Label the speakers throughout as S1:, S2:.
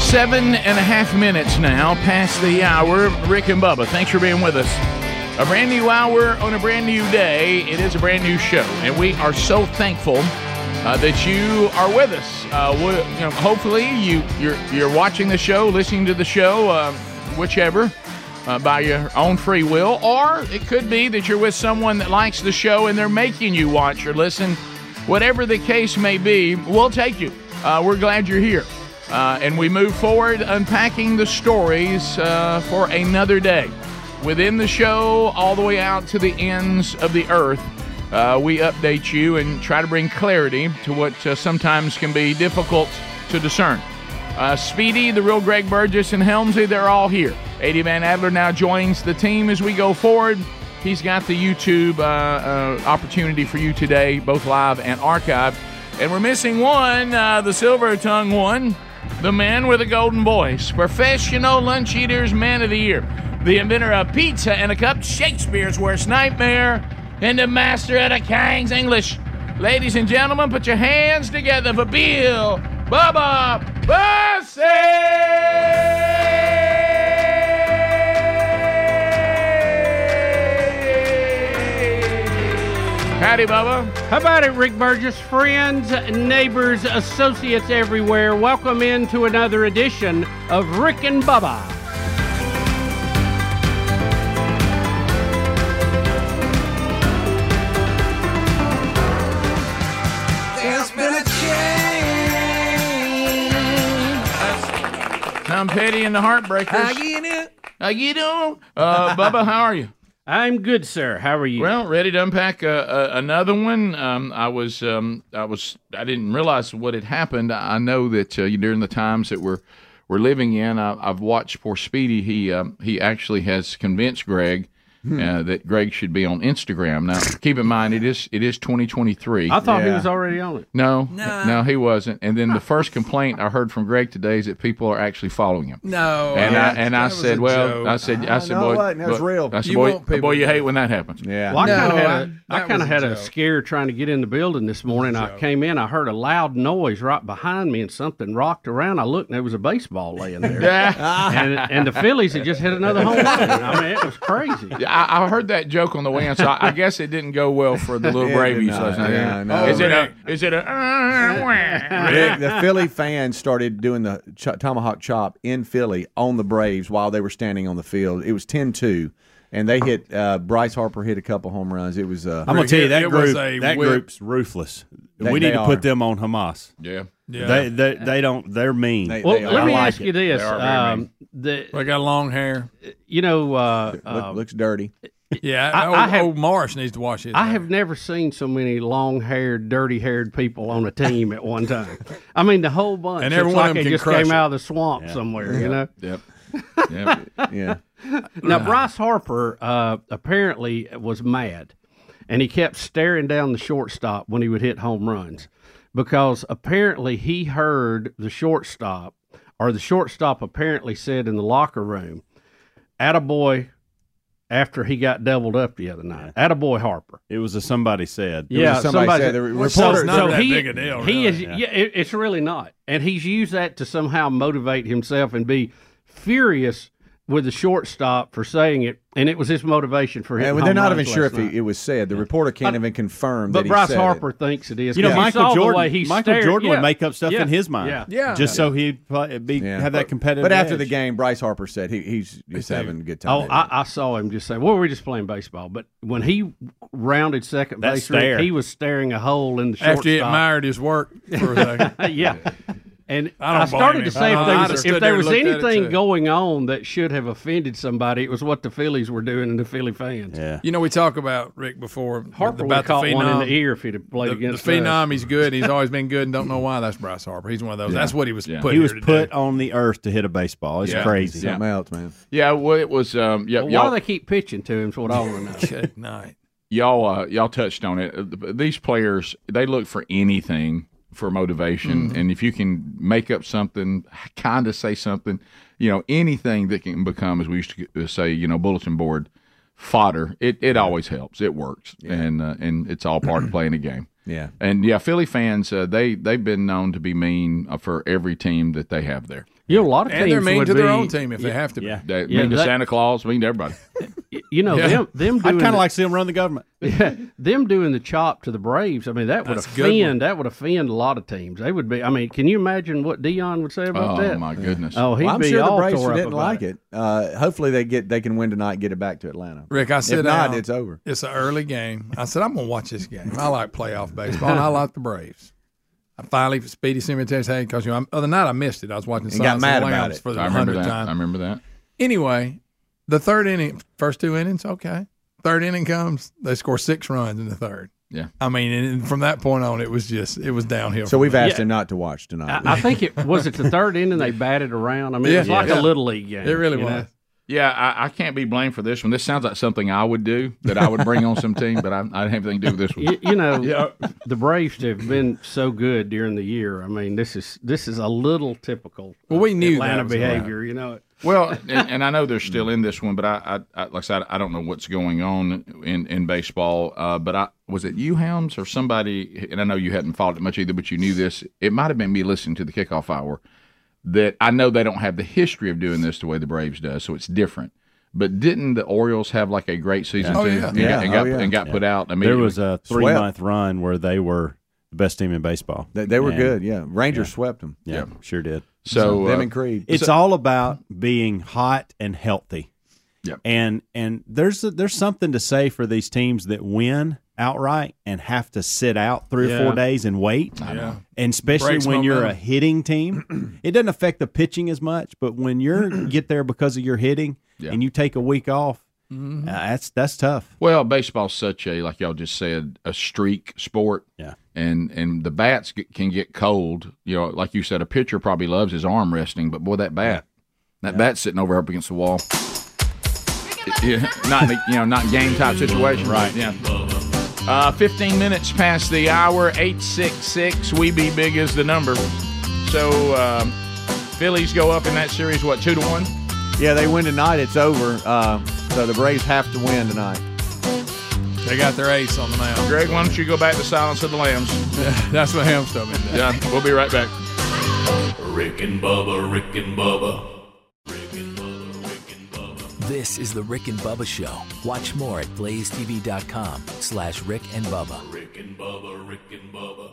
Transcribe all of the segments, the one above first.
S1: Seven and a half minutes now past the hour. Rick and Bubba, thanks for being with us. A brand new hour on a brand new day. It is a brand new show, and we are so thankful uh, that you are with us. Uh, we, you know, hopefully, you you're you're watching the show, listening to the show, uh, whichever. Uh, by your own free will, or it could be that you're with someone that likes the show and they're making you watch or listen. Whatever the case may be, we'll take you. Uh, we're glad you're here. Uh, and we move forward unpacking the stories uh, for another day. Within the show, all the way out to the ends of the earth, uh, we update you and try to bring clarity to what uh, sometimes can be difficult to discern. Uh, Speedy, the real Greg Burgess, and Helmsley, they're all here. AD Van Adler now joins the team as we go forward. He's got the YouTube uh, uh, opportunity for you today, both live and archived. And we're missing one, uh, the silver tongue one, the man with a golden voice, professional lunch eaters, man of the year, the inventor of pizza and a cup, Shakespeare's worst nightmare, and the master of the King's English. Ladies and gentlemen, put your hands together for Bill Bubba Bussey! Howdy, Bubba.
S2: How about it, Rick Burgess? Friends, neighbors, associates everywhere, welcome into another edition of Rick and Bubba.
S3: There's been a change.
S1: Tom Petty and the Heartbreakers. How you doing? Uh, Bubba, how are you?
S2: I'm good, sir. How are you?
S1: Well, ready to unpack uh, uh, another one. Um, I was, um, I was, I didn't realize what had happened. I I know that uh, during the times that we're we're living in, I, I've watched poor Speedy. He um, he actually has convinced Greg. Uh, that Greg should be on Instagram now. Keep in mind, it is it is 2023.
S2: I thought he
S4: Yeah.
S2: was already on it.
S1: no, no, he wasn't. And then the first complaint I heard from Greg today is that people are actually following him.
S4: No.
S1: And I and I
S4: that was
S1: said,
S4: a
S1: well,
S4: joke.
S1: I said, I said,
S5: no,
S1: boy,
S5: it wasn't. That was
S1: boy-
S5: real.
S1: I said,
S4: You
S1: boy,
S4: want people
S1: boy, you
S4: to-
S1: hate when that happens.
S5: Yeah.
S2: Well, I
S4: No,
S2: kind of had,
S4: I-
S2: a, I
S4: that
S2: kind of
S4: was a
S2: had a
S4: joke.
S2: scare trying to get in the building this morning. I came in, I heard a loud noise right behind me, and something rocked around. I looked, and there was a baseball laying there.
S1: Yeah.
S2: and, and the Phillies had just hit another home run. I mean, it was crazy.
S1: I, I heard that joke on the way in, so I, I guess it didn't go well for the little
S5: It did
S1: bravies
S5: not.
S1: last night.
S5: Yeah,
S1: did
S5: no.
S1: it? Is it a? uh? Is it a?
S5: Rick, the Philly fans started doing the ch- tomahawk chop in Philly on the Braves while they were standing on the field. It was 10-2, and they hit uh, Bryce Harper hit a couple home runs. It was uh,
S6: I'm gonna tell you that
S4: It was
S6: group.
S4: a
S6: That
S4: whip.
S6: group's ruthless.
S5: They-
S6: we need
S5: they
S6: to
S5: are.
S6: put them on Hamas.
S1: yeah.
S4: Yeah.
S6: They,
S4: They,
S6: they they don't. They're mean.
S5: They-
S2: Well,
S5: they
S2: let
S5: are.
S2: me
S6: I like
S2: ask you
S6: it.
S2: this:
S1: They are very
S2: um, the
S4: got long hair.
S2: you know, uh,
S5: look-
S2: uh,
S5: looks dirty.
S4: Yeah.
S2: I-
S4: old,
S2: I have-
S4: old Morris needs to wash his
S2: I
S4: hair.
S2: have never seen so many long-haired, dirty-haired people on a team at one time. I mean, the whole bunch.
S4: And
S2: It's
S4: every one
S2: like
S4: of
S2: they
S4: them can
S2: just
S4: crush
S2: came
S4: it.
S2: out of the swamp somewhere. You know.
S1: Yep. Yep.
S5: Yeah,
S2: Now, Bryce Harper uh, apparently was mad, and he kept staring down the shortstop when he would hit home runs because apparently he heard the shortstop, or the shortstop apparently said in the locker room, attaboy after he got doubled up the other night. Attaboy Harper.
S6: It was a somebody said.
S5: It was just somebody, said the re-
S4: Well,
S5: reporter.
S4: it's not that big a deal,
S2: He
S4: really.
S2: is, yeah, it, it's really not. And he's used that to somehow motivate himself and be furious with the shortstop for saying it, and it was his motivation for him.
S5: And they're not even sure if he, it was said. The reporter can't even confirm
S2: But
S5: that
S2: Bryce
S5: he said
S2: Harper
S5: It.
S2: thinks it is.
S6: You know,
S2: 'cause
S6: Michael
S2: saw the
S6: Jordan.
S2: way he
S6: Michael
S2: stared-
S6: Jordan
S2: yeah.
S6: would make up stuff
S2: Yeah.
S6: in his mind,
S2: Yeah.
S4: Yeah.
S6: just so he'd probably be,
S5: Yeah.
S6: have that competitive.
S5: But after
S6: edge.
S5: the game, Bryce Harper said he, he's just having a good time.
S2: Oh, I, I saw him just say, "Well, we're just playing baseball." But when he rounded second
S6: That
S2: base, Rick,
S6: stare.
S2: he was staring a hole in the shortstop.
S4: After he admired his work for a second.
S2: yeah. And
S4: I
S2: I,
S4: don't blame
S2: started
S4: him.
S2: to say
S4: I-
S2: if there
S4: I'd have
S2: was,
S4: stood
S2: if
S4: there
S2: there
S4: and
S2: was
S4: looked at it,
S2: anything
S4: too.
S2: going on that should have offended somebody, it was what the Phillies were doing and the Philly fans.
S6: Yeah.
S4: You know, we talk about Rick before
S2: Harper would
S4: about
S2: have caught
S4: the phenom.
S2: one in the ear if he'd have played
S4: The, the
S2: against us.
S4: phenom, he's good. He's always been good, and don't know why. That's Bryce Harper. He's one of those. That's what he was put.
S6: he was
S4: here to
S6: put
S4: do.
S6: on the earth to hit a baseball. It's
S4: Yeah.
S6: crazy.
S5: Something else, man.
S1: Yeah, well, it was. Um, yeah,
S2: Well, why
S1: y'all,
S2: do they keep pitching to him? Is what I want to know.
S4: Good night.
S1: y'all, uh, y'all touched on it. Uh, th- These players, they look for anything for motivation,
S4: Mm-hmm.
S1: and if you can make up something, kind of say something, you know, anything that can become, as we used to uh, say, you know, bulletin board fodder. It it always helps. It works, and uh, and it's all part of playing a game.
S5: Yeah.
S1: And yeah, Philly fans, uh, they they've been known to be mean uh, for every team that they have there.
S2: You know, a lot of
S4: And
S2: teams
S4: they're mean
S2: would
S4: to their
S2: be-
S4: own team if they have to. be.
S6: Yeah.
S1: They
S2: Yeah,
S1: mean to
S2: that-
S1: Santa Claus, mean to everybody.
S2: You know
S4: Yeah.
S2: them them doing
S6: I'd kind of
S2: the-
S6: like to see him run the government.
S2: Yeah, them doing the chop to the Braves. I mean, that would
S4: That's a good one.
S2: offend. That would offend a lot of teams. They would be. I mean, can you imagine what Dion would say about
S1: oh
S2: that?
S1: my goodness.
S2: Oh, he'd
S5: Well, I'm
S2: be
S5: sure the
S2: all
S5: Braves
S2: tore up
S5: didn't
S2: about
S5: like it. Uh, hopefully they get they can win tonight and get it back to Atlanta.
S4: Rick, I said
S5: if not,
S4: out,
S5: it's over.
S4: It's an early game. I said I'm gonna watch this game. I like playoff baseball. and I like the Braves. I finally Speedy Cemetery hey, because you know, I'm- other night I missed it. I was watching
S5: And got
S4: Silence
S5: mad
S4: of the
S5: about
S4: Lambs
S5: it.
S4: for the
S1: I remember
S4: hundredth
S1: that. I
S4: time.
S1: remember that.
S4: Anyway, the third inning, first two innings, okay. Third inning comes, they score six runs in the third.
S1: Yeah.
S4: I mean, and from that point on, it was just it was downhill.
S5: So
S4: from
S5: we've asked
S2: Yeah.
S5: him not to watch tonight.
S2: I, I think it was it the third inning they batted around. I mean, it was
S4: Yeah.
S2: like
S4: Yeah.
S2: a little league game.
S4: there. it really
S2: you
S4: was.
S2: know?
S1: Yeah, I, I can't be blamed for this one. This sounds like something I would do that I would bring on some team, but I, I didn't have anything to do with this one.
S2: You, you know, the Braves have been so good during the year. I mean, this is this is a little typical.
S4: Well, we
S2: of
S4: knew that
S2: Atlanta
S4: was gonna
S2: behavior. You know,
S1: Well, and, and I know they're still in this one, but I, I, I like I said, I don't know what's going on in in baseball. Uh, but I was it you hounds or somebody, and I know you hadn't followed it much either, but you knew this. It might have been me listening to the kickoff hour. That I know they don't have the history of doing this the way the Braves does, so it's different. But didn't the Orioles have like a great season
S4: Yeah. Oh,
S1: too,
S4: yeah.
S1: and,
S5: Yeah.
S1: got, and got,
S5: Oh, yeah.
S1: and got put out? I mean,
S6: There was a
S5: Swept.
S6: three month run where they were the best team in baseball.
S5: they, they were
S6: And-
S5: good. Yeah, Rangers swept them.
S6: Yeah, sure did.
S1: so
S5: them
S1: uh,
S5: and Creed.
S6: It's all about being hot and healthy.
S1: Yep.
S6: And and there's there's something to say for these teams that win outright and have to sit out three or
S2: Yeah.
S6: four days and wait.
S4: Yeah.
S6: And especially
S4: Breaks
S6: when you're a
S4: momentum.
S6: hitting team, it doesn't affect the pitching as much. But when you're you get there because of your hitting
S1: Yeah. Mm-hmm.
S6: and you take a week off, uh, that's that's tough.
S1: Well, baseball's such a like y'all just said a streak sport.
S6: Yeah.
S1: And and the bats get, can get cold. You know, like you said, a pitcher probably loves his arm resting, but boy, that bat, that bat sitting over up against the wall. Yeah, not in a, you know, not game type situation. Right. Yeah. Uh, 15 minutes past the hour, 866. We be big is the number. So, um, Phillies go up in that series, what, two to one?
S5: yeah, they win tonight. It's over. Uh, so the Braves have to win tonight.
S4: They got their ace on the mound.
S1: Greg, why don't you go back to Silence of the Lambs?
S4: That's what Helms told me.
S1: Yeah, we'll be right back.
S7: Rick and Bubba, Rick and Bubba. Rick and Bubba, Rick and Bubba.
S8: This is the Rick and Bubba Show. Watch more at blazetv.com slash Rick and Bubba.
S7: Rick and Bubba, Rick and Bubba.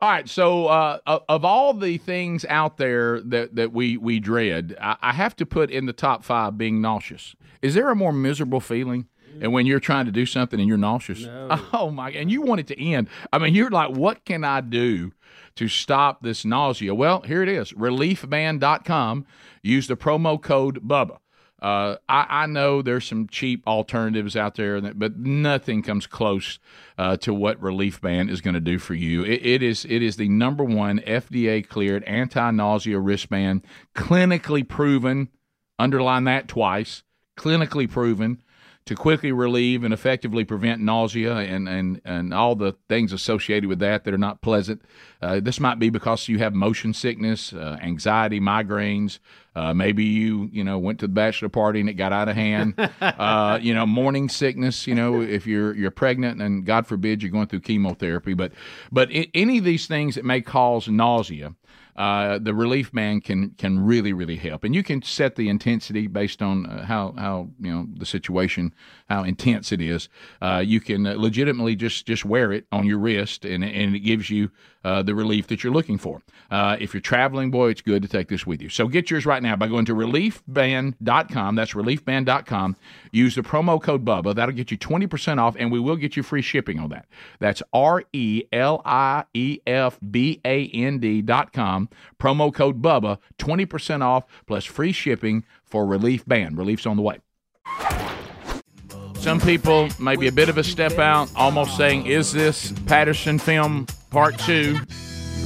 S1: All right, so uh, of- of all the things out there that, that we we dread, I, I have to put in the top five being nauseous. Is there a more miserable feeling? And when you're trying to do something and you're nauseous, oh my! And you want it to end. I mean, you're like, what can I do to stop this nausea? Well, here it is: reliefband.com. Use the promo code Bubba. Uh, I, I know there's some cheap alternatives out there, that- but nothing comes close uh, to what Relief Band is going to do for you. It, it is it is the number one FDA cleared anti nausea wristband, clinically proven. Underline that twice. Clinically proven to quickly relieve and effectively prevent nausea and, and, and all the things associated with that that are not pleasant. Uh, this might be because you have motion sickness, uh, anxiety, migraines. Uh, maybe you you know went to the bachelor party and it got out of hand. uh, you know morning sickness. You know if you're you're pregnant and God forbid you're going through chemotherapy. But but i any of these things that may cause nausea. uh, the relief man can can really really help, and you can set the intensity based on uh, how how you know the situation, how intense it is. Uh, you can uh, legitimately just just wear it on your wrist, and and it gives you uh, the relief that you're looking for. Uh, if you're traveling, boy, it's good to take this with you. So get yours right now by going to reliefband.com. That's reliefband.com. Use the promo code Bubba. That'll get you 20% off, and we will get you free shipping on that. That's R E L I E F B A N D.com. Promo code Bubba, 20% off plus free shipping for Relief Band. Relief's on the way. Some people maybe a bit of a step out, almost saying, "Is this Patterson film part two?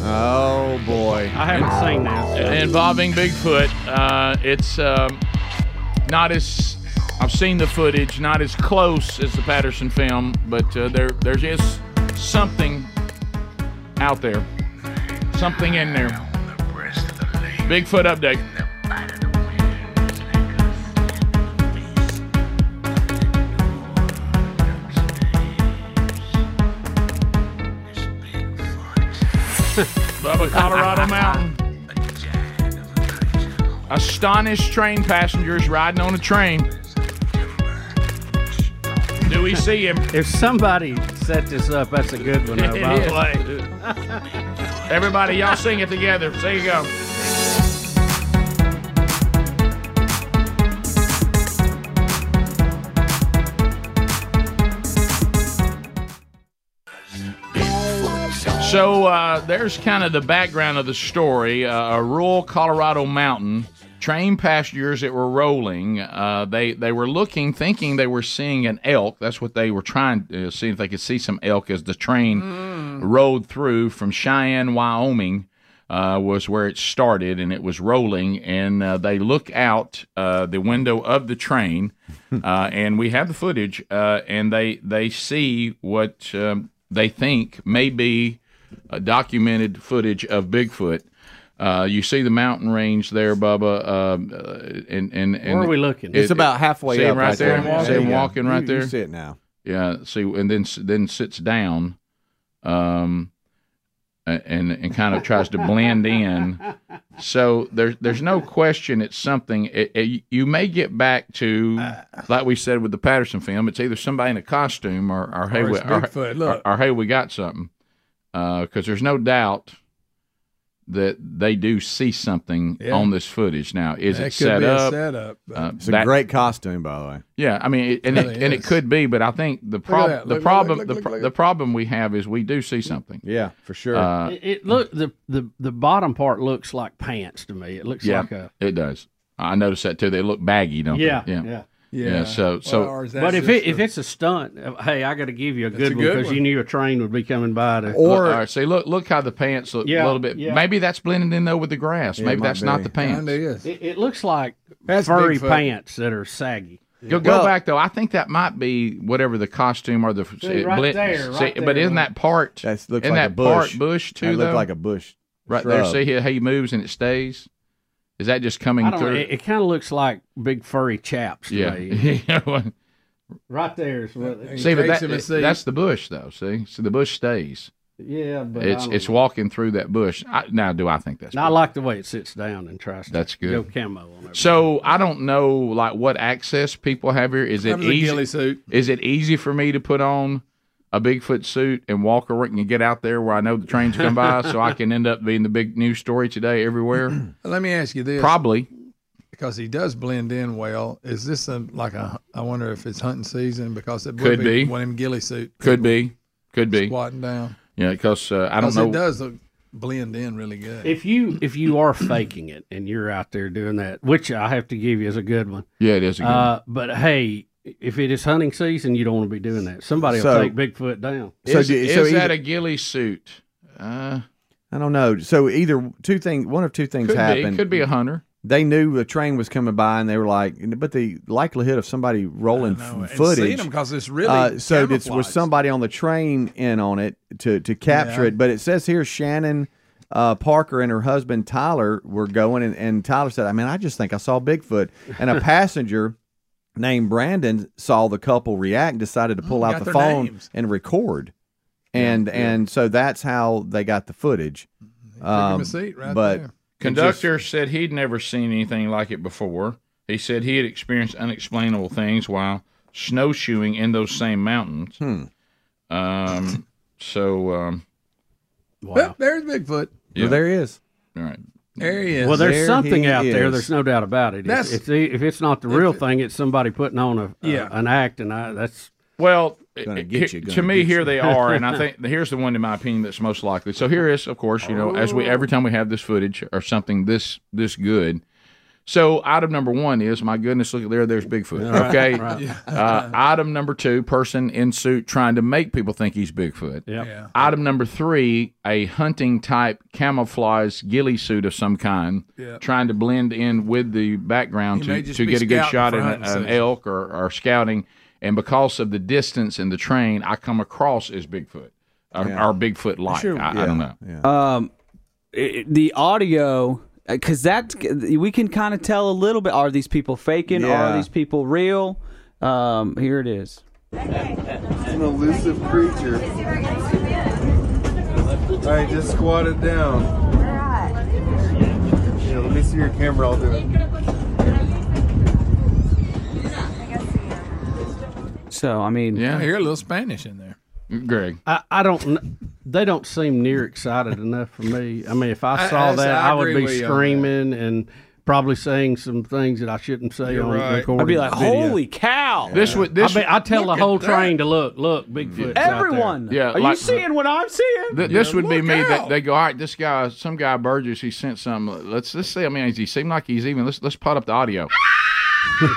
S1: Oh boy,
S2: I haven't seen that.
S1: involving Bigfoot. Uh, it's um, not as I've seen the footage, not as close as the Patterson film, but uh, there there's just something out there, something in there. Bigfoot update. Bubba Colorado Mountain. Astonished train passengers riding on a train. Do we see him?
S2: If somebody set this up, that's a good one. Though,
S1: It
S2: by the
S1: is.
S2: way.
S1: Everybody, y'all sing it together. There you go. So uh, there's kind of the background of the story. Uh, a rural Colorado mountain train passengers that were rolling. Uh, they they were looking, thinking they were seeing an elk. That's what they were trying to see if they could see some elk as the train Mm. rode through from Cheyenne, Wyoming. Uh, was where it started and it was rolling. And uh, they look out uh, the window of the train, uh, and we have the footage. Uh, and they they see what um, they think may be uh, documented footage of Bigfoot. Uh, you see the mountain range there, Bubba, um, uh, and, and and
S2: Where are we looking?
S5: It's about halfway
S1: see
S5: up
S1: him right
S5: right
S1: there.
S5: there.
S1: See
S5: There
S1: him
S5: you go.
S1: walking right
S5: You-
S1: there.
S5: You see it now.
S1: Yeah. See, and then then sits down, um, and and kind of tries to blend in. So there's there's no question it's something. It, it- you may get back to like we said with the Patterson film. It's either somebody in a costume or or hey
S4: Or
S1: we
S4: it's
S1: or,
S4: Bigfoot, look.
S1: or- or, hey we got something. Because there's no doubt that they do see something
S4: Yeah.
S1: on this footage. Now is
S4: That
S1: it
S4: could
S1: set
S4: be
S1: up?
S4: a setup. but-
S1: Uh,
S5: It's a
S1: that-
S5: great costume, by the way.
S1: yeah, I mean, it, and it,
S4: really
S1: and it
S4: is.
S1: could be, but I think the
S4: at
S1: problem
S4: that.
S1: the
S4: Look, look,
S1: problem
S4: look,
S1: the,
S4: look,
S1: pro-
S4: look.
S1: the problem we have is we do see something.
S5: Yeah, for sure.
S1: Uh,
S2: It, it look the, the the bottom part looks like pants to me. It looks
S1: yeah,
S2: like a
S1: it does. I noticed that too. They look baggy, don't
S2: yeah,
S1: they?
S2: yeah.
S1: yeah, so- so-
S4: or is that
S2: But if
S4: just
S2: it, if it's a stunt, uh, hey, I got to give you a good
S4: a
S2: one
S4: good
S2: because
S4: one.
S2: you knew a train would be coming by. To,
S1: Look,
S5: or
S1: all right, see, look, look how the pants look
S2: Yeah,
S1: a little bit.
S2: yeah.
S1: Maybe that's blending in though with the grass. Maybe
S5: might
S1: that's not
S5: be.
S1: the
S4: a-
S1: pants.
S4: kinda is.
S2: it, it looks like
S4: That's
S2: furry
S4: Bigfoot.
S2: pants that are saggy.
S1: Go, go
S5: Well-
S1: back though. I think that might be whatever the costume or the
S2: See, right there, right
S1: but
S2: there.
S1: isn't that part?
S5: That looks
S1: isn't
S5: like a
S1: that part
S5: bush.
S1: bush too?
S5: It
S1: though?
S5: looked like a bush.
S1: right
S5: shrub.
S1: there. See how he moves and it stays. Is that just coming
S2: I don't know.
S1: through?
S2: It, it kind of looks like big furry chaps. To me.
S1: yeah.
S2: right there is what.
S4: Hey.
S1: See, but
S4: takes
S1: that,
S4: him and sees.
S1: that's the bush, though. See, so the bush stays.
S2: Yeah, but I
S1: It's
S2: don't
S1: it's
S2: know.
S1: walking through that bush. I, now, do I think that's
S2: And I
S1: bush?
S2: like the way it sits down and tries to
S1: That's good.
S2: go camo on everything.
S1: So I don't know, like what access people have here. Is it
S4: Comes a
S1: easy?
S4: ghillie suit.
S1: Is it easy for me to put on a Bigfoot suit and walk around and get out there where I know the trains come by, so I can end up being the big news story today everywhere?
S4: Let me ask you this,
S1: Probably.
S4: because he does blend in well. Is this a, like a? I wonder if it's hunting season because it would
S1: Could be.
S4: one of them ghillie suit
S1: Could be. Could be.
S4: squatting down.
S1: Yeah, because uh, I don't
S4: Because
S1: know.
S4: it does look blend in really good.
S2: if you if you are faking it and you're out there doing that, which I have to give you is a good one.
S1: Yeah, it is. A good one.
S2: Uh, but hey, if it is hunting season, you don't want to be doing that. Somebody
S5: So-
S2: will take Bigfoot down.
S5: So,
S1: is,
S5: do- so
S1: is that
S5: either-
S1: a ghillie suit? Uh,
S5: I don't know. So either two things, one of two things
S1: could
S5: happened.
S1: be. Could be a hunter.
S5: They knew the train was coming by, and they were like, but the likelihood of somebody rolling f- footage.
S4: because it's really
S5: uh, so it's was
S4: camouflaged.
S5: somebody on the train in on it to to capture
S4: Yeah.
S5: it. But it says here Shannon uh, Parker and her husband Tyler were going, and, and Tyler said, "I mean, I just think I saw Bigfoot." And a passenger named Brandon saw the couple react, decided to pull
S4: Mm,
S5: out
S4: got
S5: the
S4: their
S5: phone
S4: names.
S5: and record, and and so that's how they got the footage.
S1: him
S5: Um,
S1: a seat
S4: right
S5: but
S4: there.
S1: Conductor said he'd never seen anything like it before. He said he had experienced unexplainable things while snowshoeing in those same mountains.
S5: Hmm.
S1: Um, so, um,
S4: Well, there's Bigfoot.
S1: yeah.
S5: there he is.
S1: All right.
S4: There he is.
S2: Well, there's something
S5: he
S2: out there.
S5: is.
S2: There's no doubt about it. If,
S4: That's-
S2: if, they- if it's not the real thing, it's somebody putting on a,
S4: Yeah.
S2: a- an act, and I, that's
S1: Well,
S5: Gonna
S1: eh,
S5: get
S1: he-
S5: you,
S1: to
S5: gonna
S1: me,
S5: get
S1: here
S5: you.
S1: they are, and I think here's the one, in my opinion, that's most likely. So here is, of course, you know, as we every time we have this footage or something this this good. So item number one is my goodness, look at there, there's Bigfoot. okay. Uh, item number two, person in suit trying to make people think he's Bigfoot.
S2: Yep.
S4: Yeah.
S1: Item number three, a hunting type camouflage ghillie suit of some kind,
S4: Yeah.
S1: trying to blend in with the background
S4: He
S1: to,
S4: may just
S1: to
S4: be
S1: get a good
S4: scouting
S1: shot
S4: for
S1: at an,
S4: hunting
S1: an
S4: season.
S1: elk or, or scouting. And because of the distance and the train, I come across as Bigfoot or, or Bigfoot like. I, I don't know.
S9: it- Um, the audio because that we can kind of tell a little bit are these people faking
S5: Yeah.
S9: are these people real um here it is
S3: an elusive creature. All right, just squat it down. Yeah, let me see your camera. I'll do it.
S9: so i mean
S4: I
S1: Yeah,
S4: hear a little Spanish in there.
S1: Greg.
S2: I, I don't. kn- They don't seem near excited enough for me. I mean, if I
S4: I-
S2: saw
S4: I-
S2: that,
S4: I
S2: I, would
S4: agree
S2: be
S4: with you on
S2: screaming and probably saying some things that I shouldn't say
S4: You're
S2: on
S4: right.
S2: recording.
S9: i'd be like
S2: video.
S9: holy cow
S1: This would
S2: I,
S1: this
S2: be, I tell the
S4: Look
S2: whole
S4: at that.
S2: train to look, look, Bigfoot.
S9: everyone
S1: Yeah,
S9: are
S1: like-
S9: you seeing what i'm seeing
S1: th- this would be
S4: look
S1: me that
S4: out.
S1: they go, all right, this guy, some guy Burgess, he sent some. Let's let's see. I mean, he seemed like he's even. Let's let's pot up the audio. Okay.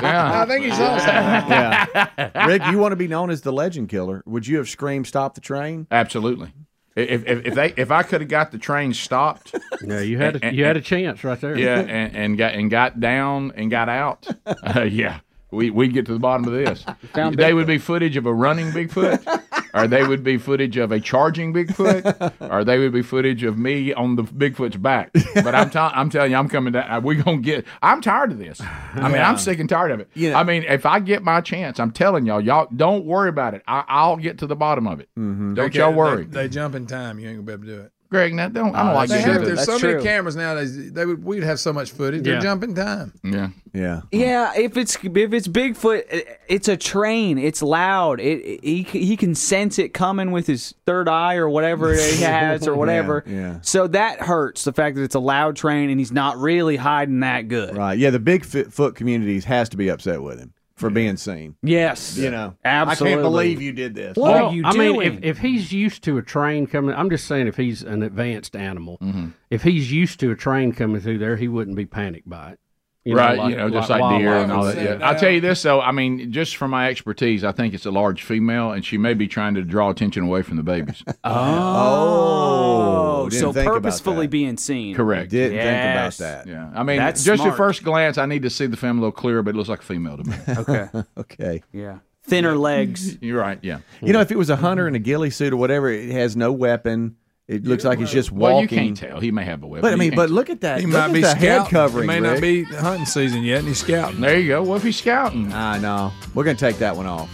S1: Yeah.
S4: I think he's also.
S5: yeah. Rick, you want to be known as the legend killer? Would you have screamed "Stop the train"?
S1: Absolutely. If, if, if they if I could have got the train stopped,
S2: Yeah, you had a, you had a chance right there.
S1: yeah, and, and got and got down and got out, uh, yeah, we we'd get to the bottom of this.
S9: Found
S1: they would be footage of a running Bigfoot, or they would be footage of a charging Bigfoot, or they would be footage of me on the Bigfoot's back. But I'm t- I'm telling you, I'm coming down. uh, We gonna get. I'm tired of this. I mean, I'm sick and tired of it.
S5: Yeah.
S1: I mean, if I get my chance, I'm telling y'all, y'all don't worry about it. I, I'll get to the bottom of it.
S4: Mm-hmm.
S1: Don't y'all worry.
S4: They, they jump in time. You ain't gonna be able to do it. Uh,
S1: Greg, now don't. I don't like
S4: They
S1: you to
S4: have.
S1: do
S4: There's
S1: that.
S9: That's
S4: so
S9: true.
S4: many cameras nowadays. They would. We'd have so much footage.
S2: Yeah.
S4: They're jumping time.
S1: Yeah.
S5: Yeah.
S9: yeah if it's if it's bigfoot i- it's a train it's loud it, it he, c- he can sense it coming with his third eye or whatever he has or whatever
S5: yeah.
S9: so that hurts the fact that it's a loud train and he's not really hiding that good
S5: Right. Yeah. The Bigfoot communities has to be upset with him for being seen.
S9: yes
S5: You know.
S9: absolutely
S5: I can't believe you did this.
S9: What are you
S2: I
S9: doing?
S2: mean, if, if he's used to a train coming, I'm just saying if he's an advanced animal,
S1: Mm-hmm.
S2: if he's used to a train coming through there, he wouldn't be panicked by it. You
S1: right, you know, just like, deer
S2: wildlife.
S1: and all that.
S4: wildlife.
S1: Yeah. I'll tell you this though. I mean, just from my expertise, I think it's a large female, and she may be trying to draw attention away from the babies.
S5: Oh,
S9: Oh,
S5: didn't
S9: so
S5: think about
S9: purposefully
S5: that.
S9: being seen.
S5: I
S1: Correct.
S5: didn't
S9: Yes.
S5: think about that.
S1: Yeah. I mean,
S9: That's
S1: just at
S9: smart.
S1: first glance, I need to see the fem a little clearer, but it looks like a female to me.
S9: Okay.
S5: Okay.
S9: Yeah. Thinner legs.
S1: You're right. Yeah.
S5: You know, if it was a hunter in a ghillie suit or whatever, it has no weapon. It looks like it's just walking.
S1: Well, you can't tell. He may have a weapon.
S5: But I
S1: You
S5: mean,
S1: can't
S5: but
S1: tell.
S5: look at that.
S4: He
S5: look
S4: might
S5: at
S4: be
S5: the
S4: scouting.
S5: head covering.
S4: It may not
S5: Rick.
S4: be hunting season yet, and he's scouting.
S1: there you go. Well, if he's scouting, all
S5: I know. We're gonna take that one off.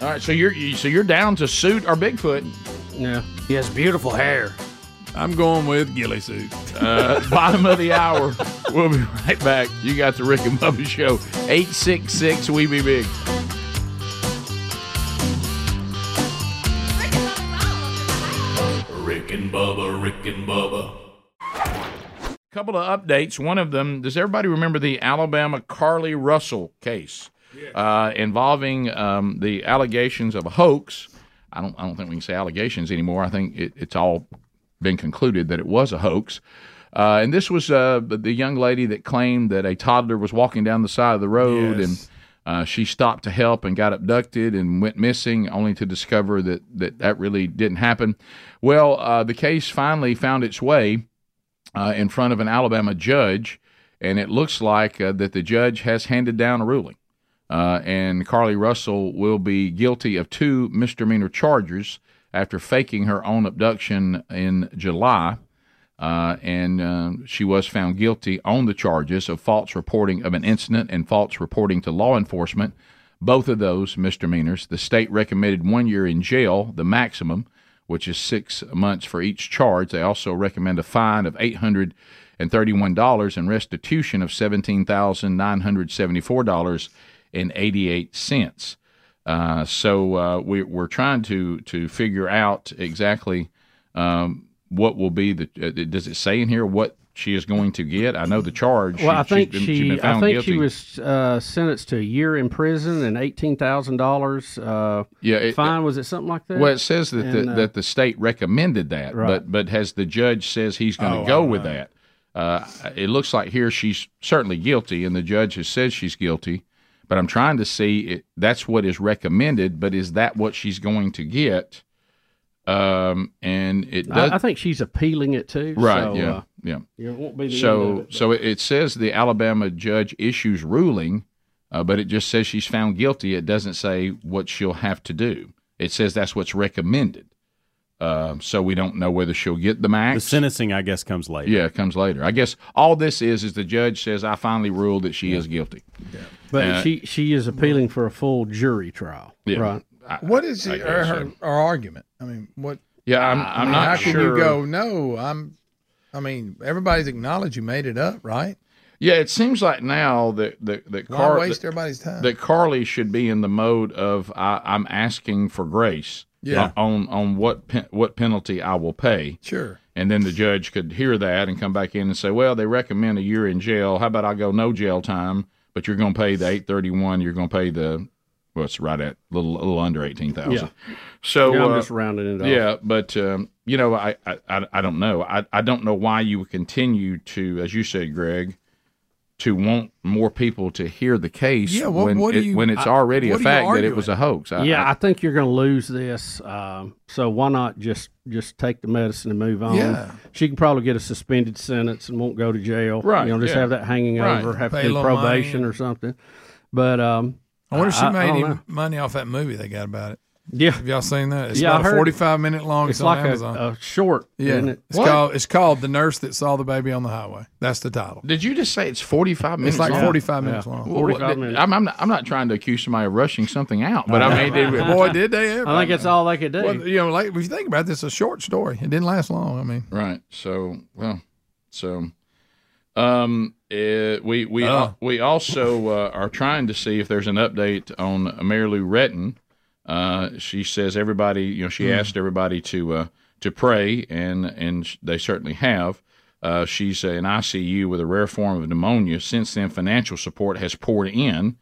S1: right. So you're you- so you're down to suit or Bigfoot.
S2: Yeah.
S9: He has beautiful hair.
S4: I'm going with ghillie suit.
S1: Uh, bottom of the hour. We'll be right back. You got the Rick and Bubba Show. Eight six six. We be big.
S7: Rick and Bubba, Rick and Bubba,
S1: couple of updates. One of them, does everybody remember the Alabama Carly Russell case uh, involving um, the allegations of a hoax? I don't, I don't think we can say allegations anymore. I think it, it's all been concluded that it was a hoax. Uh, and this was uh, the young lady that claimed that a toddler was walking down the side of the road
S4: Yes.
S1: and uh, she stopped to help and got abducted and went missing, only to discover that that, that really didn't happen. Well, uh, the case finally found its way uh, in front of an Alabama judge, and it looks like uh, that the judge has handed down a ruling. Uh, and Carly Russell will be guilty of two misdemeanor charges after faking her own abduction in July. Uh, and um, she was found guilty on the charges of false reporting of an incident and false reporting to law enforcement, both of those misdemeanors. The state recommended one year in jail, the maximum, which is six months for each charge. They also recommend a fine of eight hundred and thirty-one dollars and restitution of seventeen thousand nine hundred seventy-four dollars and eighty-eight cents. Uh, so uh, we, we're trying to to figure out exactly um, what will be the. Uh, does it say in here what she is going to get? I know the charge.
S2: Well, I think
S1: she's been-
S2: she,
S1: she's been
S2: I
S1: found
S2: think she
S1: guilty.
S2: was uh, sentenced to a year in prison and eighteen thousand dollars. Uh,
S1: Yeah, it-
S2: fine. was it something like that?
S1: Well, it says that
S2: And,
S1: the,
S2: uh,
S1: that the state recommended that,
S2: Right.
S1: but but has the judge says he's going to
S2: Oh, I
S1: go
S2: don't
S1: with that? Uh, it looks like here she's certainly guilty, and the judge has said she's guilty. But I'm trying to see it, that's what is recommended, but is that what she's going to get? Um, and it does.
S2: I, I think she's appealing it too.
S1: Right.
S2: so,
S1: yeah.
S2: uh,
S1: yeah.
S2: yeah, it won't be the
S1: so
S2: end of it,
S1: so it, it says the Alabama judge issues ruling, uh, but it just says she's found guilty. It doesn't say what she'll have to do. It says that's what's recommended. Um, so we don't know whether she'll get the max.
S6: The sentencing, I guess, comes later.
S1: Yeah, it comes later. I guess all this is is the judge says I finally ruled that she is guilty.
S2: but
S1: Uh,
S2: she she is appealing for a full jury trial.
S1: Yeah.
S2: Right.
S4: What is
S1: I
S4: it,
S1: guess,
S4: her, her, her argument? I mean, what?
S1: Yeah, I'm-
S4: I
S1: I'm
S4: mean,
S1: not
S4: how How can
S1: sure.
S4: you go? No, I'm. I mean, everybody's acknowledged you made it up, right?
S1: Yeah, it seems like now that that, that
S4: Why
S1: Car-
S4: waste
S1: that-
S4: everybody's time?
S1: That Carly should be in the mode of I, I'm asking for grace.
S4: Yeah.
S1: On on what pen, what penalty I will pay.
S4: Sure.
S1: And then the judge could hear that and come back in and say, well, they recommend a year in jail. How about I go no jail time, but you're going to pay the 831. You're going to pay the well, it's right at a little, a little under eighteen thousand.
S2: Yeah.
S1: So
S2: Yeah, I'm
S1: uh,
S2: just rounding it off.
S1: Yeah, but um, you know, I, I I I don't know. I I don't know why you would continue to, as you said, Greg, to want more people to hear the case.
S2: Yeah, what-
S1: when
S2: what do
S1: it-
S2: you-
S1: when it's
S2: I-
S1: already a
S2: what are you
S1: fact that it was a hoax. I,
S2: yeah, I, think you're going to lose this. Um, so why not just just take the medicine and move on?
S1: Yeah.
S2: She can probably get a suspended sentence and won't go to jail.
S1: Right,
S2: You know, just
S1: yeah.
S2: have that hanging
S4: Right.
S2: over, have
S4: Pay
S2: to
S4: a
S2: do
S4: little money
S2: probation or something. But um,
S4: I wonder if she
S2: I
S4: made
S2: don't
S4: any
S2: know.
S4: money off that movie they got about it.
S2: Yeah.
S4: Have y'all seen that? It's
S2: Yeah, I
S4: about a
S2: heard-
S4: 45 minute long.
S2: It's
S4: on
S2: like a-
S4: Amazon.
S2: a short,
S4: Yeah.
S2: isn't it?
S4: It's
S2: What?
S4: called It's called The Nurse That Saw the Baby on the Highway. That's the title.
S1: Did you just say it's 45 minutes
S4: It's like
S1: long?
S4: 45 minutes long.
S1: Well, well, I'm, I'm, not, I'm not trying to accuse somebody of rushing something out, but I mean, it-
S4: boy, did they ever.
S2: I think it's all they could do.
S4: Well, you know, like if you think about this, it's a short story. It didn't last long. I mean,
S1: Right. So well, so um, eh, we we
S4: Oh.
S1: we also uh, are trying to see if there's an update on Mary Lou Retton. Uh, she says everybody, you know, she
S10: Hmm.
S1: asked everybody to uh, to pray, and and sh- they certainly have. Uh, she's in ICU with a rare form of pneumonia. Since then, financial support has poured in,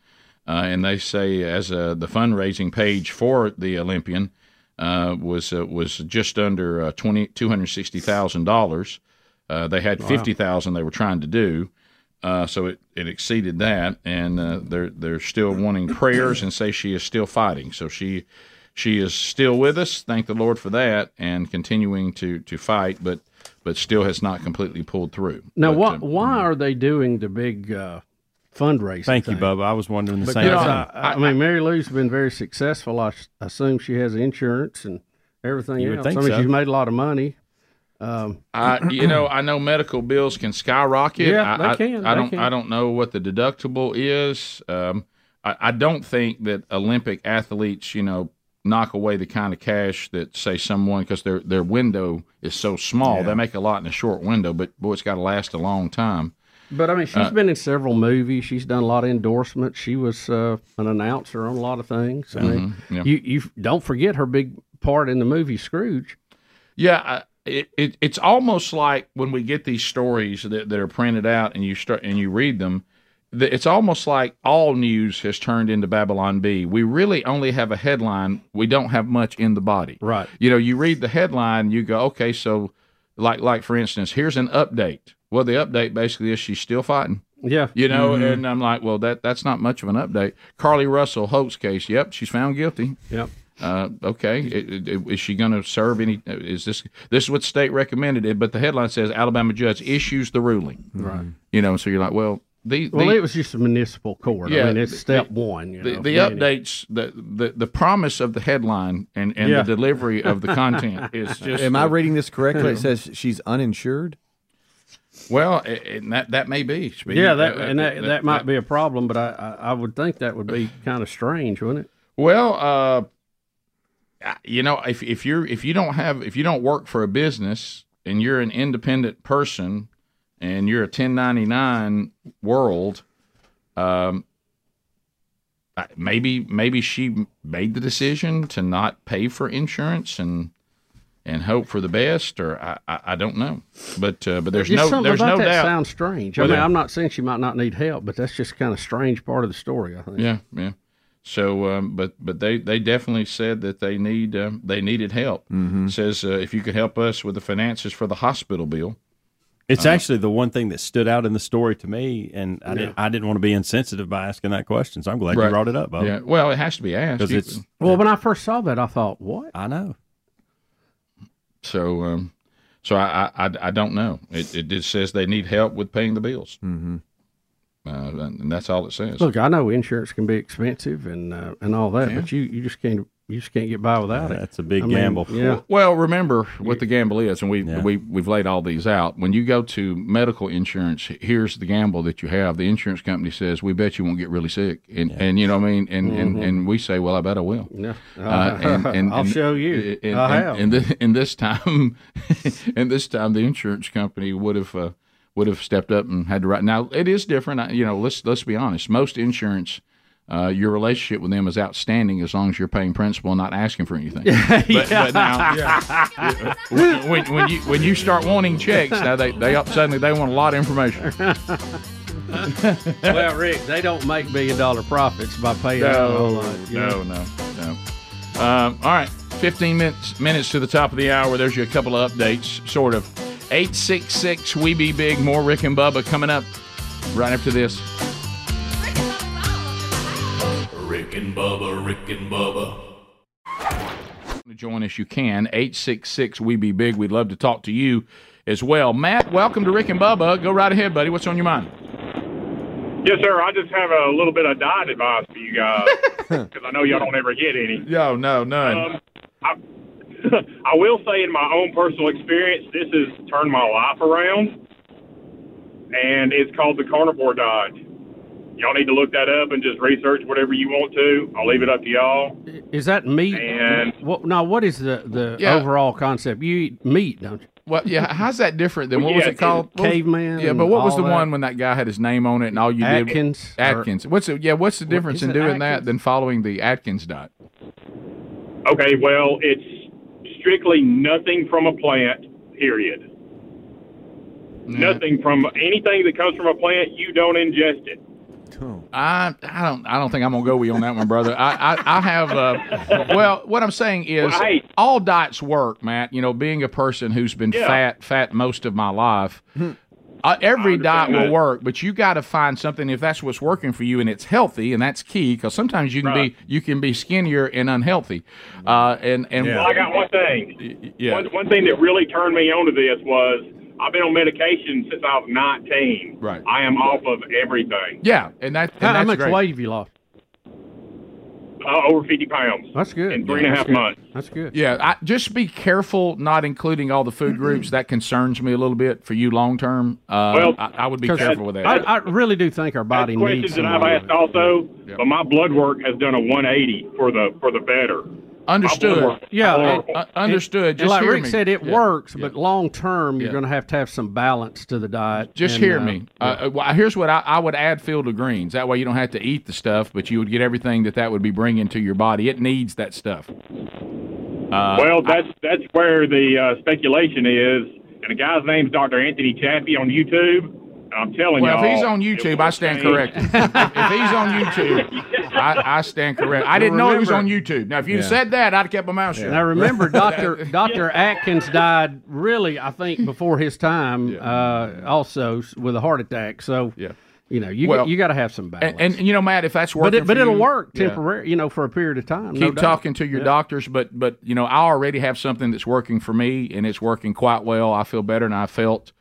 S1: uh, and they say as uh, the fundraising page for the Olympian uh, was uh, was just under uh, twenty two hundred sixty thousand dollars. Uh, they had
S10: Wow.
S1: fifty thousand they were trying to do, uh, so it, it exceeded that, and uh, they're they're still wanting prayers and say she is still fighting. So she she is still with us. Thank the Lord for that, and continuing to to fight, but but still has not completely pulled through.
S2: Now, why
S1: um, mm-hmm.
S2: why are they doing the big uh, fundraising?
S6: Thank you,
S2: thing?
S6: Bubba. I was wondering the
S2: Because
S6: same thing.
S2: I, I mean, Mary Lou's been very successful. I s- assume she has insurance and everything
S1: You would
S2: else.
S1: think
S2: I mean,
S1: so.
S2: she's made a lot of money. Um,
S1: I, you know, I know medical bills can skyrocket.
S2: Yeah,
S1: I,
S2: they
S1: I-
S2: can,
S1: I
S2: they
S1: don't,
S2: can.
S1: I don't know what the deductible is. Um, I, I don't think that Olympic athletes, you know, knock away the kind of cash that say someone because their their window is so small. They make a lot in a short window, but boy, it's got to last a long time.
S2: but I mean, she's
S1: Uh,
S2: been in several movies. She's done a lot of endorsements. She was uh, an announcer on a lot of things. I mean,
S1: Mhm, yeah.
S2: you you f- don't forget her big part in the movie Scrooge.
S1: Yeah, I, it, it it's almost like when we get these stories that, that are printed out and you start and you read them, th- it's almost like all news has turned into Babylon B. We really only have a headline. We don't have much in the body.
S2: Right.
S1: You know, you read the headline, you go, okay, so like like for instance, here's an update. Well, the update basically is she's still fighting.
S2: Yeah.
S1: You know,
S2: Mhm.
S1: and I'm like, well, that that's not much of an update. Carly Russell hoax case. Yep, she's found guilty.
S2: Yep.
S1: Uh, okay, It- it- is she going to serve any? Is this this is what the state recommended? It, but the headline says Alabama judge issues the ruling.
S2: Right.
S1: You know, so you're like, well, the,
S2: Well,
S1: the-
S2: it was just a municipal court. I mean, it's
S1: the-
S2: step
S1: the-
S2: one. You
S1: the
S2: know,
S1: the
S2: for many.
S1: updates, the, the the promise of the headline and, and
S2: Yeah.
S1: the delivery of the content is just.
S5: Am I reading this correctly?
S1: Yeah.
S5: It says she's uninsured.
S1: Well, a- and that that may be. Speedy.
S2: Yeah, that,
S1: Uh,
S2: and that, that, might be a problem, but I, I, I would think that would be kind of strange, wouldn't it?
S1: Well, uh, you know if if you're if you don't have if you don't work for a business and you're an independent person and you're a 1099 world um I- maybe maybe she made the decision to not pay for insurance and and hope for the best or I I, I don't know but uh, but there's
S2: Just
S1: no
S2: something
S1: there's
S2: about
S1: no
S2: that
S1: doubt
S2: Sounds strange. I
S1: Well,
S2: mean,
S1: there-
S2: I'm not saying she might not need help, but that's just kind of strange part of the story. I think.
S1: Yeah, yeah. So, um, but but they they definitely said that they need um, they needed help.
S6: Mhm.
S1: Says uh, if you could help us with the finances for the hospital bill.
S6: It's
S1: Uh,
S6: actually the one thing that stood out in the story to me, and I
S1: Yeah.
S6: didn't I didn't want to be insensitive by asking that question. So I'm glad
S1: Right.
S6: you brought it up. Bob.
S1: Yeah. Well, it has to be asked.
S6: 'Cause
S1: You-
S6: it's
S2: Well, when I first saw that, I thought, "What?"
S6: I know.
S1: So um, so I I, I, I don't know. It, it just says they need help with paying the bills. Mm-hmm. Uh, and and that's all it says.
S2: Look, I know insurance can be expensive and uh, and all that, but you, you just can't you just can't get by without it.
S6: That's a big
S2: I mean, yeah.
S1: Well, remember what the gamble is, and we we we've laid all these out. When you go to medical insurance, here's the gamble that you have. The insurance company says, "We bet you won't get really sick," and and you know what I mean. And and,
S2: Mhm.
S1: and we say, "Well, I bet I will."
S2: Yeah.
S1: Uh, and, and,
S2: I'll
S1: and-
S2: show you.
S1: And,
S2: I
S1: and-
S2: have.
S1: And, thi- and this time, and this time, the insurance company would have uh, would have stepped up and had to write. Now it is different. I- You know, let's let's be honest. Most insurance. Uh, your relationship with them is outstanding as long as you're paying principal and not asking for anything. But, but now, when, when- when you when you start wanting checks, now they they up, suddenly they want a lot of information.
S2: well, Rick, they don't make billion dollar profits by paying. out a whole
S1: No,
S2: lot, you
S1: no,
S2: know?
S1: no, no. Um, all right, fifteen minutes minutes to the top of the hour. There's you a couple of updates, sort of. Eight six six, we be big. More Rick and Bubba coming up right after this.
S7: Rick and Bubba, Rick and Bubba,
S1: to join us, you can. 866 We Be Big. We'd love to talk to you as well. Matt, welcome to Rick and Bubba. Go right ahead, buddy. What's on your mind?
S11: Yes, sir. I just have a little bit of diet advice for you guys because I know y'all don't ever get any.
S1: Yo, no, none.
S11: Um, I, I will say, in my own personal experience, this has turned my life around, and it's called the carnivore diet. Y'all need to look that up and just research whatever you want to. I'll leave it up to y'all.
S2: Is that meat?
S11: And-
S2: what, no, what is the, the
S11: Yeah.
S2: overall concept? You eat meat, don't you?
S1: Well, yeah. How's that different than what was
S2: Yeah,
S1: it called? What was-
S2: Caveman
S1: Yeah, but what was the
S2: and all
S1: one when that guy had his name on it and all you
S2: Atkins
S1: did? Atkins. What's the, yeah? What's the difference in
S11: it
S1: doing that than following the Atkins diet?
S11: Okay, well, it's strictly nothing from a plant, period. Nothing from anything that comes from a plant, you don't ingest it.
S1: I I don't I don't think I'm gonna go with you on that one, brother. I I, I have uh, well, what I'm saying is
S11: Right.
S1: all diets work, Matt. You know, being a person who's been
S11: Yeah.
S1: fat fat most of my life,
S2: Hmm.
S1: uh, every diet will
S11: that.
S1: work, but you got to find something if that's what's working for you and it's healthy, and that's key because sometimes you can be you can be skinnier and unhealthy, uh, and and
S11: Well, I got one thing.
S1: yeah.
S11: One, one thing that really turned me on to this was I've been on medication since I was 19.
S1: Right.
S11: I am off of everything.
S1: Yeah, and that and
S2: How, how
S1: that's
S2: much
S1: great.
S2: weight have you lost?
S11: Uh, over 50 pounds.
S2: That's good.
S11: In three and a half
S2: That's good.
S11: months.
S2: That's good.
S1: Yeah, I, just be careful not including all the food groups. That concerns me a little bit for you long term. Uh,
S11: Well,
S1: I, I would be
S2: 'Cause
S1: careful with that.
S2: I, I really do think our body
S11: Questions
S2: needs.
S11: that I've
S2: some- uh,
S11: asked also, but my blood work has done a 180 for the for the better. My blood
S1: Understood.
S11: work-
S2: Yeah,
S11: Oh,
S2: it-
S1: uh, understood.
S2: it- and
S1: Just
S2: like
S1: hear
S2: Rick
S1: me.
S2: said, it
S1: Yeah,
S2: works, but long term, you're
S1: Yeah.
S2: going to have to have some balance to the diet.
S1: Just
S2: and,
S1: hear
S2: uh,
S1: me. Uh, well, here's what I, I would add: field of greens. That way, you don't have to eat the stuff, but you would get everything that that would be bringing to your body. It needs that stuff. Uh,
S11: well, that's that's where the uh, speculation is, and the guy's name's Dr. Anthony Chaffee on YouTube. And I'm telling
S1: Well,
S11: y'all,
S1: if he's on
S11: it
S1: YouTube,
S11: will
S1: I stand
S11: change.
S1: corrected. if if he's
S2: Ah,
S1: on YouTube, I, I stand corrected. I didn't know he was on
S2: Remember-
S1: YouTube. Now, if you
S2: Yeah.
S1: said that, I'd kept my mouth shut.
S2: Now remember, Doctor Doctor Atkins died really, I think, before his time. Uh, also s- with a heart attack. So yeah. you know, you
S1: Well,
S2: you got to have some balance.
S1: and, and you know, Matt, if that's working,
S2: but it, but
S1: for
S2: it'll
S1: you-
S2: work
S1: Yeah.
S2: temporary, you know, for a period of time. Uh, no
S1: Keep
S2: doubt.
S1: talking to your
S2: Yeah.
S1: doctors, but but you know, I already have something that's working for me, and it's working quite well. I feel better than I felt.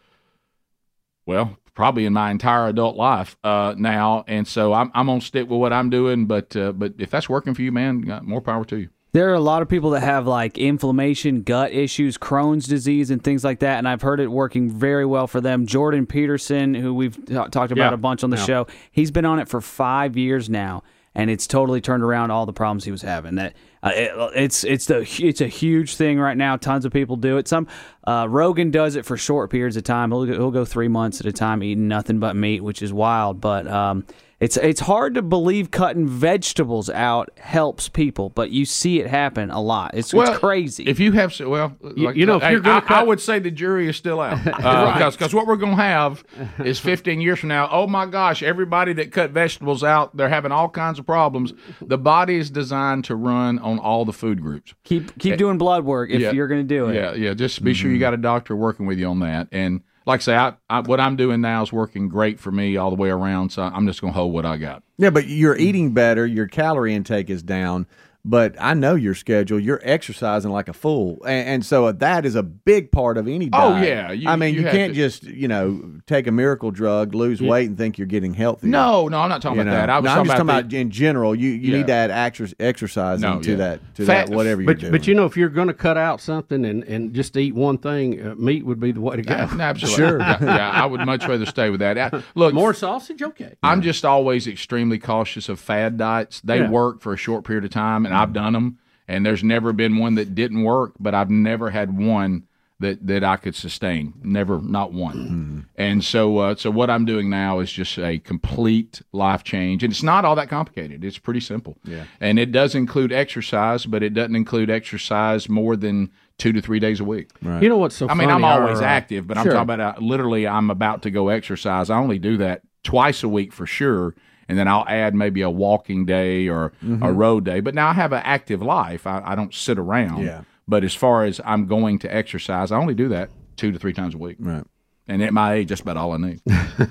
S1: Well, probably in my entire adult life uh, now, and so I'm I'm gonna stick with what I'm doing. But uh, but if that's working for you, man, uh, more power to you.
S9: There are a lot of people that have like inflammation, gut issues, Crohn's disease, and things like that. And I've heard it working very well for them. Jordan Peterson, who we've t- talked about
S12: Yeah.
S9: a bunch on the
S12: Yeah.
S9: show, he's been on it for five years now, and it's totally turned around all the problems he was having. That Uh, it- it's it's the it's a huge thing right now. Tons of people do it. Some uh, Rogan does it for short periods of time. He'll, he'll go three months at a time eating nothing but meat, which is wild. But um, it's it's hard to believe cutting vegetables out helps people, but you see it happen a lot. It's, it's crazy.
S1: If you have, so- well,
S9: You-
S1: like-
S9: you know, if
S1: hey,
S9: you're gonna
S1: I, I
S9: cut-
S1: would say the jury is still out Uh, because
S9: Right.
S1: what we're going to have is 15 years from now. Oh my gosh, everybody that cut vegetables out, they're having all kinds of problems. The body is designed to run on all the food groups. Eh,
S9: Keep keep doing blood work if
S1: Yeah.
S9: you're going to do it. Mm-hmm.
S1: Yeah, yeah. Just be sure you got a doctor working with you on that. And like I say, I, I, what I'm doing now is working great for me all the way around. So I'm just going to hold what I got.
S5: Yeah, but you're
S1: Mm.
S5: eating better, your calorie intake is down, but I know your schedule. You're exercising like a fool, and, and so uh, that is a big part of any.
S1: Oh,
S5: diet.
S1: yeah, you-
S5: I mean,
S1: you
S5: you,
S1: have
S5: can't
S1: to-
S5: just you know take a miracle drug, lose
S1: Yeah.
S5: weight, and think you're getting healthy.
S1: No, no, I'm not talking
S5: You
S1: about
S5: know?
S1: that. I was
S5: No, I'm
S1: talking
S5: just
S1: about
S5: talking about in general. You you
S1: Yeah.
S5: need to add exer- exercising
S1: No,
S5: to
S1: yeah.
S5: that to
S1: Fat-
S5: that whatever you're
S2: but,
S5: doing.
S2: But you know, if you're going to cut out something and, and just eat one thing, uh, meat would be the way to go.
S1: Yeah, absolutely. Yeah, yeah, I would much rather stay with that. I- look,
S2: more sausage, okay.
S1: I'm just always extremely cautious of fad diets. They
S2: Yeah.
S1: work for a short period of time, and I've done them. And there's never been one that didn't work, but I've never had one that that I could sustain. Never, not one.
S2: Mm-hmm.
S1: And so, uh, so what I'm doing now is just a complete life change, and it's not all that complicated. It's pretty simple. Yeah. And it does include exercise, but it doesn't include exercise more than two to three days a week.
S2: Right. You know what's so
S1: I mean, I'm
S2: funny,
S1: always
S2: our, uh,
S1: active, but I'm
S2: Sure.
S1: talking about uh, literally, I'm about to go exercise. I only do that twice a week for sure, and then I'll add maybe a walking day or
S5: Mm-hmm.
S1: a
S13: Mhm.
S1: road day. But now I have an active life. I, I don't sit around.
S13: Yeah.
S1: But as far as I'm going to exercise, I only do that two to three times a week.
S5: Right.
S1: And at my age, that's about all I need.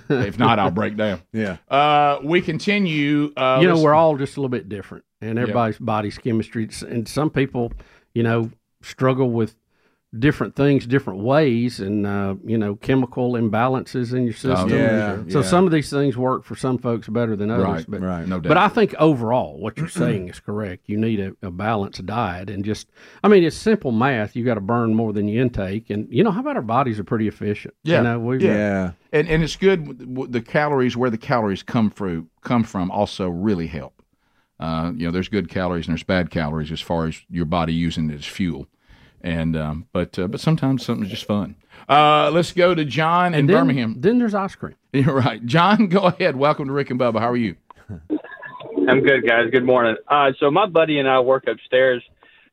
S1: if not, I'll break down.
S5: Yeah.
S1: Uh, we continue. Uh,
S2: you know,
S1: let's-
S2: we're all just a little bit different, and
S1: Yeah.
S2: everybody's body's chemistry. And some people, you know, struggle with different things, different ways, and uh, you know, chemical imbalances in your
S1: Oh,
S2: system.
S5: yeah,
S2: So
S5: yeah.
S2: some of these things work for some folks better than others.
S5: Right,
S2: but,
S5: right. No
S2: But
S5: doubt.
S2: I think overall, what you're saying is correct. You need a, a balanced diet, and just, I mean, it's simple math. You got to burn more than you intake, and you know, how about our bodies are pretty efficient.
S1: Yeah.
S2: You know, we
S1: And and it's good. w- w- The calories where the calories come through come from also really help. Uh, you know, there's good calories and there's bad calories as far as your body using it as fuel. And um, but uh, but sometimes something's just fun. Uh, let's go to John in
S2: And then-
S1: Birmingham.
S2: Then there's ice cream.
S1: You're right, John. Go ahead. Welcome to Rick and Bubba. How are you?
S14: I'm good, guys. Good morning. Uh, so my buddy and I work upstairs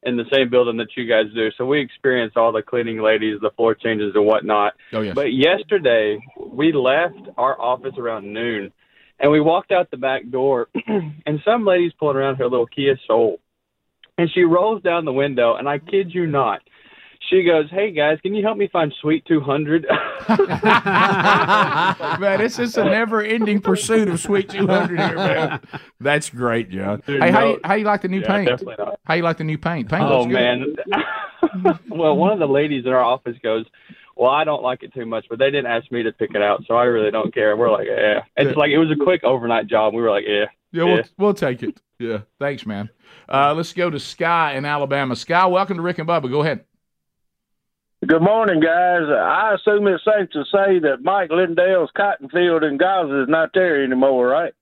S14: in the same building that you guys do. So we experience all the cleaning ladies, the floor changes, and whatnot.
S1: Oh yes.
S14: But yesterday we left our office around noon, and we walked out the back door, and some lady's pulling around her little Kia Soul, and she rolls down the window, and I kid you not. She goes, "Hey guys, can you help me find Sweet 200?"
S1: man, it's just a never-ending pursuit of Sweet 200 here, man. That's great, John. Hey, how you, how you like the new
S14: Yeah,
S1: paint?
S14: definitely not.
S1: How you like the new paint? Paint
S14: Oh
S1: looks good.
S14: man. well, one of the ladies in our office goes, "Well, I don't like it too much, but they didn't ask me to pick it out, so I really don't care." And we're like, "Yeah." It's like it was a quick overnight job. We were like, "Eh, "Yeah."
S1: Yeah,
S14: yeah.
S1: we'll, we'll take it. Yeah, thanks, man. Uh, let's go to Sky in Alabama. Sky, welcome to Rick and Bubba. Go ahead.
S12: Good morning, guys. I assume it's safe to say that Mike Lindell's cotton field in Gaza is not there anymore, right?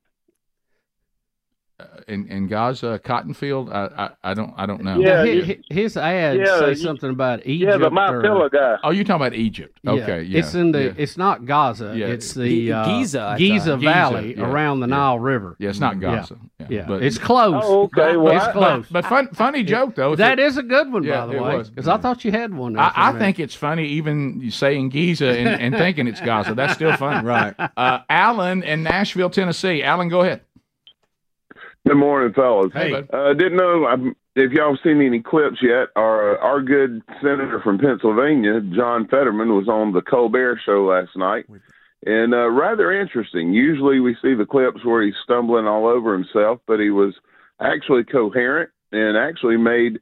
S1: In in Gaza, cotton field. I I, I don't I don't know.
S2: Yeah, hi- hi- his ad
S12: yeah,
S2: say
S12: you-
S2: something about Egypt. or-
S12: guy.
S1: Oh, you're talking about Egypt.
S2: Yeah.
S1: Okay, yeah.
S2: It's in the.
S1: yeah.
S2: It's not Gaza.
S1: Yeah.
S2: It's
S1: G-
S2: the uh,
S1: Giza, I
S2: Giza
S1: thought.
S2: Valley
S1: Giza, yeah,
S2: around the
S1: yeah.
S2: Nile River.
S1: Yeah, it's not
S2: Yeah.
S1: Gaza. Yeah,
S2: Yeah,
S1: but-
S2: it's close.
S1: Oh, okay, well,
S2: it's
S1: I-
S2: close.
S1: But fun, funny joke though. if
S2: That
S1: it-
S2: is a good one,
S1: Yeah,
S2: by the
S1: it
S2: way,
S1: was.
S2: because I thought you had one. there for a
S1: I, I
S2: minute.
S1: think it's funny, even you saying Giza and, and thinking it's Gaza. That's still funny,
S5: right?
S1: Uh, Alan in Nashville, Tennessee. Alan, go ahead.
S15: Good morning, fellas.
S1: Hey, bud.
S15: uh, didn't know um, if y'all seen any clips yet. Our our good senator from Pennsylvania, John Fetterman, was on the Colbert Show last night, and uh, rather interesting. Usually, we see the clips where he's stumbling all over himself, but he was actually coherent and actually made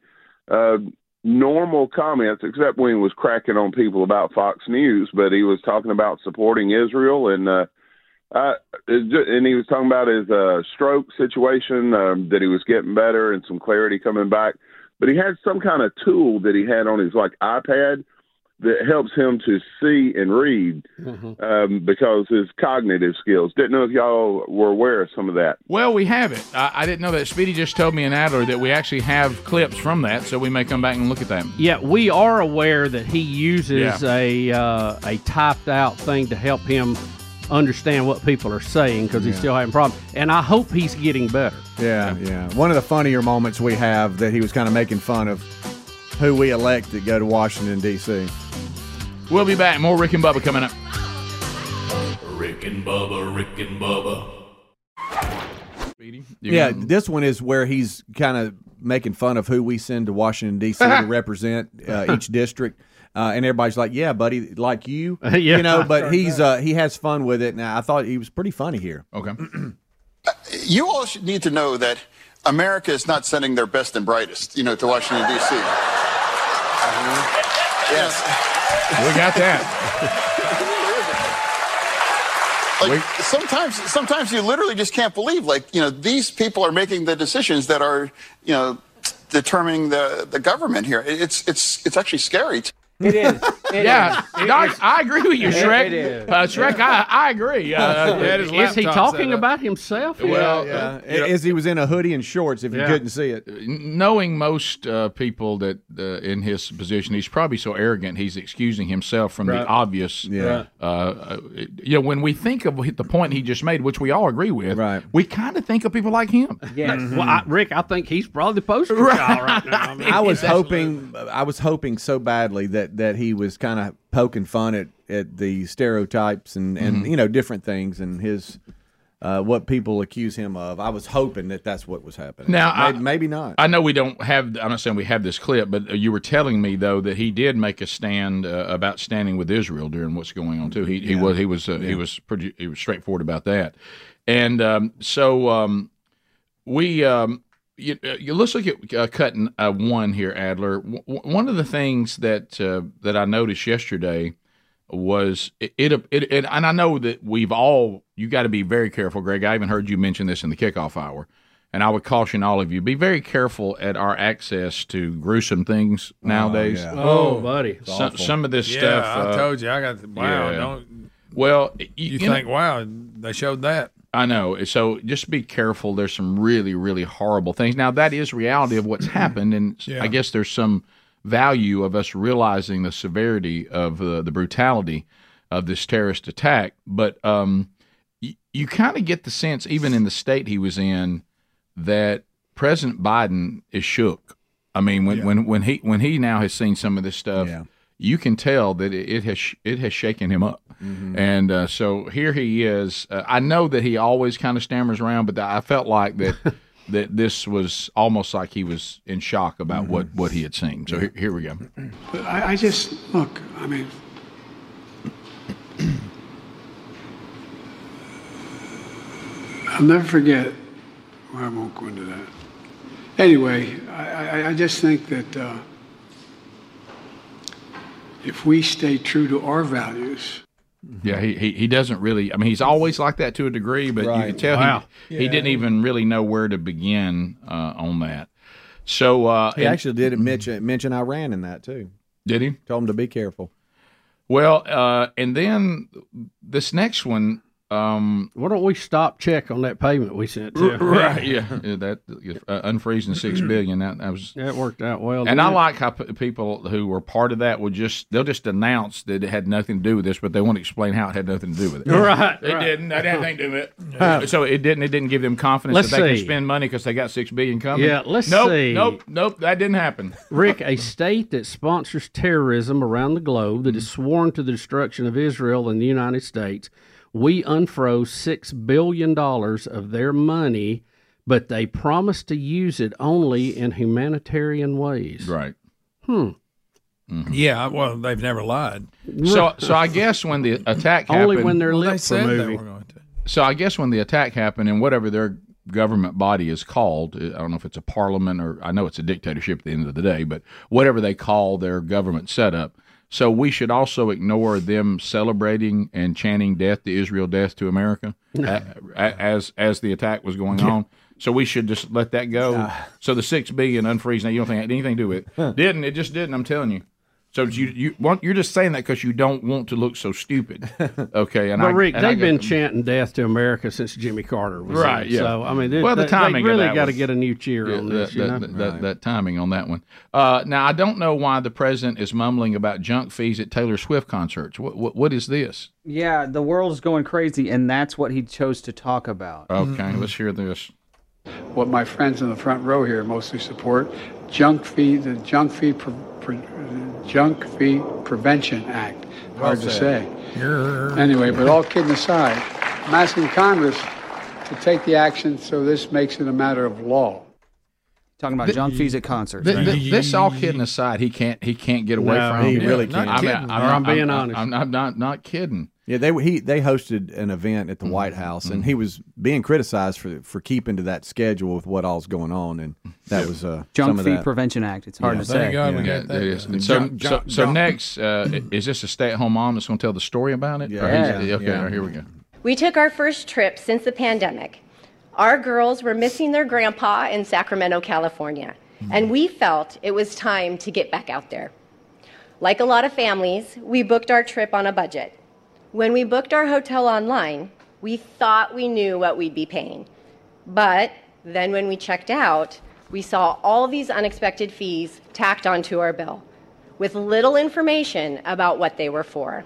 S15: uh, normal comments, except when he was cracking on people about Fox News. But he was talking about supporting Israel and. Uh, uh, it's ju- and he was talking about his uh, stroke situation um, that he was getting better and some clarity coming back. But he had some kind of tool that he had on his like iPad that helps him to see and read um, because his cognitive skills. Didn't know if y'all were aware of some of that.
S1: Well, we have it. I, I didn't know that. Speedy just told me in Adler that we actually have clips from that, so we may come back and look at that.
S2: Yeah, we are aware that he uses
S1: Yeah.
S2: a uh, a typed out thing to help him understand what people are saying because he's
S5: Yeah.
S2: still having problems. And I hope he's getting better.
S5: Yeah, yeah. One of the funnier moments we have that he was kind of making fun of who we elect to go to Washington D.C.
S1: We'll be back. More Rick and Bubba coming up.
S7: Rick and Bubba, Rick and Bubba. You
S5: yeah,
S7: can-
S5: this one is where he's kind of making fun of who we send to Washington D.C. to represent uh, each district, uh, and everybody's like, "Yeah, buddy, like you,
S2: Yeah.
S5: you know." But he's uh, he has fun with it, and I thought he was pretty funny here.
S1: Okay,
S13: you all should need to know that America is not sending their best and brightest, you know, to Washington D.C. Yes,
S1: Mm-hmm. we got that.
S13: like sometimes, sometimes you literally just can't believe, like you know, these people are making the decisions that are, you know, determining the the government here. It- It's it's it's actually scary.
S9: It is.
S1: yeah, Doc, I agree with you,
S13: It-
S1: Shrek.
S13: it is.
S1: Uh, Shrek, I, I agree. Uh, that is
S2: is he
S1: laptop
S2: talking
S1: setup.
S2: about himself?
S1: Well, uh,
S5: yeah. As he was in a hoodie and shorts, if you
S1: Yeah.
S5: couldn't see it.
S1: knowing most uh, people that uh, in his position, he's probably so arrogant he's excusing himself from
S5: Right.
S1: the obvious.
S5: Yeah.
S1: Uh, uh, you know, when we think of the point he just made, which we all agree with, right. we kind of think of people like him.
S9: Yes.
S2: Well, I,
S1: Mm-hmm.
S2: Rick, I think he's probably the poster child right now. mean,
S5: I was
S2: that's-
S5: hoping, I was hoping so badly that that he was kind of poking fun at at the stereotypes and and
S1: Mm-hmm.
S2: Mhm.
S5: you know different things and his. Uh, what people accuse him of, I was hoping that that's what was happening.
S1: Now, I-
S5: maybe, maybe not.
S1: I know we don't have. I'm not saying we have this clip, but you were telling me though that he did make a stand uh, about standing with Israel during what's going on too. He, he
S16: Yeah.
S1: was he was uh, he
S16: Yeah.
S1: was pretty he was straightforward about that, and um, so um, we um, you, uh, you, let's look at uh, cutting uh, one here, Adler. W- w- one of the things that uh, that I noticed yesterday was it, it, it, it and I know that we've all you got to be very careful, Greg. I even heard you mention this in the kickoff hour, and I would caution all of you be very careful at our access to gruesome things nowadays.
S4: yeah. Oh, buddy. It's
S1: some,
S4: awful.
S1: some of this
S4: Yeah,
S1: stuff. uh,
S4: I told you, I got- wow, don't-
S1: Well, you,
S4: You,
S1: know-
S4: think, wow, they showed that.
S1: I know. So just be careful. There's some really, really horrible things. Now that is reality of what's happened, and
S4: Yeah.
S1: I guess there's some value of us realizing the severity of uh, the brutality of this terrorist attack. But um, y- you kind of get the sense, even in the state he was in, that President Biden is shook. I mean, when when, when he when he now has seen some of this stuff, you can tell that it, it has sh- it has shaken him up. And uh, so here he is. Uh, I know that he always kind of stammers around, but I felt like that that this was almost like he was in shock about what what he had seen. So here, here we go.
S17: But I, I just look. I mean, I'll never forget. Well, I won't go into that. Anyway, I, I, I just think that uh, if we stay true to our values,
S1: Yeah, he, he he doesn't really. I mean, he's always like that to a degree, but you
S17: Right.
S1: can tell
S17: Wow.
S1: he, he
S17: Yeah.
S1: didn't even really know where to begin uh, on that. So uh,
S5: He
S1: and-
S5: actually did mention mention Iran in that too.
S1: Did he?
S5: Told him to be careful.
S1: Well, uh, and then this next one. Um,
S2: Why don't we stop check on that payment we sent to him?
S1: right? Yeah, yeah, that uh, unfreezing six billion. That, that was
S2: That worked out well.
S1: and
S2: didn't
S1: I
S2: it?
S1: like how p- people who were part of that will just they'll just announce that it had nothing to do with this, but they won't explain how it had nothing to do with it.
S2: Right,
S1: It
S2: right.
S1: didn't. That had nothing to do with it.
S2: Huh.
S1: so it didn't. It didn't give them confidence
S2: Let's
S1: that they
S2: see.
S1: can spend money because they got six billion coming.
S2: Yeah, let's
S1: nope,
S2: see.
S1: Nope. Nope. That didn't happen.
S2: Rick, a state that sponsors terrorism around the globe that
S1: Mm-hmm.
S2: is sworn to the destruction of Israel and the United States, we unfroze six billion dollars of their money, but they promised to use it only in humanitarian ways.
S1: Right.
S2: Hmm.
S1: Mm-hmm.
S4: Yeah, well, they've never lied.
S1: So so I guess when the attack happened,
S4: Only when their Well, they lips were said they moving. were going
S1: So I guess when the attack happened, and whatever their government body is called, I don't know if it's a parliament or I know it's a dictatorship at the end of the day, but whatever they call their government setup. So we should also ignore them celebrating and chanting "Death to Israel, Death to America" a- a- as as the attack was going on. So we should just let that go. So the six billion unfreeze. Now you don't think it had anything to do with it. Didn't it? Just didn't. I'm telling you. So you you want you're just saying that because you don't want to look so stupid. Okay, and
S2: but
S1: I,
S2: Rick,
S1: and I
S2: they've
S1: get
S2: been
S1: them.
S2: chanting "Death to America" since Jimmy Carter was in.
S1: right. Yeah.
S2: So I mean, they,
S1: well, the
S2: they- they
S1: timing of
S2: really
S1: that
S2: got to
S1: was-
S2: get a new cheer
S1: yeah,
S2: on this.
S1: That,
S2: you know?
S1: that, that, that timing on that one. Uh, now I don't know why the president is mumbling about junk fees at Taylor Swift concerts. What what, what is this?
S9: Yeah, the world's going crazy, and that's what he chose to talk about.
S1: Okay,
S9: Mm-hmm.
S1: let's hear this.
S17: What my friends in the front row here mostly support, junk fee, the junk fee, pre, pre, junk fee prevention act. Hard to say. Anyway, but all kidding aside, I'm asking Congress to take the action so this makes it a matter of law.
S9: Talking about
S1: Th-
S9: junk fees at concerts.
S1: Th- th- this all kidding aside, he can't he can't get away
S9: No,
S1: from
S9: he
S1: it.
S9: really
S1: Yeah,
S9: can't.
S1: I mean,
S9: Not
S1: I'm,
S9: kidding.
S1: not-
S9: I'm
S1: I'm-
S9: being honest.
S1: I'm, I'm not not kidding.
S5: Yeah, they he they hosted an event
S1: Mm-hmm.
S5: at the White House, and he was being criticized for for keeping to that schedule with what all's going on, and that was uh,
S9: Junk
S5: some of
S9: Fee
S5: that.
S9: Prevention Act. It's hard
S5: Yeah.
S9: to say.
S1: Yeah, that is. And So,
S5: Jump,
S1: so,
S5: jump,
S1: so
S5: jump.
S1: next, uh, i- is this a stay-at-home mom that's going to tell the story about it? Or
S9: Yeah.
S1: is- Okay,
S9: Yeah.
S1: all right, here we go.
S16: We took our first trip since the pandemic. Our girls were missing their grandpa in Sacramento, California, and we felt it was time to get back out there. Like a lot of families, we booked our trip on a budget. When we booked our hotel online, we thought we knew what we'd be paying. But then when we checked out, we saw all these unexpected fees tacked onto our bill with little information about what they were for.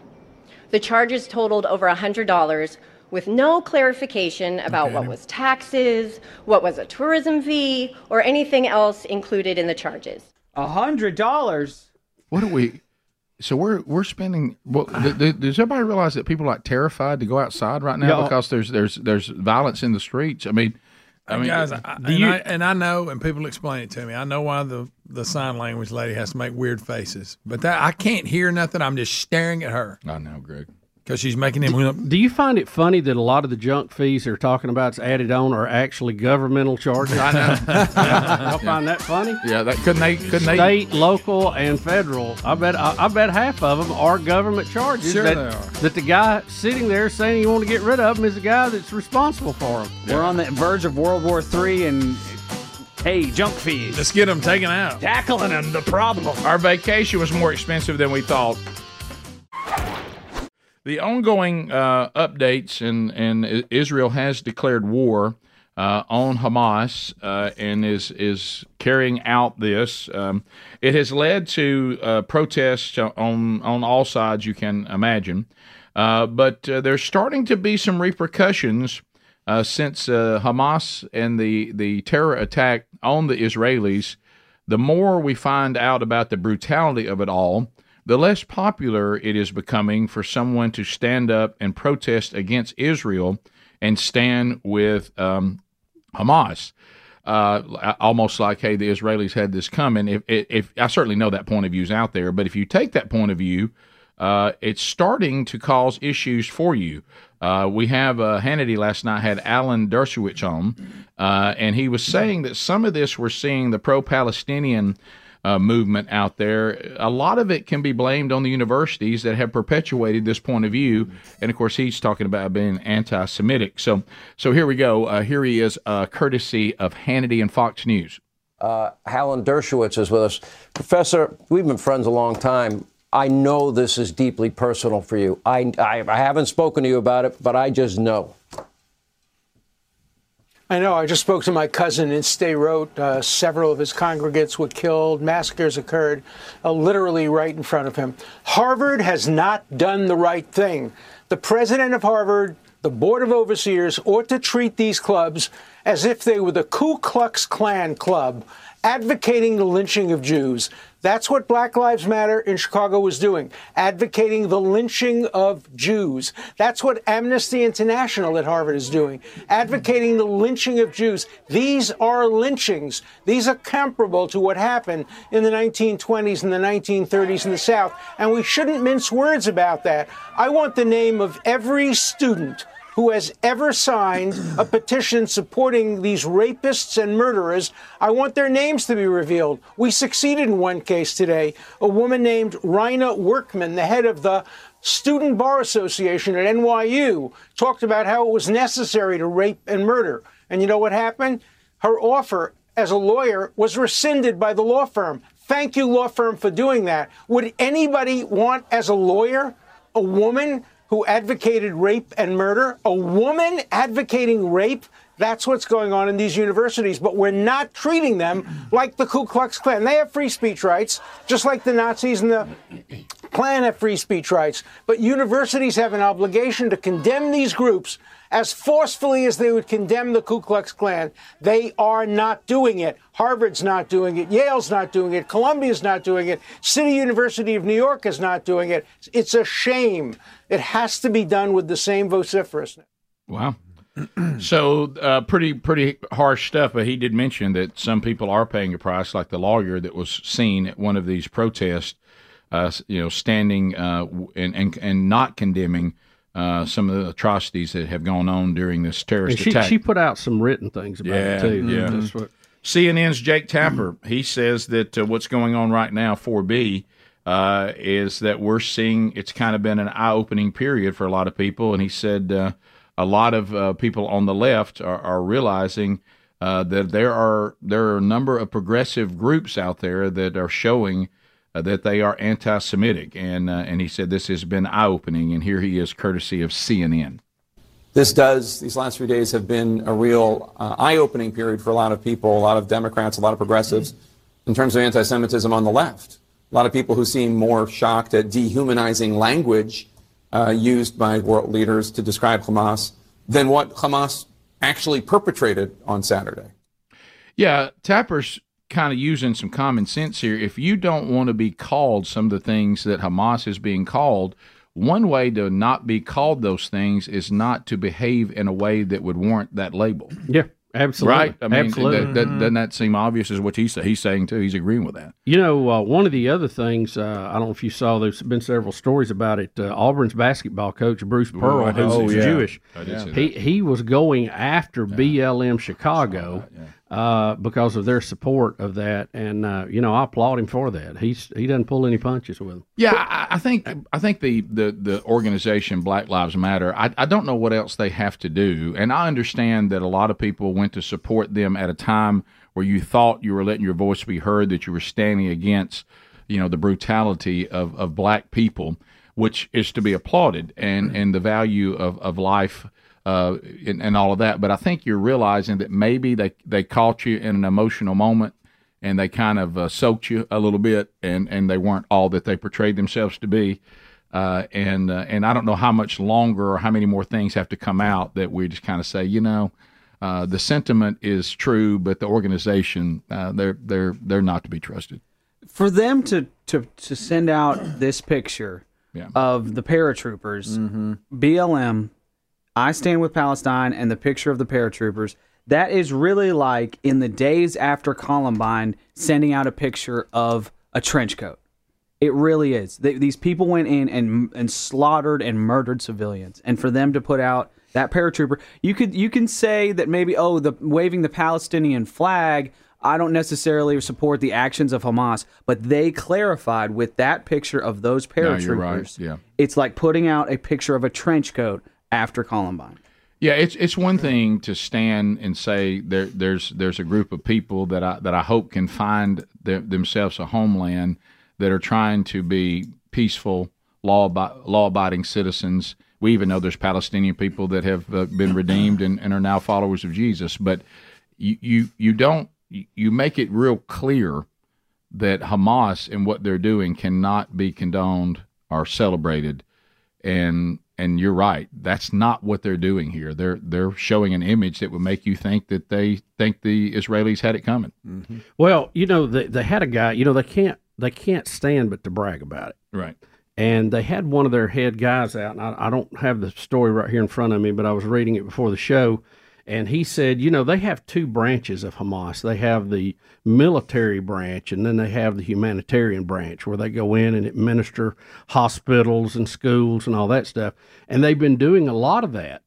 S16: The charges totaled over $100 with no clarification about what was taxes, what was a tourism fee, or anything else included in the charges.
S9: A hundred dollars.
S1: What are we? So we're we're spending. Well, th- th- does everybody realize that people are like terrified to go outside right now
S4: Yeah.
S1: because there's there's there's violence in the streets? I mean, I mean,
S4: guys, I, I-
S1: do
S4: and,
S1: you-
S4: I, and I know, and people explain it to me. I know why the, the sign language lady has to make weird faces, but that I can't hear nothing. I'm just staring at her.
S1: I know, Greg,
S4: because she's making him.
S2: Do you find it funny that a lot of the junk fees they're talking about is added on are actually governmental charges?
S1: I
S2: know. Y'all find that funny?
S1: Yeah, that couldn't they? Couldn't they?
S2: State, local, and federal. I bet. I, I bet half of them are government charges.
S4: Sure
S2: that,
S4: they are.
S2: That the guy sitting there saying you want to get rid of them is the guy that's responsible for them.
S9: We're on the verge of World War III, and hey, junk fees.
S4: Let's get them taken out.
S9: Tackling them, the problem.
S1: Our vacation was more expensive than we thought. The ongoing uh, updates and and I- Israel has declared war uh, on Hamas uh, and is is carrying out this. Um, it has led to uh, protests on on all sides you can imagine, uh, but uh, there's starting to be some repercussions uh, since uh, Hamas and the the terror attack on the Israelis the more we find out about the brutality of it all, the less popular it is becoming for someone to stand up and protest against Israel and stand with um, Hamas. Uh, almost like, hey, the Israelis had this coming. If, if, if I certainly know that point of view is out there, but if you take that point of view, uh, it's starting to cause issues for you. Uh, we have uh, Hannity last night had Alan Dershowitz on, uh, and he was saying that some of this we're seeing the pro-Palestinian uh, movement out there. A lot of it can be blamed on the universities that have perpetuated this point of view, and of course he's talking about being anti-Semitic. So, so here we go. Uh, here he is, uh, courtesy of Hannity and Fox News.
S18: Uh, Alan Dershowitz is with us. Professor, we've been friends a long time. I know this is deeply personal for you. I, I, I haven't spoken to you about it, but I just know.
S19: I know. I just spoke to my cousin in Stay Road. Uh, several of his congregants were killed. Massacres occurred uh, literally right in front of him. Harvard has not done the right thing. The president of Harvard, the board of overseers, ought to treat these clubs as if they were the Ku Klux Klan club advocating the lynching of Jews. That's what Black Lives Matter in Chicago was doing, advocating the lynching of Jews. That's what Amnesty International at Harvard is doing, advocating the lynching of Jews. These are lynchings. These are comparable to what happened in the 1920s and the 1930s in the South, and we shouldn't mince words about that. I want the name of every student who has ever signed a petition supporting these rapists and murderers. I want their names to be revealed. We succeeded in one case today. A woman named Rina Workman, the head of the Student Bar Association at NYU, talked about how it was necessary to rape and murder. And you know what happened? Her offer as a lawyer was rescinded by the law firm. Thank you, law firm, for doing that. Would anybody want, as a lawyer, a woman who advocated rape and murder? A woman advocating rape? That's what's going on in these universities, but we're not treating them like the Ku Klux Klan. They have free speech rights, just like the Nazis and the Klan have free speech rights. But universities have an obligation to condemn these groups as forcefully as they would condemn the Ku Klux Klan. They are not doing it. Harvard's not doing it. Yale's not doing it. Columbia's not doing it. City University of New York is not doing it. It's a shame. It has to be done with the same vociferousness.
S1: Wow. so uh, pretty pretty harsh stuff. But he did mention that some people are paying a price, like the lawyer that was seen at one of these protests. Uh, you know, standing uh, w- and, and and not condemning uh, some of the atrocities that have gone on during this terrorist
S2: And she,
S1: attack.
S2: she put out some written things about it too.
S1: Yeah.
S2: That's what-
S1: CNN's Jake Tapper, he says that uh, what's going on right now, 4B, uh, is that we're seeing it's kind of been an eye opening period for a lot of people. And he said uh, a lot of uh, people on the left are, are realizing. Uh, that there are there are a number of progressive groups out there that are showing uh, that they are anti-Semitic, and uh, and he said this has been eye-opening, and here he is, courtesy of CNN.
S20: This does, these last few days have been a real uh, eye opening period for a lot of people, a lot of Democrats, a lot of progressives, in terms of anti Semitism on the left. A lot of people who seem more shocked at dehumanizing language uh, used by world leaders to describe Hamas than what Hamas actually perpetrated on Saturday.
S1: Yeah, Tapper's kind of using some common sense here. If you don't want to be called some of the things that Hamas is being called, one way to not be called those things is not to behave in a way that would warrant that label.
S2: Yeah, absolutely.
S1: Right? I mean,
S2: absolutely.
S1: that- that- doesn't that seem obvious? Is what he's he's saying too. He's agreeing with that.
S2: You know, uh, one of the other things uh, I don't know if you saw. There's been several stories about it. Uh, Auburn's basketball coach Bruce
S1: Ooh,
S2: Pearl,
S1: I did
S2: who's
S1: see that.
S2: Jewish,
S1: I did see
S2: he he was going after BLM Chicago uh, because of their support of that, and uh, you know I applaud him for that. He's he doesn't pull any punches with him. Mm-hmm.
S1: Yeah, I, I think I think the, the, the organization Black Lives Matter. I, I don't know what else they have to do, and I understand that a lot of people went to support them at a time where you thought you were letting your voice be heard, that you were standing against, you know, the brutality of, of black people, which is to be applauded, and and the value of of life uh, and, and all of that. But I think you're realizing that maybe they they caught you in an emotional moment and they kind of uh, soaked you a little bit, and and they weren't all that they portrayed themselves to be. Uh, and uh, and I don't know how much longer or how many more things have to come out that we just kind of say, you know, uh, the sentiment is true, but the organization uh, they're they're they're not to be trusted.
S9: for them to to to send out this picture of the paratroopers, BLM, I stand with Palestine, and the picture of the paratroopers. That is really like in the days after Columbine, sending out a picture of a trench coat. It really is. They, these people went in and and slaughtered and murdered civilians, and for them to put out that paratrooper, you could you can say that maybe oh the waving the Palestinian flag. I don't necessarily support the actions of Hamas, but they clarified with that picture of those
S1: No,
S9: paratroopers.
S1: you're right. Yeah.
S9: It's like putting out a picture of a trench coat after Columbine.
S1: Yeah, it's it's one thing to stand and say there there's there's a group of people that I that I hope can find their, themselves a homeland that are trying to be peaceful law law abiding citizens. We even know there's Palestinian people that have uh, been redeemed and, and are now followers of Jesus, but you you, you don't you- you make it real clear that Hamas and what they're doing cannot be condoned or celebrated. And and you're right. That's not what they're doing here. They're they're showing an image that would make you think that they think the Israelis had it coming.
S2: Well, you know they they had a guy. Uh, You know they can't they can't stand but to brag about it.
S1: Right.
S2: and they had one of their head guys out. And I, I don't have the story right here in front of me, but I was reading it before the show. And he said, you know, they have two branches of Hamas. They have the military branch, and then they have the humanitarian branch where they go in and administer hospitals and schools and all that stuff. And they've been doing a lot of that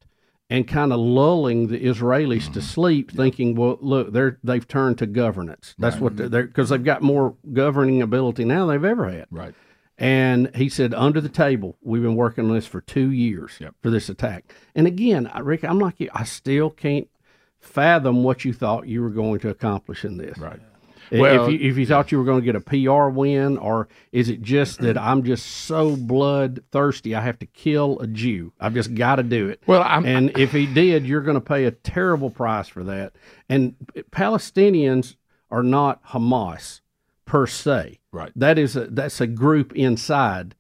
S2: and kind of lulling the Israelis to sleep, thinking, well, look, they're they've turned to governance. That's
S1: Right.
S2: what they're because they've got more governing ability now than they've ever had.
S1: Right.
S2: And he said, under the table, we've been working on this for two years for this attack. And again, I- Rick, I'm like you. I still can't fathom what you thought you were going to accomplish in this.
S1: Right.
S2: I-
S1: Well-
S2: if you, if you thought you were going to get a PR win, or is it just that I'm just so bloodthirsty I have to kill a Jew? I've just got to do it.
S1: Well, I'm,
S2: and if he did, you're going to pay a terrible price for that. And Palestinians are not Hamas per se.
S1: Right.
S2: That is a, that's a group inside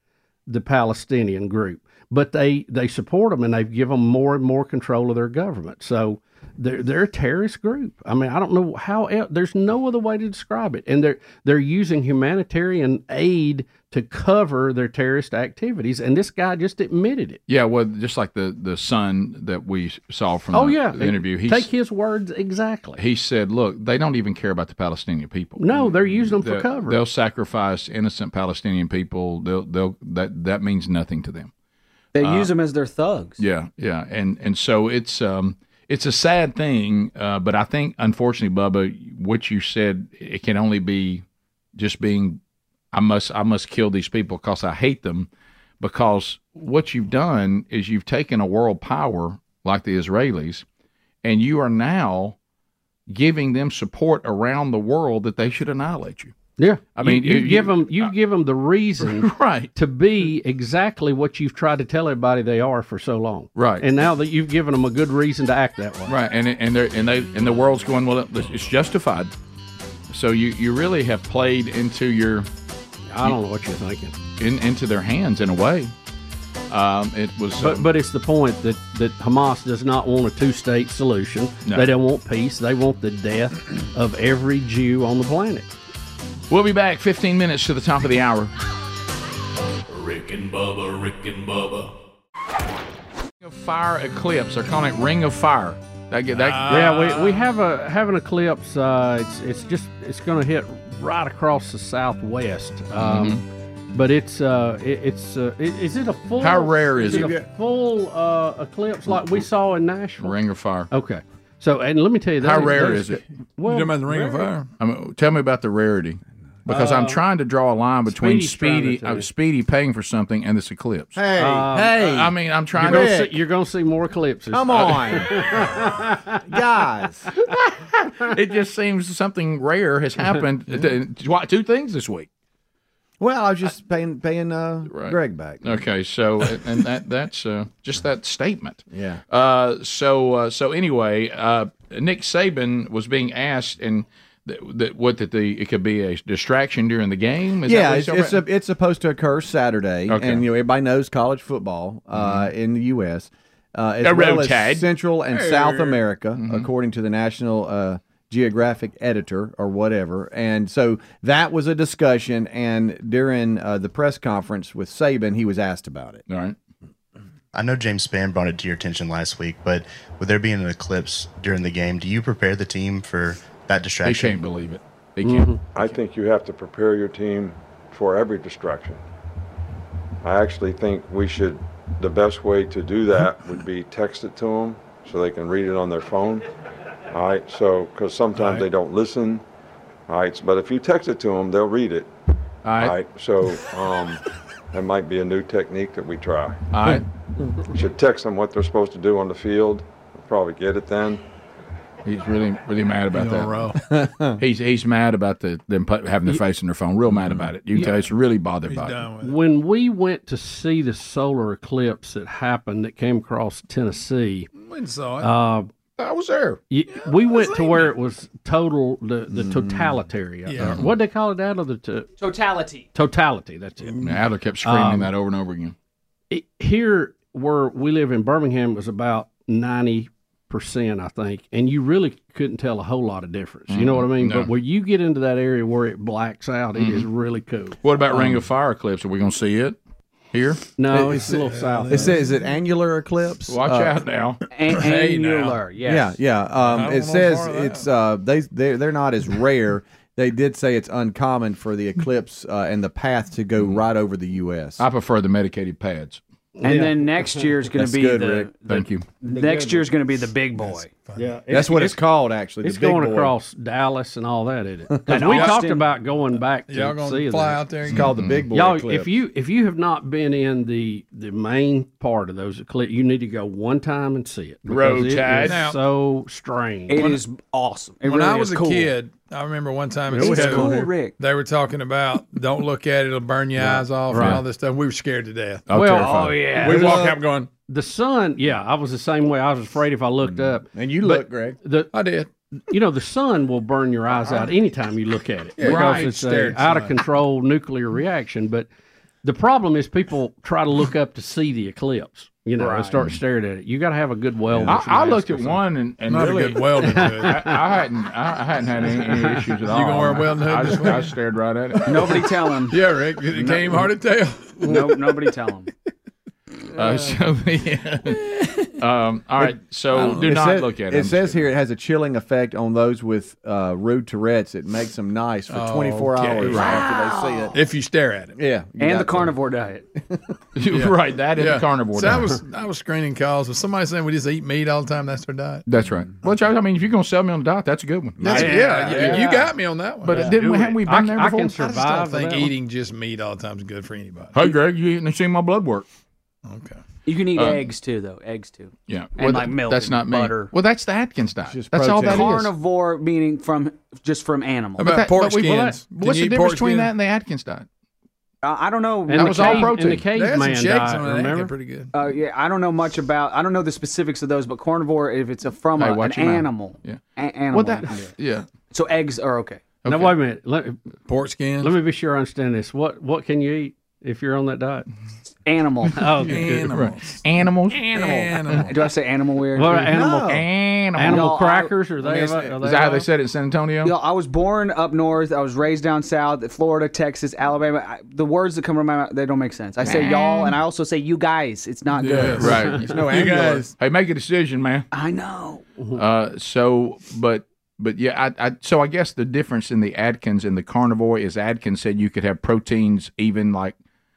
S2: the Palestinian group, but they they support them and they've given them more and more control of their government. So they're they're a terrorist group. I mean, I don't know how el there's no other way to describe it. And they're they're using humanitarian aid to cover their terrorist activities. And this guy just admitted it.
S1: Yeah, well, just like the the son that we saw from
S2: oh
S1: the,
S2: yeah,
S1: the interview, he
S2: take his words exactly.
S1: he said, "Look, they don't even care about the Palestinian people.
S2: No, they're using them
S1: They'll-
S2: for cover.
S1: They'll sacrifice innocent Palestinian people. They'll they'll that that means nothing to them.
S9: They
S1: Uh,
S9: use them as their thugs.
S1: Yeah, yeah, and and so it's um it's a sad thing, uh, but I think unfortunately, Bubba, what you said it can only be just being I must I must kill these people because I hate them because what you've done is you've taken a world power like the Israelis and you are now giving them support around the world that they should annihilate you.
S2: Yeah,
S1: I mean,
S2: you, you
S1: you- uh,
S2: give them you give them the reason
S1: right
S2: to be exactly what you've tried to tell everybody they are for so long.
S1: Right.
S2: and now that you've given them a good reason to act that way.
S1: Right, and and they and they and the world's going well. It's justified. So you you really have played into your.
S2: I don't know what you're thinking.
S1: In, into their hands in a way. Um, it was.
S2: But but it's the point that that Hamas does not want a two state solution.
S1: No.
S2: They don't want peace. They want the death of every Jew on the planet.
S1: We'll be back 15 minutes to the top of the hour.
S7: Rick and Bubba, Rick and Bubba.
S1: Ring of Fire eclipse. They're calling it Ring of Fire. That get that.
S2: Uh, Ah. yeah, we, we have a have an eclipse. Uh, it's it's just it's going to hit right across the southwest. Um, But it's uh, it, it's uh, i- is it a full?
S1: Mm-hmm. How rare is
S2: it?
S1: it?
S2: a full uh, eclipse like we saw in Nashville.
S1: Ring of Fire.
S2: Okay. So and let me tell you, that
S1: How
S2: is-
S1: rare
S2: that
S1: is it?
S2: Well,
S4: You talking about the Ring of
S2: rare.
S4: Fire?
S1: I mean, tell me about the rarity, because I'm
S2: Uh,
S1: trying to draw a line between
S2: Speedy's trying to
S1: Speedy,
S2: tell
S1: uh,
S2: you.
S1: Speedy paying for something, and this eclipse.
S2: Um,
S1: I mean, I'm trying
S2: You're
S1: to.
S2: gonna, see, you're gonna see more eclipses. Uh,
S4: Uh,
S1: Come on.
S5: guys.
S1: it just seems something rare has happened. Two- Two things this week.
S5: Well, I was just paying paying uh, Greg back.
S1: Okay, so and that that's uh, just that statement.
S5: Yeah.
S1: Uh, so uh, so anyway, uh, Nick Saban was being asked and. That, that what that the it could be a distraction during the game. Is
S5: yeah,
S1: that
S5: it's it's, a, it's supposed to occur Saturday,
S1: Okay.
S5: and you know everybody knows college football uh, in the U.S. Uh, as
S1: The
S5: well
S1: road
S5: as
S1: Oh, tide. Mm-hmm.
S5: Central and South
S1: Err.
S5: America, according to the National uh, Geographic editor or whatever. And so that was a discussion, and during uh, the press conference with Saban, he was asked about it.
S1: All right.
S21: I know James Spann brought it to your attention last week, but with there being an eclipse during the game, do you prepare the team for that distraction?
S1: can't believe it.
S22: I think you have to prepare your team for every distraction. I actually think we should, the best way to do that would be text it to them so they can read it on their phone. All right, so, because sometimes they don't listen. All right, but if you text it to them, they'll read it. All
S1: right.
S22: so um, that might be a new technique that we try.
S1: All right.
S22: Should text them what they're supposed to do on the field. They'll probably get it then.
S1: He's really really mad about
S22: In a
S1: that. he's he's mad about the them put, having their face in their phone. Real
S5: Mm-hmm.
S1: mad about it. You can tell he's really bothered by it.
S2: When we went to see the solar eclipse that happened that came across Tennessee,
S4: Went and saw it.
S1: Um,
S2: uh,
S1: I was there. Mm.
S2: y- we went to where it was total the the totalitarian.
S1: Yeah.
S2: What they call it out of the to-
S23: Totality.
S2: totality. That's it.
S1: And Adler kept screaming
S2: Um,
S1: that over and over again.
S2: it- here where we live in Birmingham was about ninety percent, I think, and you really couldn't tell a whole lot of difference. You know what I mean?
S1: Mhm.
S5: Mm-hmm.
S2: But
S1: No.
S2: where you get into that area where it blacks out, it is
S1: Mhm.
S2: really cool.
S1: What about Ring
S2: Um,
S1: of Fire eclipse? Are we going to see it here?
S2: No, it's a little south.
S5: It says, is it annular eclipse? Uh,
S1: Watch out now.
S9: An-
S1: Hey, now.
S9: annular, yes.
S5: Yeah, yeah. Um,
S9: I
S5: it
S9: don't
S5: says
S9: know
S5: it's uh, they they they're not as rare. they did say it's uncommon for the eclipse uh, and the path to go right over the U.S.
S1: Mm-hmm. I prefer the medicated pads.
S9: And then next year's going
S5: That's
S9: to be
S5: good,
S9: the,
S5: Rick. Um,
S9: the-
S1: Thank you.
S9: Next year's going to be the big boy.
S2: Yeah,
S5: That's what it's called, actually, the
S2: It's
S5: big
S2: going
S5: boy.
S2: across Dallas and all that, isn't it? 'Cause
S5: And
S2: we
S5: Austin.
S2: talked about going back to
S5: Y'all gonna
S2: see
S5: fly
S2: that.
S5: out there It's and- called the big boy
S2: Y'all, if
S5: eclipse.
S2: you if you have not been in the the main part of those eclipse, you need to go one time and see it. because
S1: Road
S2: it is
S1: Tide. Now-
S2: so strange.
S9: It is awesome.
S2: It
S4: when
S2: really
S4: I was
S2: is
S4: a
S2: cool.
S4: kid, I remember one time at
S9: Yeah, we had
S4: school,
S9: one here. Rick.
S4: they were talking about don't look at it; it'll burn your eyes off
S2: Right.
S4: and all this stuff. We were scared to death.
S2: oh, The-
S4: we walked out going.
S2: The sun, yeah, I was the same way. I was afraid if I looked up. And you
S4: looked,
S2: Greg. The,
S4: I did. Uh-huh.
S2: You know, the sun will burn your eyes out anytime you look at it
S4: Yeah,
S2: because
S4: right,
S2: it's
S4: stare at
S2: a out of
S4: sun.
S2: control nuclear reaction. But the problem is people try to look up to see the eclipse. You know,
S1: Right.
S2: and start staring at it. You got to have a good welder.
S1: Oh, I, I looked at one and, and
S2: Not a
S1: really,
S2: good welder, dude.
S1: I, I hadn't, I, I hadn't had any, any issues at
S4: You
S1: all.
S4: gonna wear a welding hood
S1: I,
S4: this
S1: just- I stared right at it.
S9: Nobody tell him.
S4: Yeah, Rick. It
S1: No.
S4: came hard to tell.
S9: No, nobody tell him.
S1: Uh, so the, um, all right. So do
S5: It
S1: not
S5: says-
S1: look at
S5: It
S1: it.
S5: says here it has a chilling effect on those with uh, rude Tourette's. It makes them nice for
S1: Oh,
S5: 24
S1: okay.
S5: hours
S1: Wow.
S5: after they see it.
S4: If you stare at it,
S5: yeah, you
S9: and the
S5: got
S9: carnivore diet.
S4: Yeah.
S1: Right, that and
S4: Yeah.
S1: carnivore.
S4: So I
S1: diet.
S4: was I was screening calls with somebody saying we just eat meat all the time. That's their diet.
S1: That's right. Well, Charles, I mean, if you're gonna sell me on the dot, that's a good one.
S4: That's, yeah, you- you got me on that one.
S1: But
S4: yeah.
S1: didn't we, haven't we been there before?
S4: I just don't think eating just meat all the time is good for anybody.
S1: Hey, Greg, you ain't seen my blood work.
S9: You can eat
S1: Uh,
S9: eggs too, though. Eggs too.
S1: Yeah,
S9: and
S1: Well,
S9: like
S1: th-
S9: milk.
S1: That's
S9: and
S1: not me.
S9: butter.
S1: Well, that's the Atkins diet. That's all that is.
S9: Carnivore meaning from just from animals.
S1: But that- but we- well, that- What's the difference between that and the Atkins diet?
S9: Uh, I don't know.
S1: And That the was all cave- protein. and the caveman They had some shakes diet, on it, ain't they? remember?
S4: Pretty good.
S9: Uh, yeah, I don't know much about. I don't know the specifics of those, but carnivore, if it's a, from
S2: Hey,
S9: a, an
S2: watch your mouth.
S9: animal,
S2: Yeah.
S9: a- animal.
S2: that-
S1: yeah.
S9: So eggs are okay.
S2: Now wait a minute. Let,
S4: Pork skin.
S2: Let me be sure I understand this. What what can you eat if you're on that diet?
S9: Animal.
S2: oh, okay.
S9: Animals.
S1: Right. Animals.
S9: Animal. Do I say animal weird?
S2: What about animal- No.
S1: Animal.
S2: Animal crackers, are they-
S9: Is
S2: are they
S1: Is that how they said it in San Antonio?
S9: You know, I was born up north. I was raised down south, Florida, Texas, Alabama. I, the words that come from my mouth, they don't make sense. I say
S1: Man.
S9: y'all, and I also say you guys. It's not good.
S1: Right. you guys. Hey, make a decision, man.
S9: I know.
S1: Uh, so, but, but yeah, I, I, so I guess the difference in the Atkins and the carnivore is Atkins said you could have proteins, even like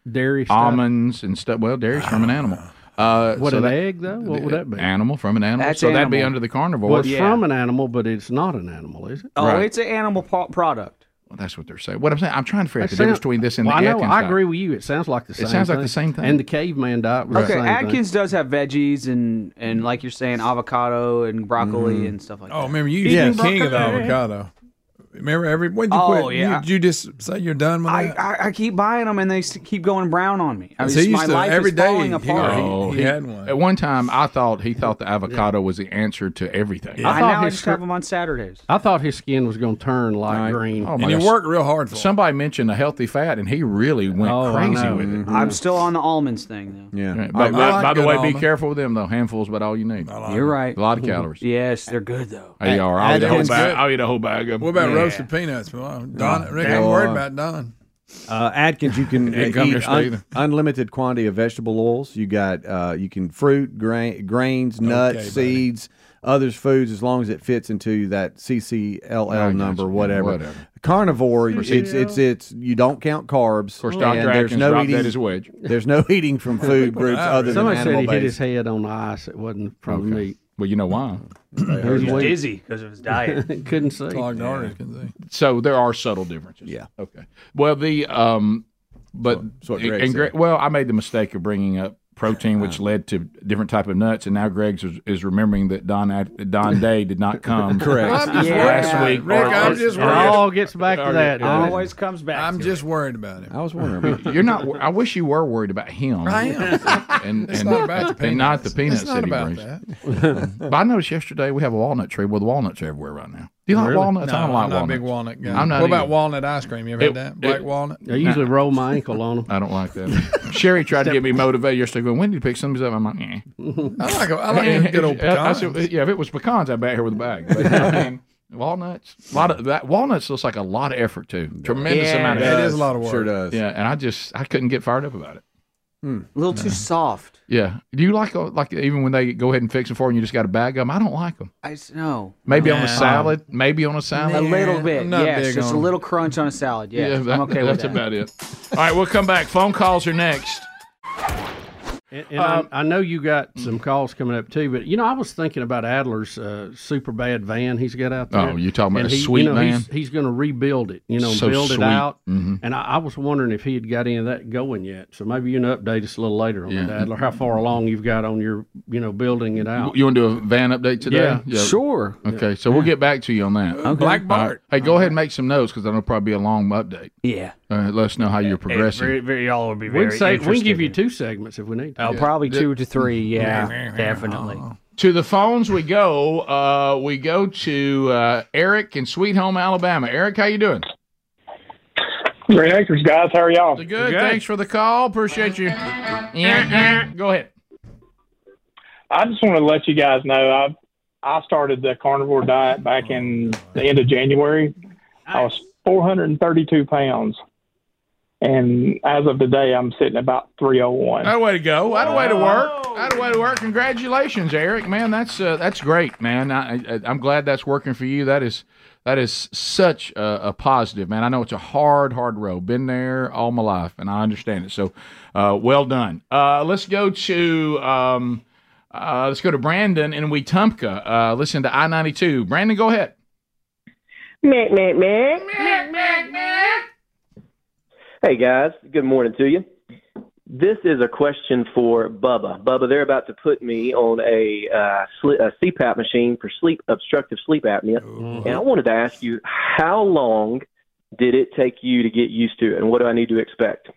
S2: dairy, stuff. Ah.
S1: almonds, and stuff. Well, dairy's from an animal. Uh,
S2: What
S1: so
S2: an
S1: that-
S2: egg though? What would that be?
S1: Animal from an animal. so that'd be under the carnivore.
S2: Well, it's from an animal, but it's not an animal, is it?
S9: Oh, it's an animal pro- product.
S1: Well, that's what they're saying. What I'm saying, I'm trying to figure out
S2: That
S1: the difference
S2: sound-
S1: between this and
S2: well,
S1: the
S2: I know.
S1: Atkins
S2: I
S1: diet.
S2: agree with you. It sounds like the
S1: It
S2: same.
S1: sounds
S2: thing.
S1: like the same thing.
S2: And the caveman diet. Was
S9: Okay,
S2: the same
S9: Atkins
S2: Thing.
S9: does have veggies and and like you're saying, avocado and broccoli
S1: Mm-hmm.
S9: and stuff like that.
S4: Oh, remember you? you king of avocado. Remember every when you
S9: Oh,
S4: quit?
S9: yeah.
S4: You, did you just say you're done with that?
S9: I, I keep buying them and they s- keep going brown on me. I mean,
S4: See, he
S9: my
S4: used to-
S9: life
S4: every
S9: is
S4: day
S9: falling
S4: he-
S9: apart.
S4: Oh, he had one.
S1: At one time, I thought he thought the avocado was the answer to everything.
S9: I, now I
S2: his
S9: just
S2: cur-
S9: have them on Saturdays.
S2: I thought his skin was going to turn light green.
S1: Oh, my gosh.
S4: real hard
S2: for him.
S1: Somebody mentioned a healthy fat, and he really went
S2: Oh, I
S1: crazy
S2: know.
S1: with it.
S9: Mm-hmm.
S1: Mm-hmm.
S9: I'm still on the almonds thing
S5: Yeah.
S1: Right.
S9: I-
S1: But,
S9: I
S1: but-
S9: like
S1: by the
S9: good
S1: way, be
S9: almond.
S1: careful with them though. Handfuls, but all you need.
S9: though. You're right.
S1: A lot of calories.
S9: Yes, they're good though.
S1: Hey, you all right? I'll eat a whole
S4: Atkins
S1: bag.
S4: good.
S1: I'll eat a whole bag of.
S4: What about
S1: Yeah.
S4: roasted peanuts? Well, Don,
S5: Yeah.
S4: Rick, I'm worried
S5: Oh, uh,
S4: about Don.
S5: Uh, Atkins, you can
S4: Didn't come
S5: eat
S4: yesterday
S5: un-
S4: either.
S5: unlimited quantity of vegetable oils. You got uh, you can fruit, grain, grains, nuts,
S4: buddy.
S5: seeds, others foods as long as it fits into that CCLL number, whatever.
S1: Whatever.
S5: Carnivore,
S1: course,
S5: it's it's it's you don't count carbs. Of
S1: course, Dr. Atkins dropped that as a wedge.
S5: There's no eating from food groups other
S2: Somebody
S5: than
S2: said
S5: animal
S2: he hit his
S5: based.
S2: head on ice. It wasn't from
S1: Okay.
S2: meat.
S1: Well, you know why?
S2: Here's
S9: He's
S2: what-
S9: dizzy because of his diet.
S2: Couldn't see.
S4: Clogged arteries, couldn't see.
S1: So there are subtle differences. Yeah. Okay. Well, the um, but
S5: That's what
S1: and
S5: Greg said. Uh-huh.
S1: Greg, well, I made the mistake of bringing up protein, which led to different type of nuts, and now Greg's is, is remembering that Don Ad- Don Day did not come
S4: Correct. I'm just
S1: last
S4: worried
S1: week.
S4: about it. Rick, I'm just It worried. all gets back to that, doesn't it?
S9: Always comes back.
S4: I'm just worried about him.
S5: I was wondering.
S1: You're not. wor- I wish you were worried about him.
S4: I am.
S1: And,
S4: It's
S1: and,
S4: not about the
S1: and not the peanuts
S4: peanuts. It's
S1: that he
S4: not
S1: brings.
S4: about
S1: but I noticed yesterday we have a walnut tree with walnuts everywhere right now. Do you like
S4: Really?
S1: walnuts?
S4: No,
S1: I don't like
S4: I'm not a
S1: walnuts.
S4: big walnut guy.
S1: I'm not.
S4: What
S1: either.
S4: about walnut ice cream? You ever had
S1: It-
S4: that? Black
S1: it-
S4: walnut?
S2: I usually roll my ankle on them.
S1: I don't like that. Sherry tried to get me motivated yesterday. Going, when do you pick some of these up? I'm like, eh.
S4: I like, I like good old
S1: I
S4: pecans.
S1: said, yeah, if it was pecans, I'd be out here with a bag. But, I mean, walnuts, a lot of that. Walnuts looks like a lot of effort too. Tremendous
S9: Yeah,
S1: amount of
S9: it
S1: effort.
S9: is a lot
S4: of work.
S5: Sure does.
S1: Yeah, and I just I couldn't get fired up about it. Hmm.
S9: A little too soft.
S1: Yeah. Do you like uh, like even when they go ahead and fix them for you, and you just got to bag them? I don't like them.
S9: I s- no.
S1: Maybe on a
S9: No.
S1: salad. Maybe on a salad.
S9: A little bit.
S1: I'm not
S9: Yes,
S1: big
S9: just
S1: on
S9: a
S1: 'em.
S9: little crunch on a salad. Yeah,
S1: that-
S9: I'm okay with
S1: That's
S9: that.
S1: about it. All right, we'll come back. Phone calls are next.
S2: And, and
S9: Um,
S2: I- I, know you got
S9: Mm-hmm.
S2: some calls coming up too, but you know I was thinking about Adler's uh, super bad van he's got out there.
S1: Oh, you talking about
S2: And
S1: a
S2: he-
S1: sweet
S2: you know, He's,
S1: van?
S2: he's going to rebuild it, you know,
S1: So
S2: build
S1: sweet.
S2: it out.
S1: Mhm.
S2: And I, I was wondering if he had got any of that going yet. So maybe you can update us a little later on
S1: Yeah.
S2: that, Adler, how far along you've got on your, you know, building it out.
S1: You want to do a van update today?
S2: Yeah. Sure.
S1: Okay, so we'll get back to you on that.
S2: Okay. Black Bart.
S1: All right. Hey, go ahead and make some notes because that'll probably be a long update.
S9: Yeah.
S1: Uh, let us know how you're
S2: It-
S1: progressing.
S9: very- very- y'all will be
S2: we can
S9: very
S2: say, we can give
S9: interested
S2: you two segments if we need to.
S9: Oh, probably two to three.
S1: Mm-hmm.
S9: Yeah, definitely.
S1: to the phones we go. Uh, we go to uh, Eric in Sweet Home, Alabama. Eric, how you doing?
S24: Great acres, guys. How are y'all?
S1: Good. Thanks for the call. Appreciate you. Go ahead.
S24: I just want to let you guys know I I started the carnivore diet back in the end of January. I was 432 pounds, and as of today, I'm sitting about 301.
S1: That way to go. That way to work. That way to work. Congratulations, Eric. Man, that's uh, that's great, man. I, I, I'm glad that's working for you. That is that is such a, a positive, man. I know it's a hard, hard road. Been there all my life, and I understand it. So, uh, well done. Uh, let's go to um, uh, let's go to Brandon in Wetumpka. Uh, listen to I-92. Brandon, go ahead.
S8: Meh, meh, meh.
S23: Hey guys, good morning to you. This is a question for Bubba. Bubba, they're about to put me on a, uh, sli a CPAP machine for sleep obstructive sleep apnea, and I wanted to ask you how long did it take you to get used to it, and what do I need to expect?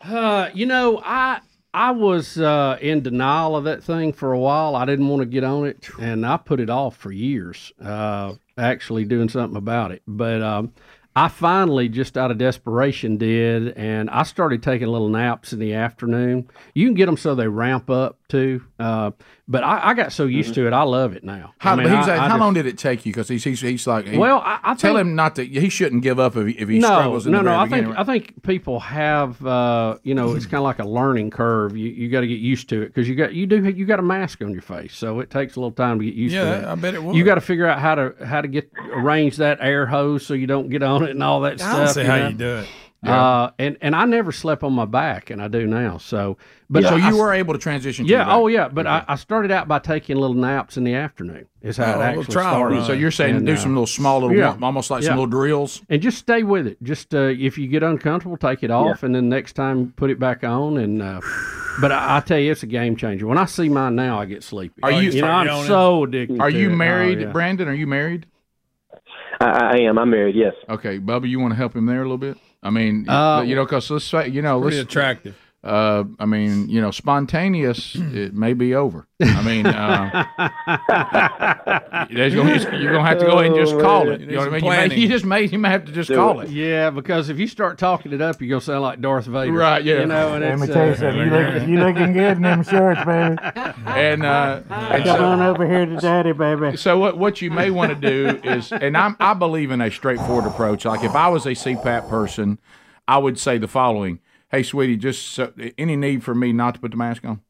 S2: Uh, you know, I I was uh, in denial of that thing for a while. I didn't want to get on it, and I put it off for years. Uh, actually doing something about it, but um, I finally, just out of desperation, did, and I started taking little naps in the afternoon. You can get them so they ramp up too. Uh, but I, I got so used to it, I love it now.
S1: Mm-hmm. How,
S2: I mean,
S1: he's
S2: I-
S1: like,
S2: I
S1: how
S2: just-
S1: long did it take you? Because he's, he's he's like, he-
S2: Well, I- I
S1: tell
S2: think-
S1: him not to. He shouldn't give up if he, if he
S2: no,
S1: struggles. In
S2: no,
S1: the
S2: no.
S1: very
S2: I think
S1: beginning.
S2: I think people have, uh, you know, it's kind of like a learning curve. You you got to get used to it because you got you do you got a mask on your face, so it takes a little time to get used to
S4: Yeah,
S2: that.
S4: I bet it would.
S2: You got to figure out how to how to get arrange that air hose so you don't get on it and all that
S4: I
S2: stuff.
S4: don't see how
S2: know?
S4: you do it.
S2: Uh, and and I never slept on my back, and I do now. So, but
S1: so
S2: I-
S1: you
S2: I-
S1: were able to transition. to
S2: yeah,
S1: your back.
S2: oh yeah. But I, I started out by taking little naps in the afternoon. Is how
S1: Oh, a
S2: it
S1: little
S2: actually
S1: trial
S2: started. uh,
S1: run. So you're saying do some little small little warm- almost like some little drills,
S2: and just stay with it. Just uh, if you get uncomfortable, take it off, and then next time put it back on. And uh, but I, I tell you, it's a game changer. When I see mine now, I get sleepy.
S1: Are you?
S2: know, I'm so addicted.
S1: Are
S2: to
S1: you
S2: it. Oh,
S1: married,
S2: yeah.
S1: Brandon? Are you married?
S23: I, I am. I'm married. Yes.
S1: Okay, Bubba, you want to help him there a little bit? I mean,
S23: Uh,
S1: you know, because let's say you know,
S4: Pretty
S1: let's,
S4: attractive.
S1: Uh, I mean, you know, spontaneous. it may be over. I mean, uh, there's gonna, you're gonna have to go ahead and just
S23: Oh,
S1: call it. You know what I mean? You may- You just may you may have to just call it.
S2: Yeah, because if you start talking it up, you're gonna sound like Darth Vader.
S1: Right, yeah.
S2: You know, and
S1: Let
S2: it's,
S1: me tell you
S2: uh,
S1: something. You look- you
S25: looking good in them shorts, baby.
S1: And uh, and
S25: Come
S1: so-
S25: on over here to daddy, baby.
S1: So what what you may want to do is, and I'm I believe in a straightforward approach. Like if I was a CPAP person, I would say the following: Hey, sweetie, just so, any need for me not to put the mask on?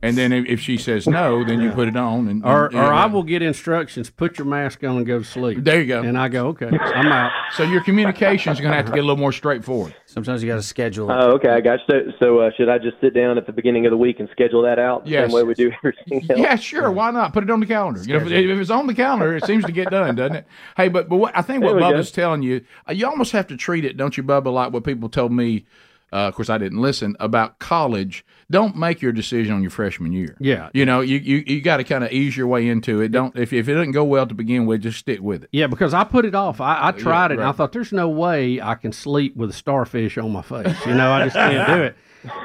S1: And then if, if she says no, then you put it on. And
S2: Or,
S1: and-
S2: or I will get instructions. Put your mask on and go to sleep.
S1: There you go.
S2: And I go, okay, I'm out.
S1: So your communication is going to have to get a little more straightforward.
S9: Sometimes you got to
S2: Mm-hmm.
S9: schedule
S23: Oh, okay, I got you. So, so uh, should I just sit down at the beginning of the week and schedule that out the
S1: Yes.
S23: same way we do everything else?
S1: Yeah, sure. Why not? Put it on the calendar. You know, if, if it's on the calendar, it seems to get done, doesn't it? Hey, but but what, I think what
S23: There we go.
S1: Bubba's telling you, uh, you almost have to treat it, don't you, Bubba? Like what people told me. Uh, of course, I didn't listen about college. Don't make your decision on your freshman year.
S2: Yeah.
S1: you know, you you, you got to kind of ease your way into it. Don't if if it doesn't go well to begin with, just stick with it.
S2: Yeah, because I put it off. I, I
S1: Yeah,
S2: tried it, and I
S1: right.
S2: thought there's no way I can sleep with a starfish on my face. You know, I just can't do it.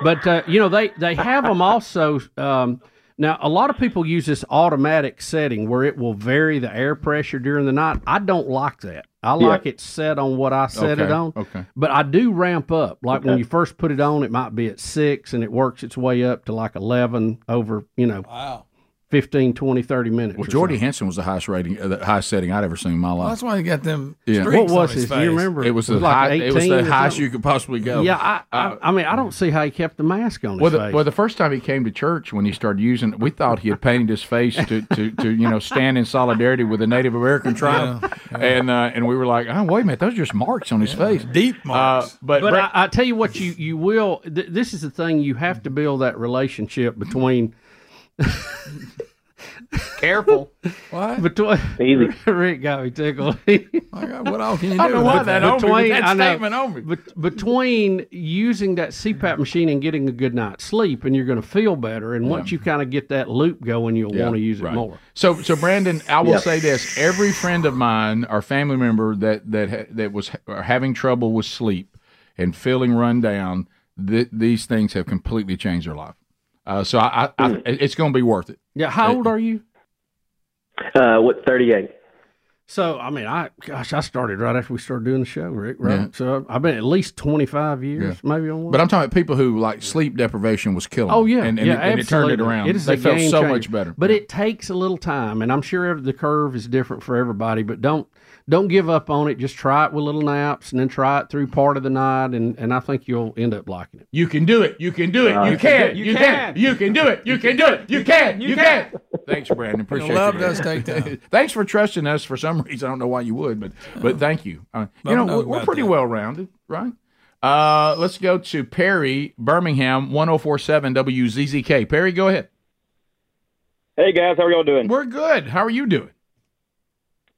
S2: But uh, you know, they they have them also. Um, now, a lot of people use this automatic setting where it will vary the air pressure during the night. I don't like that. I
S1: Yeah.
S2: like it set on what I set it
S1: Okay,
S2: on.
S1: okay.
S2: But I do ramp up. Like when
S1: Okay.
S2: you first put it on, it might be at six, and it works its way up to like eleven over. You know, 15, 20, 30 minutes.
S1: Well, Jordy Henson was the highest rating, uh, the highest setting I'd ever seen in my
S4: Well,
S1: life.
S4: that's why he got them.
S1: Yeah.
S4: streaks
S2: What was
S4: on his
S2: his? Do you
S4: face.
S2: remember?
S1: It was
S2: It
S1: the
S2: was like
S1: high, it was
S2: 18
S1: the
S2: or
S1: highest
S2: something.
S1: you could possibly go.
S2: Yeah, I, I, I mean, I don't see how he kept the mask on his
S1: Well, the,
S2: face.
S1: well, the first time he came to church, when he started using, we thought he had painted his face to, to, to you know stand in solidarity with the Native American tribe, and uh, and we were like, oh wait a minute, those are just marks on his face,
S4: deep
S1: marks. but
S2: but
S1: but
S2: I, I tell you what, you you will. Th- this is the thing you have to build that relationship between.
S19: Careful.
S4: What?
S2: Between
S23: Easy.
S2: Rick got me tickled.
S4: what
S2: Oh,
S4: all can you
S1: I don't
S4: do?
S1: know why that on me, but
S2: Between-
S1: that
S2: I know.
S1: statement on me.
S2: Bet- between using that CPAP machine and getting a good night's sleep, and you're going to feel better. And once you kind of get that loop going, you'll
S1: Yeah,
S2: want to use it
S1: right.
S2: more.
S1: So, so Brandon, I will
S2: Yeah.
S1: say this: every friend of mine or family member that that ha- that was ha- or having trouble with sleep and feeling run down, th- these things have completely changed their life. Uh, so, I, I, I it's going to be worth it.
S2: Yeah. How old are you?
S23: Uh, what, 38?
S2: So I mean, I gosh, I started right after we started doing the show, Rick. Right. So I've been at least twenty five years, maybe on one.
S1: But I'm talking about Uh, people who like sleep deprivation was killing.
S2: Oh
S1: them.
S2: yeah,
S1: and, and,
S2: yeah,
S1: it, and it turned it
S2: absolutely.
S1: around.
S2: It is
S1: they
S2: a
S1: felt
S2: game
S1: so
S2: changer.
S1: much better.
S2: but it takes a little time, and I'm sure every- the curve is different for everybody. But don't don't give up on it. Just try it with little naps, and then try it through part of the night, and and I think you'll end up liking it.
S1: You can do it. You can do it.
S2: Uh,
S1: you can. You can. You can do it. You can do it. You can. You can. Thanks, Brandon. Appreciate it.
S4: love does take time.
S1: Thanks for trusting us. For some reason, I don't know why you would, but but thank you. Uh, you
S4: Don't
S1: know,
S4: know
S1: we're, we're
S4: about
S1: pretty well rounded, right? Uh, let's go to Perry, Birmingham, 1047 WZZK. Perry, go ahead.
S3: Hey guys, how are y'all doing?
S1: We're good. How are you doing?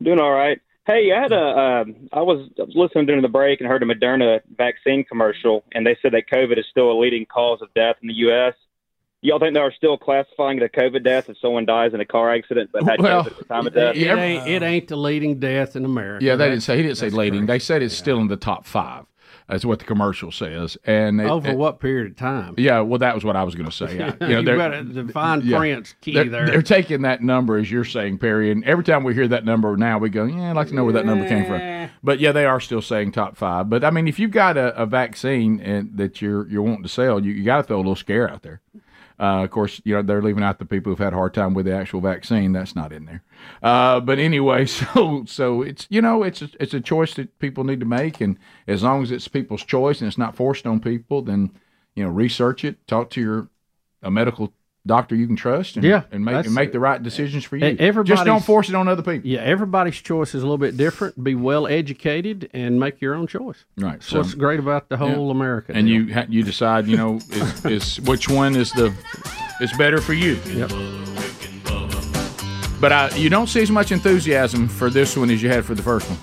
S3: Doing all right. Hey, I had a um, I was I was listening during the break and heard a Moderna vaccine commercial, and they said that COVID is still a leading cause of death in the U.S. Y'all think they are still classifying it a COVID death if someone dies in a car accident but had
S1: Well,
S3: COVID at the time of
S2: It,
S3: death?
S2: it ain't, it ain't the leading death in America.
S1: Yeah, they
S2: That-
S1: didn't say he didn't say leading. They said it's still in the top five. That's what the commercial says. And it-
S2: over
S1: it-
S2: what period of time.
S1: Yeah, well, that was what I was going to say. I- you know,
S2: You
S1: they're-
S2: got it, the fine print's key
S1: they're,
S2: there.
S1: They're taking that number as you're saying, Perry. And every time we hear that number now, we go, "Yeah, I'd like to know where that number came from." But yeah, they are still saying top five. But I mean, if you've got a, a vaccine and that you're you're wanting to sell, you, you got to throw a little scare out there. Uh, of course, you know they're leaving out the people who've had a hard time with the actual vaccine. That's not in there. Uh, but anyway, so so it's you know it's a, it's a choice that people need to make, and as long as it's people's choice and it's not forced on people, then you know research it, talk to your a medical doctor you can trust, and,
S2: Yeah,
S1: and make and
S2: that's-
S1: make the right decisions for you.
S2: E- everybody's-
S1: just don't force it on other people.
S2: Yeah, everybody's choice is a little bit different. Be well educated and make your own choice.
S1: Right,
S2: That's
S1: so-
S2: what's great about the whole
S1: Yeah.
S2: America.
S1: and you ha- you decide you know is, is which one is the is better for you. But I, you don't see as much enthusiasm for this one as you had for the first one.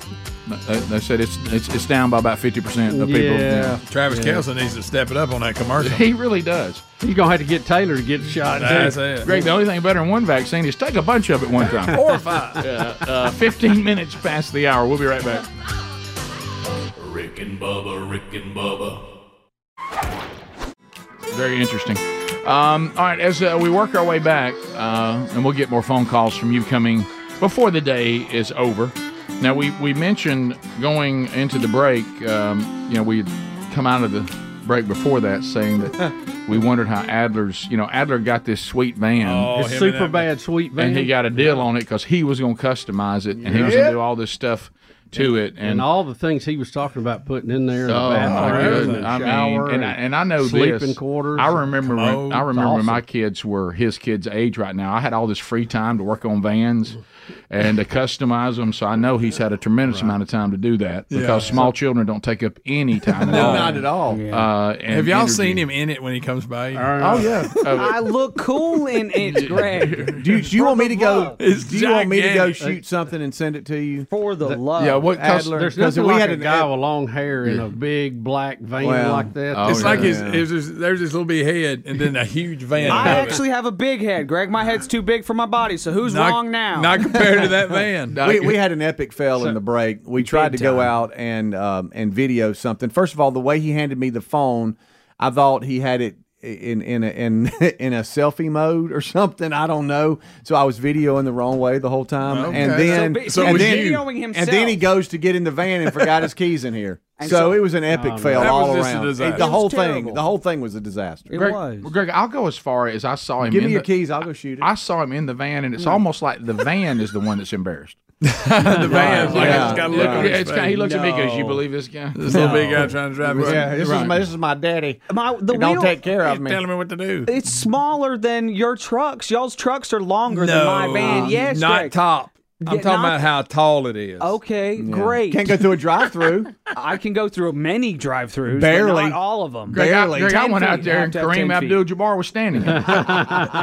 S1: They, they said it's, it's it's down by about fifty percent of people.
S4: Yeah. Travis
S1: Yeah.
S4: Kelce needs to step it up on that commercial.
S1: He really does.
S2: You're gonna have to get Taylor to get a shot. too.
S4: That's it.
S1: Greg, the only thing better than one vaccine is take a bunch of it one time.
S4: Four or five.
S1: Uh, uh, Fifteen minutes past the hour. We'll be right back.
S7: Rick and Bubba, Rick and Bubba,
S1: Very interesting. Um, all right, as uh, we work our way back, uh, and we'll get more phone calls from you coming before the day is over. Now, we, we mentioned going into the break, um, you know, we had come out of the break before that saying that we wondered how Adler's, you know, Adler got this sweet van.
S2: It's super bad sweet van.
S1: And he got a deal on it because he was going to customize it and he was going
S2: Yeah.
S1: to do all this stuff to it.
S2: and, all the things he was talking about putting in there.
S1: Oh,
S2: the
S1: my
S2: bathroom,
S1: goodness.
S2: and
S1: I mean,
S2: shower,
S1: and I- and I know
S2: sleeping
S1: this.
S2: quarters.
S1: I remember when,
S2: commodes.
S1: I remember when
S2: Awesome.
S1: my kids were his kids' age right now. I had all this free time to work on vans and to customize them. So I know he's had a tremendous amount of time to do that
S4: Yeah.
S1: because small children don't take up any time. at
S4: No,
S1: all.
S4: not at all.
S1: Uh, and
S4: Have y'all
S1: energy.
S4: seen him in it when he comes by? you?
S1: Oh, yeah.
S9: I look cool in it, Greg.
S5: Do you, do you want me to go? Do
S4: It's
S5: you want me to go
S4: gigantic.
S5: shoot something and send it to you
S9: for the love?
S5: Yeah, what
S2: Adler, there's nothing
S5: we
S2: like
S5: had
S2: a
S5: an
S2: guy with long hair and a big black vein
S5: Well,
S2: like that.
S1: oh,
S4: it's like his, his, his- there's his little big head and then a huge van.
S9: I
S4: above it.
S9: actually have a big head, Greg. My head's too big for my body. So who's
S4: Not-
S9: wrong now?
S4: not compared to that van.
S5: we, we had an epic fail in the break. We tried to go out and um, and video something. First of all, the way he handed me the phone, I thought he had it in in a, in in a selfie mode or something. I don't know. So I was videoing the wrong way the whole time,
S6: Okay.
S5: and
S6: So
S5: then
S6: ba- so it
S5: and
S6: was
S5: then
S6: you. Videoing
S5: and
S6: himself.
S5: then he goes to get in the van and forgot his keys in here. So,
S6: And so-
S5: it was an epic
S6: Oh, no.
S5: fail
S6: That was
S5: all
S6: just a
S5: around. It-
S6: disaster.
S5: the
S6: It
S5: whole
S6: was
S5: thing,
S6: terrible.
S5: the whole thing was a disaster.
S1: Greg, was. Greg, I'll go as far as I saw him.
S5: Give
S1: in
S5: me your
S1: the-
S5: keys. I'll go shoot it. Hmm.
S1: I saw him in the van, and it's almost like the van is the one that's embarrassed.
S4: the van, like,
S1: Yeah.
S4: it's got a look on
S1: Yeah,
S4: his
S1: it's kinda- he
S4: face.
S1: looks at me and goes, "You
S4: No.
S1: believe this guy?
S4: This little big guy trying to drive his-
S5: Yeah, this is
S4: Right.
S5: my this is my daddy.
S9: My, the
S5: He don't
S9: wheel-
S5: take care of
S9: He's
S5: me.
S9: telling
S4: me what to do.
S9: It's smaller than your trucks. Y'all's trucks are longer than my van. Yes,
S4: not
S9: Greg.
S4: top. I'm
S9: Yeah,
S4: talking
S9: not-
S4: about how tall it
S9: Oh,
S4: is.
S9: Okay, great.
S4: Can't go
S5: through a drive-through.
S9: I can go through many drive-throughs,
S4: Barely.
S9: but not all of them.
S1: Greg, I, Greg, I
S9: Ten
S1: went out
S9: feet.
S1: there
S9: You
S1: and
S9: have to have
S1: Kareem
S9: 10 feet.
S1: Abdul-Jabbar was standing.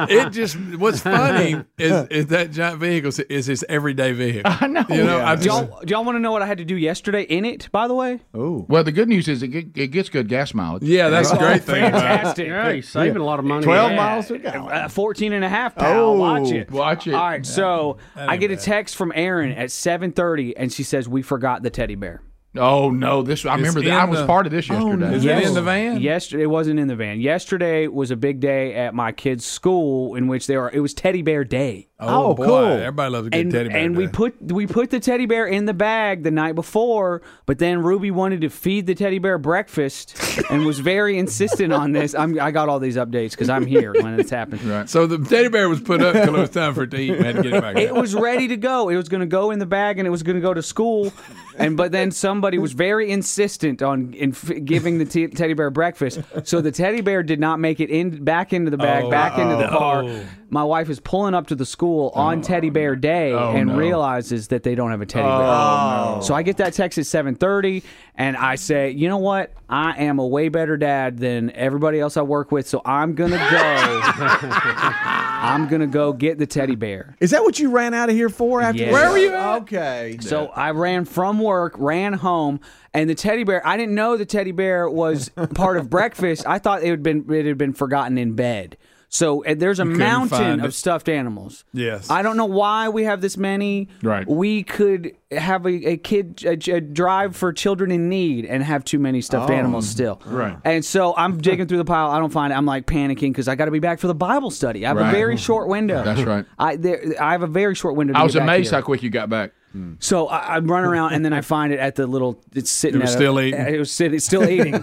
S4: it just what's funny is, is that giant vehicle is- is his everyday vehicle. I know. You know, I
S9: do
S4: just,
S9: y'all, do y'all want to know what I had to do yesterday in it? By the way,
S5: oh,
S1: Well, the good news is it, get, it gets good gas mileage.
S4: Yeah, that's
S9: Oh,
S4: a great thing. about it.
S9: Fantastic.
S2: Yeah, he's saving a lot of money.
S9: Yeah. Uh, 14 and a half, pal.
S2: Oh,
S9: watch it.
S1: Watch it.
S9: All right, so I get a text from Erin at 7.30, and she says, we forgot the teddy bear.
S1: Oh no! This I
S9: It's
S1: remember that
S9: in
S1: I was
S9: the-
S1: part of
S4: Oh,
S1: this yesterday.
S9: van? Yesterday it wasn't in the van. Yesterday was a big day at my kids' school in which they were. It was Teddy Bear Day.
S4: Oh, Oh, boy. cool. Everybody loves a good
S9: and,
S4: teddy bear
S9: And we put we put the teddy bear in the bag the night before, but then Ruby wanted to feed the teddy bear breakfast and was very insistent on this. I'm, I got all these updates because I'm here when this happened. Right.
S4: So the teddy bear was put up until it was time for it to eat. and had to get it back.
S9: It was ready to go. It was going to go in the bag and it was going to go to school. And but then somebody was very insistent on in f- giving the te- teddy bear breakfast. So the teddy bear did not make it in back into the bag,
S6: Oh,
S9: back into the
S6: uh-oh.
S9: car.
S6: No.
S9: My wife is pulling up to the school on teddy bear day
S6: Oh,
S9: and
S6: no.
S9: realizes that they don't have a teddy bear.
S6: Oh, no.
S9: So I get that text at 7:30 and I say, "You know what? I am a way better dad than everybody else I work with, so I'm going to go I'm going to go get the teddy bear."
S5: Is that what you ran out of here for after?
S9: Yes.
S5: this?
S9: Where were you at?
S5: Okay.
S9: So I ran from work, ran home, and the teddy bear. I didn't know the teddy bear was part of breakfast. I thought it had been it had been forgotten in bed. So and there's a
S6: You couldn't
S9: mountain
S6: find
S9: of
S6: it.
S9: stuffed animals.
S6: Yes.
S9: I don't know why we have this many.
S6: Right.
S9: We could have a, a kid a, a drive for children in need and have too many stuffed
S6: Oh.
S9: animals still.
S6: Right.
S9: And so I'm digging through the pile. I don't find it. I'm like panicking because I got to be back for the Bible study. I have
S1: Right.
S9: a very short window.
S1: That's right.
S9: I there, I have a very short window. To
S1: I was
S9: get back
S1: amazed
S9: here.
S1: how quick you got back.
S9: So I, I run around and then I find it at the little. It's sitting.
S1: It was
S9: at a- uh,
S1: still eating.
S9: It was sitting, still eating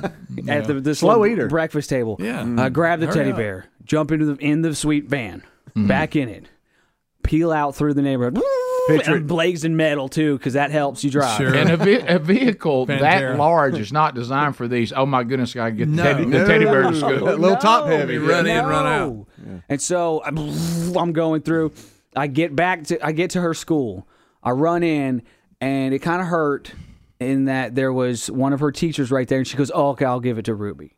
S9: at the this
S1: Slow
S9: little
S1: eater.
S9: breakfast table.
S1: Yeah. Mm-hmm.
S9: I grab the
S1: Hurry
S9: teddy
S1: up.
S9: bear, jump into the in the sweet van,
S1: Mm-hmm.
S9: back in it, peel out through the neighborhood.
S1: Picture
S9: and blazing metal too, because that helps you drive.
S1: And a, ve- a vehicle
S9: Pantera.
S1: that large is not designed for these. Oh my goodness, I gotta get the
S9: No.
S1: teddy, the
S9: No.
S1: teddy bear to school.
S9: That little top heavy.
S1: You
S9: Run in, run out. And so I'm, I'm going through. I get back to I get to her school. I run in, and it kind of hurt in that there was one of her teachers right there, and she goes, "Oh, okay, I'll give it to Ruby."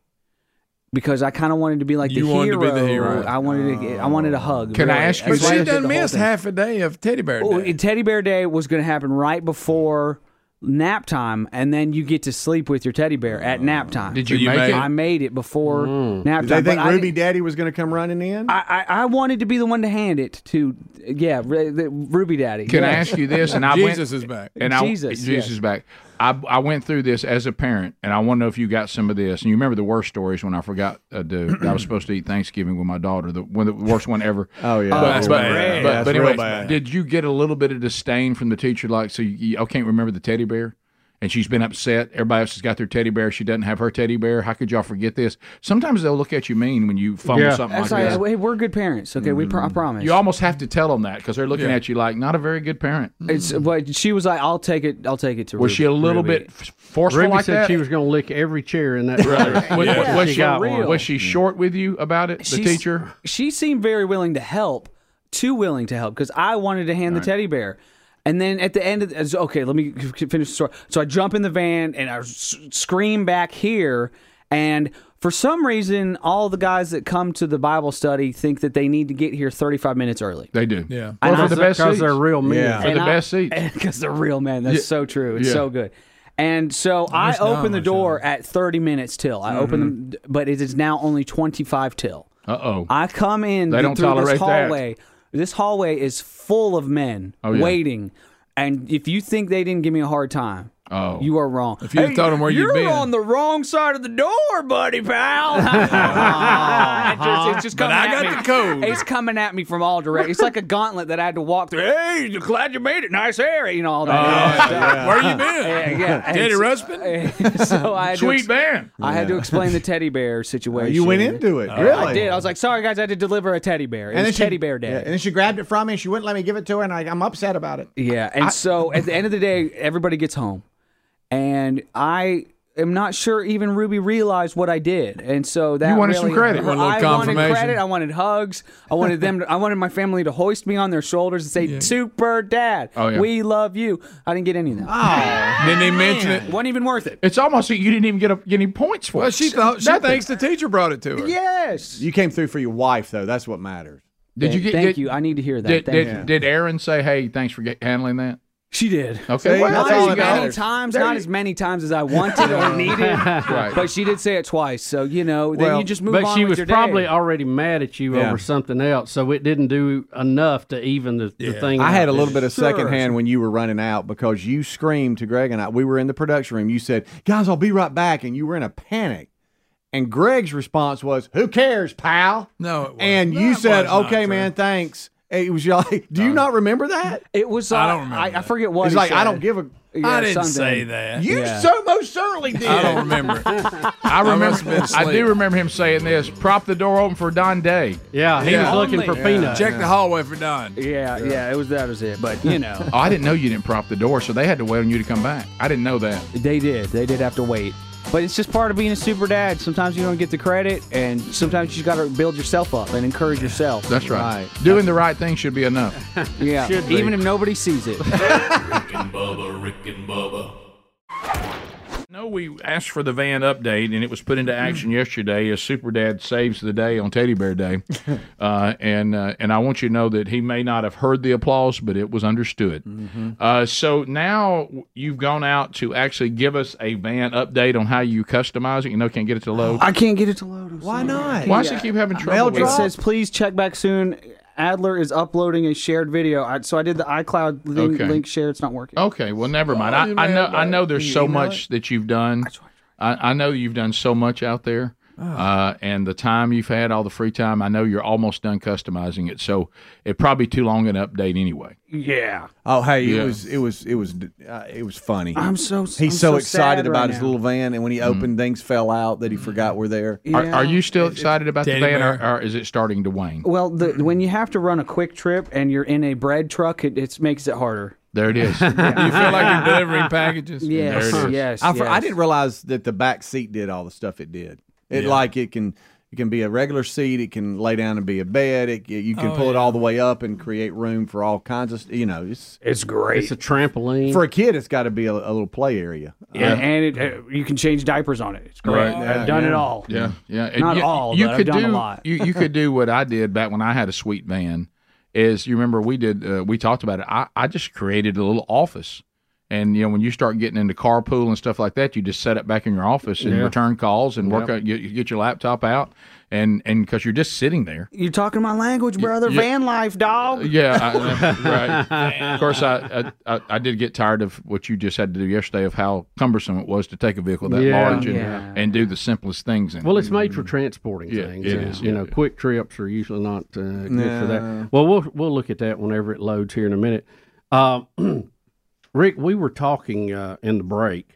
S9: Because I kind of wanted to be like
S4: You
S9: the,
S4: wanted to
S9: hero.
S4: be the hero.
S9: I wanted to get, I wanted a hug.
S4: Can I
S9: really.
S4: ask you
S9: That's why
S4: something? But she
S9: I did the
S4: done
S9: whole
S4: missed
S9: thing.
S4: half a day of teddy bear
S9: Oh,
S4: day.
S9: and Teddy Bear Day was going to happen right before nap time, and then you get to sleep with your teddy bear at nap time.
S1: Oh. Did So you you make made it? Mm. it?
S9: I made it before nap
S5: Did
S9: time.
S5: they think
S9: but I
S5: Ruby
S9: didn't-
S5: Daddy was going to come running in?
S9: I, I, I wanted to be the one to hand it to, yeah, Ru- the- Ruby Daddy.
S1: Can I
S9: Yeah.
S1: ask you this? And I
S4: Jesus
S1: went,
S4: is back.
S1: And I,
S9: Jesus,
S1: Jesus
S9: yeah.
S1: is back. I, I went through this as a parent, and I want to know if you got some of this. And you remember the worst stories when I forgot uh, to, I was supposed to eat Thanksgiving with my daughter, the one, the worst one ever.
S5: Oh, yeah.
S1: But,
S5: Oh, that's
S1: but,
S5: bad.
S1: But,
S5: That's
S1: but
S5: real
S1: anyways,
S5: bad.
S1: did you get a little bit of disdain from the teacher? Like, so you, I can't remember the teddy bear. And she's been upset. Everybody else has got their teddy bear. She doesn't have her teddy bear. How could y'all forget this? Sometimes they'll look at you mean when you fumble something
S9: That's
S1: like Mm.
S9: all
S1: this.
S9: right. Hey, we're good parents. Okay, we pro- I promise.
S1: You almost have to tell them that because they're looking
S9: Yeah.
S1: at you like not a very good parent.
S9: It's but she was like, I'll take it. I'll take it to.
S1: Was she a little bit f- forceful
S2: Ruby
S1: like
S2: said
S1: that?
S2: she was going to lick every chair in that.
S1: Right.
S2: room.
S1: Was,
S2: Yeah.
S1: was
S2: She
S1: she,
S2: got one.
S1: was she short with you about it, the
S9: She's-
S1: teacher?
S9: She seemed very willing to help, too willing to help, because I wanted to hand the teddy bear. And then at the end of the, okay, let me c- c- finish the story. So I jump in the van and I s- scream back here. And for some reason, all the guys that come to the Bible study think that they need to get here 35 minutes early.
S1: They do.
S4: Yeah.
S1: Well,
S9: And
S1: for
S9: I-
S1: the best seats.
S9: Yeah.
S1: For
S9: And
S1: the
S9: I-
S1: best seats.
S9: Because they're real men. That's
S1: Yeah.
S9: so true. It's
S1: Yeah.
S9: so good. And so I
S1: It's dumb,
S9: open the
S1: it's
S9: door at 30 minutes till. I
S1: Mm-hmm.
S9: open them, but it is now only 25 till.
S1: Uh oh.
S9: I come in
S1: They don't
S9: through
S1: tolerate
S9: this
S1: that.
S9: hallway. This hallway is full of men
S1: Oh, yeah.
S9: waiting. And if you think they didn't give me a hard time,
S1: Oh,
S9: you are wrong.
S4: If you had told him where you'd
S9: you're
S4: been.
S9: on the wrong side of the door, buddy pal. Aw, it just- it's just
S1: But
S9: coming
S1: I
S9: at
S1: got
S9: me.
S1: the code.
S9: It's coming at me from all directions. It's like a gauntlet that I had to walk through. Hey, glad you made it. Nice area. You know all that.
S1: Oh, yeah. Where you
S9: Yeah,
S1: been?
S9: yeah.
S1: Teddy
S9: It's-
S1: Ruxpin?
S9: So I had to
S1: Sweet
S9: ex-
S1: man.
S9: I had to
S1: Yeah. Oh,
S9: explain the teddy bear situation.
S5: You went into it,
S9: Uh, I
S5: really?
S9: did. I was like, "Sorry guys, I had to deliver a teddy bear. It was
S6: she-
S9: teddy bear day."
S6: Yeah, and then she grabbed it from me and she wouldn't let me give it to her, and I, I'm upset about it.
S9: Yeah, and so at the end of the day, everybody gets home, and I am not sure even Ruby realized what I did, and so that
S4: wanted some
S9: really,
S4: credit. You wanted a little
S9: I wanted
S4: confirmation.
S9: credit. I wanted hugs. I wanted them. To, I wanted my family to hoist me on their shoulders and say, "Super Dad,
S1: Oh, yeah.
S9: we love you." I didn't get any of that.
S1: Didn't even mention it.
S9: wasn't even worth it.
S1: It's almost like you didn't even get, a, get any points for
S4: Well,
S1: it.
S4: she thought she
S1: Nothing.
S4: thinks the teacher brought it to her.
S9: Yes.
S5: You came through for your wife, though. That's what matters.
S1: Did you get? did, Did,
S5: Thank
S1: did,
S5: you.
S1: did Aaron say, "Hey, thanks for get, handling that"?
S9: She did.
S1: Okay, well,
S9: not
S1: there
S9: as
S1: you go.
S9: many times,
S1: There
S9: not
S1: you-
S9: as many times as I wanted or needed.
S2: Right.
S9: But she did say it twice, so you know. then you just move
S2: but
S9: on
S2: she
S9: with
S2: was
S9: your day.
S2: probably already mad at you
S5: Yeah.
S2: over something else, so it didn't do enough to even the, the thing.
S5: I
S2: out.
S5: had a little bit of
S2: Sure.
S5: secondhand when you were running out because you screamed to Greg and I. We were in the production room. You said, "Guys, I'll be right back," and you were in a panic. And Greg's response was, "Who cares, pal?"
S4: No,
S5: and you said,
S4: was not
S5: "Okay,
S4: true.
S5: man, thanks." It was y'all. Do you not remember that?
S9: It was.
S5: I
S9: don't remember. I, I forget what.
S5: It's
S9: he
S5: like I
S9: said.
S5: don't give a.
S9: Yeah, something.
S5: You
S9: Yeah.
S5: so most certainly did.
S1: I don't remember. I remember. I, do remember him saying this. Prop the door open for Don Day.
S2: Yeah,
S4: he was looking for peanuts. Check the hallway
S1: for Don.
S9: Yeah, yeah, it was that was it. But you know,
S1: oh, I didn't know you didn't prop the door, so they had to wait on you to come back. I didn't know that.
S9: They did. They did have to wait. But it's just part of being a super dad. Sometimes you don't get the credit, and sometimes you got to build yourself up and encourage yourself.
S1: That's right. Doing the right thing should be enough.
S9: Yeah,
S1: Should be.
S9: even if nobody sees it.
S7: Rick and Bubba, Rick and Bubba.
S1: No, we asked for the van update, and it was put into action yesterday as Super Dad saves the day on Teddy Bear Day. uh, and uh, and I want you to know that he may not have heard the applause, but it was understood. Uh, so now you've gone out to actually give us a van update on how you customize it. You know, can't get it to load.
S9: I can't get it to load.
S1: Why not? Why does it keep having trouble? with
S9: It says, please check back soon. Adler is uploading a shared video. I, so I did the iCloud link,
S1: Okay.
S9: link share. It's not working.
S1: Okay, well, never mind.
S9: Oh, you
S1: I, I
S9: may
S1: know.
S9: have,
S1: I know.
S9: uh,
S1: There's
S9: can you
S1: so
S9: email
S1: much that you've done. I, I know you've done so much out there, uh, and the time you've had, all the free time. I know you're almost done customizing it, so it probably too long an update anyway.
S9: Yeah.
S5: Oh hey,
S1: Yeah.
S5: it was it was it was uh, it was funny.
S9: I'm so-
S5: he's
S9: I'm
S5: so,
S9: so sad
S5: excited
S9: right
S5: about his
S9: now.
S5: little van, and when
S9: Mm.
S5: he opened, things fell out that he forgot were there.
S9: Are- are you
S1: still excited about
S9: Teddy
S1: the van, or,
S9: bear.
S1: or is it starting to wane?
S9: Well, the, when you have to run a quick trip and you're in a bread truck, it, it makes it harder.
S1: There it is.
S4: You feel like you're delivering packages.
S9: Yes, There it is. yes,
S5: I, fr- I
S9: yes.
S5: didn't realize that the back seat did all the stuff it did. It
S9: Yeah.
S5: like it can it can be a regular seat. It can lay down and be a bed. It, you can
S9: Oh,
S5: pull it all the way up and create room for all kinds of st- you know. It's
S9: It's great. It's a
S2: trampoline
S5: for a kid. It's got to be a, a little play area.
S9: Yeah, and it, uh, you can change diapers on it. It's great. I've done it all.
S1: Yeah, yeah. And
S9: Not all, but I've
S1: could
S9: done
S1: do,
S9: a lot.
S1: you, you could do what I did back when I had a sweet van. Is you remember we did uh, we talked about it. I, I just created a little office, and you know when you start getting into carpool and stuff like that, you just set it back in your office and
S9: Yeah.
S1: return calls and work
S9: Yep.
S1: out. You, you get your laptop out and and because you're just sitting there.
S9: You're talking my language, brother.
S1: yeah.
S9: Van life, dog.
S1: uh, Yeah, I, right. Of course, I, I- I I did get tired of what you just had to do yesterday of how cumbersome it was to take a vehicle that
S2: Yeah.
S1: large and,
S2: Yeah.
S1: and do the simplest things in it. Mm-hmm.
S2: Well, it's made for transporting
S1: Yeah,
S2: things.
S1: it
S2: and,
S1: is,
S2: You
S1: yeah,
S2: know, quick trips are usually not uh, good for
S1: Nah.
S2: that. Well, we'll we'll look at that whenever it loads here in a minute. Uh, Rick, we were talking uh, in the break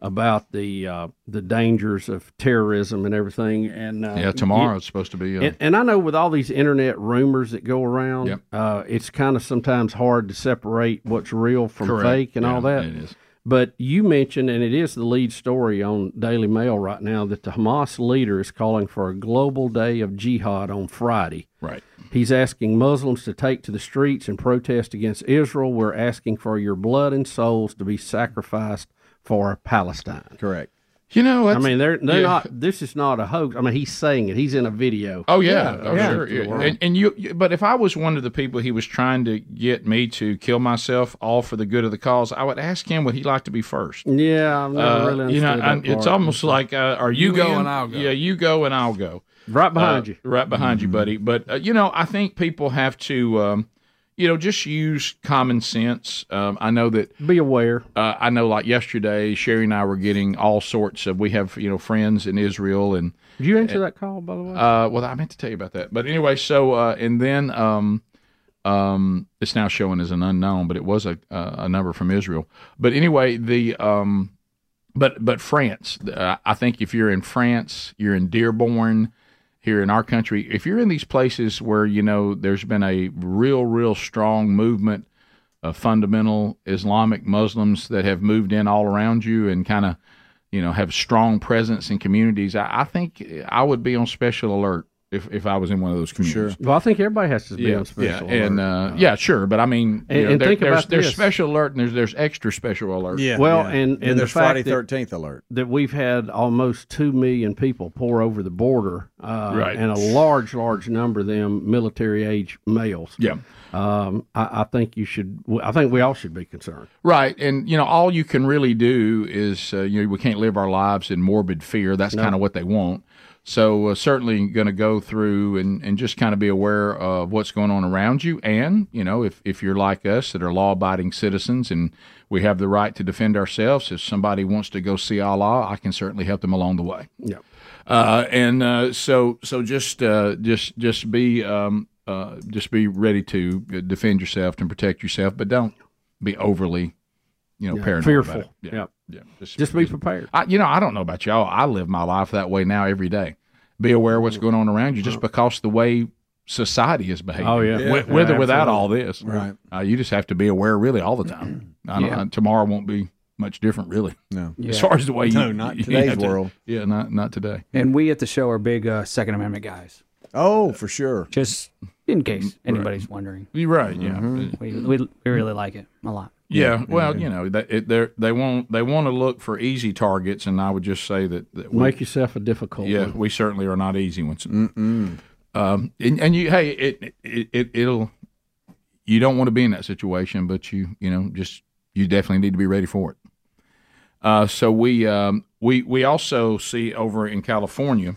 S2: about the uh, the dangers of terrorism and everything. And uh,
S1: Yeah, tomorrow
S2: you-
S1: it's supposed to be. Uh,
S2: and, and I know with all these internet rumors that go around,
S1: Yep.
S2: uh, it's kind of sometimes hard to separate what's real from
S1: Correct.
S2: fake and all
S1: Yeah,
S2: that.
S1: it is.
S2: But you mentioned, and it is the lead story on Daily Mail right now, that the Hamas leader is calling for a global day of jihad on Friday.
S1: Right.
S2: He's asking Muslims to take to the streets and protest against Israel. We're asking for your blood and souls to be sacrificed for Palestine.
S5: Correct.
S1: You know,
S2: I
S1: that's-
S2: mean, they're they're
S1: yeah.
S2: not. This is not a hoax. I mean, he's saying it. He's in a video.
S1: Oh yeah, oh,
S2: Yeah.
S1: sure.
S2: To the
S1: Yeah.
S2: world.
S1: And, and you, you- but if I was one of the people he was trying to get me to kill myself, all for the good of the cause, I would ask him would he like to be first.
S2: Yeah, I've never
S1: Uh,
S2: really
S1: you know,
S2: understood
S1: and
S2: that
S1: it's
S2: part.
S1: almost like, uh, are you,
S2: You
S1: going?
S2: and I'll
S1: go. Yeah, you go and I'll go.
S2: Right behind
S1: Uh,
S2: you.
S1: Right behind you, buddy. But uh, you know, I think people have to. Um, you you know, just use common sense. Um, I know that be aware. Uh, I know, like yesterday, Sherry and I were getting all sorts of. We have you know friends in Israel, and
S2: Did you answer that call, by the way?
S1: uh, well, I meant to tell you about that, but anyway, so uh, and then um, um, it's now showing as an unknown, but it was a uh, a number from Israel. But anyway, the um, but but France, uh, I think if you're in France, you're in Dearborn, here in our country, if you're in these places where you know there's been a real, real strong movement of fundamental Islamic Muslims that have moved in all around you and kind of you know have strong presence in communities, I, I think I would be on special alert if, if I was in one of those communities.
S2: Well, I think everybody has to be
S1: Yeah,
S2: on special.
S1: yeah, and
S2: alert.
S1: uh, yeah, sure, but I mean,
S2: And-
S1: you know,
S2: and
S1: there-
S2: think
S1: there's,
S2: about
S1: there's
S2: this.
S1: special alert and there's there's extra special alert.
S2: well, and and, the fact that-
S5: alert
S2: that we've had almost two million people pour over the border, uh,
S1: Right.
S2: and a large, large number of them military age males.
S1: Yeah,
S2: um, I, I think you should. I think we all should be concerned.
S1: Right, and you know all you can really do is uh, you know we can't live our lives in morbid fear. That's
S2: No.
S1: kind of what they want. So uh, certainly going to go through and, and just kind of be aware of what's going on around you, and you know if if you're like us that are law abiding citizens and we have the right to defend ourselves. If somebody wants to go see Allah, I can certainly help them along the way.
S2: Yeah.
S1: Uh, and uh, so so just uh, just just be um, uh, just be ready to defend yourself and protect yourself, but don't be overly, you know,
S2: Yeah.
S1: paranoid.
S2: Fearful.
S1: About it. Yeah.
S2: Yeah.
S1: yeah. Just,
S2: be prepared.
S1: I, you know, I don't know about y'all. I live my life that way now every day. Be aware of what's going on around you, just because the way society is behaving.
S2: Oh, yeah.
S1: Wi-
S2: Yeah,
S1: with or without
S2: absolutely.
S1: all this,
S2: Right.
S1: Uh, you just have to be aware, really, all the time. I don't,
S2: Yeah.
S1: I- tomorrow won't be much different, really.
S5: No.
S1: As far as the way you,
S9: No, not
S1: you
S9: today's
S1: have to-
S9: world.
S1: yeah, not not today.
S9: And we at the show are big uh, Second Amendment guys.
S5: Oh, for sure.
S9: Just in case anybody's wondering. Mm-hmm.
S1: You're Mm, right. Yeah.
S9: We, we, we really like it a lot.
S1: Yeah, well, you know, they it, they're- they want they want to look for easy targets, and I would just say that, that we-
S2: Make yourself a difficult
S1: Yeah,
S2: one.
S1: we certainly are not easy ones. Um, and, and you, hey, it, it it it'll you don't want to be in that situation, but you you know just you definitely need to be ready for it. Uh, so we um, we we also see over in California.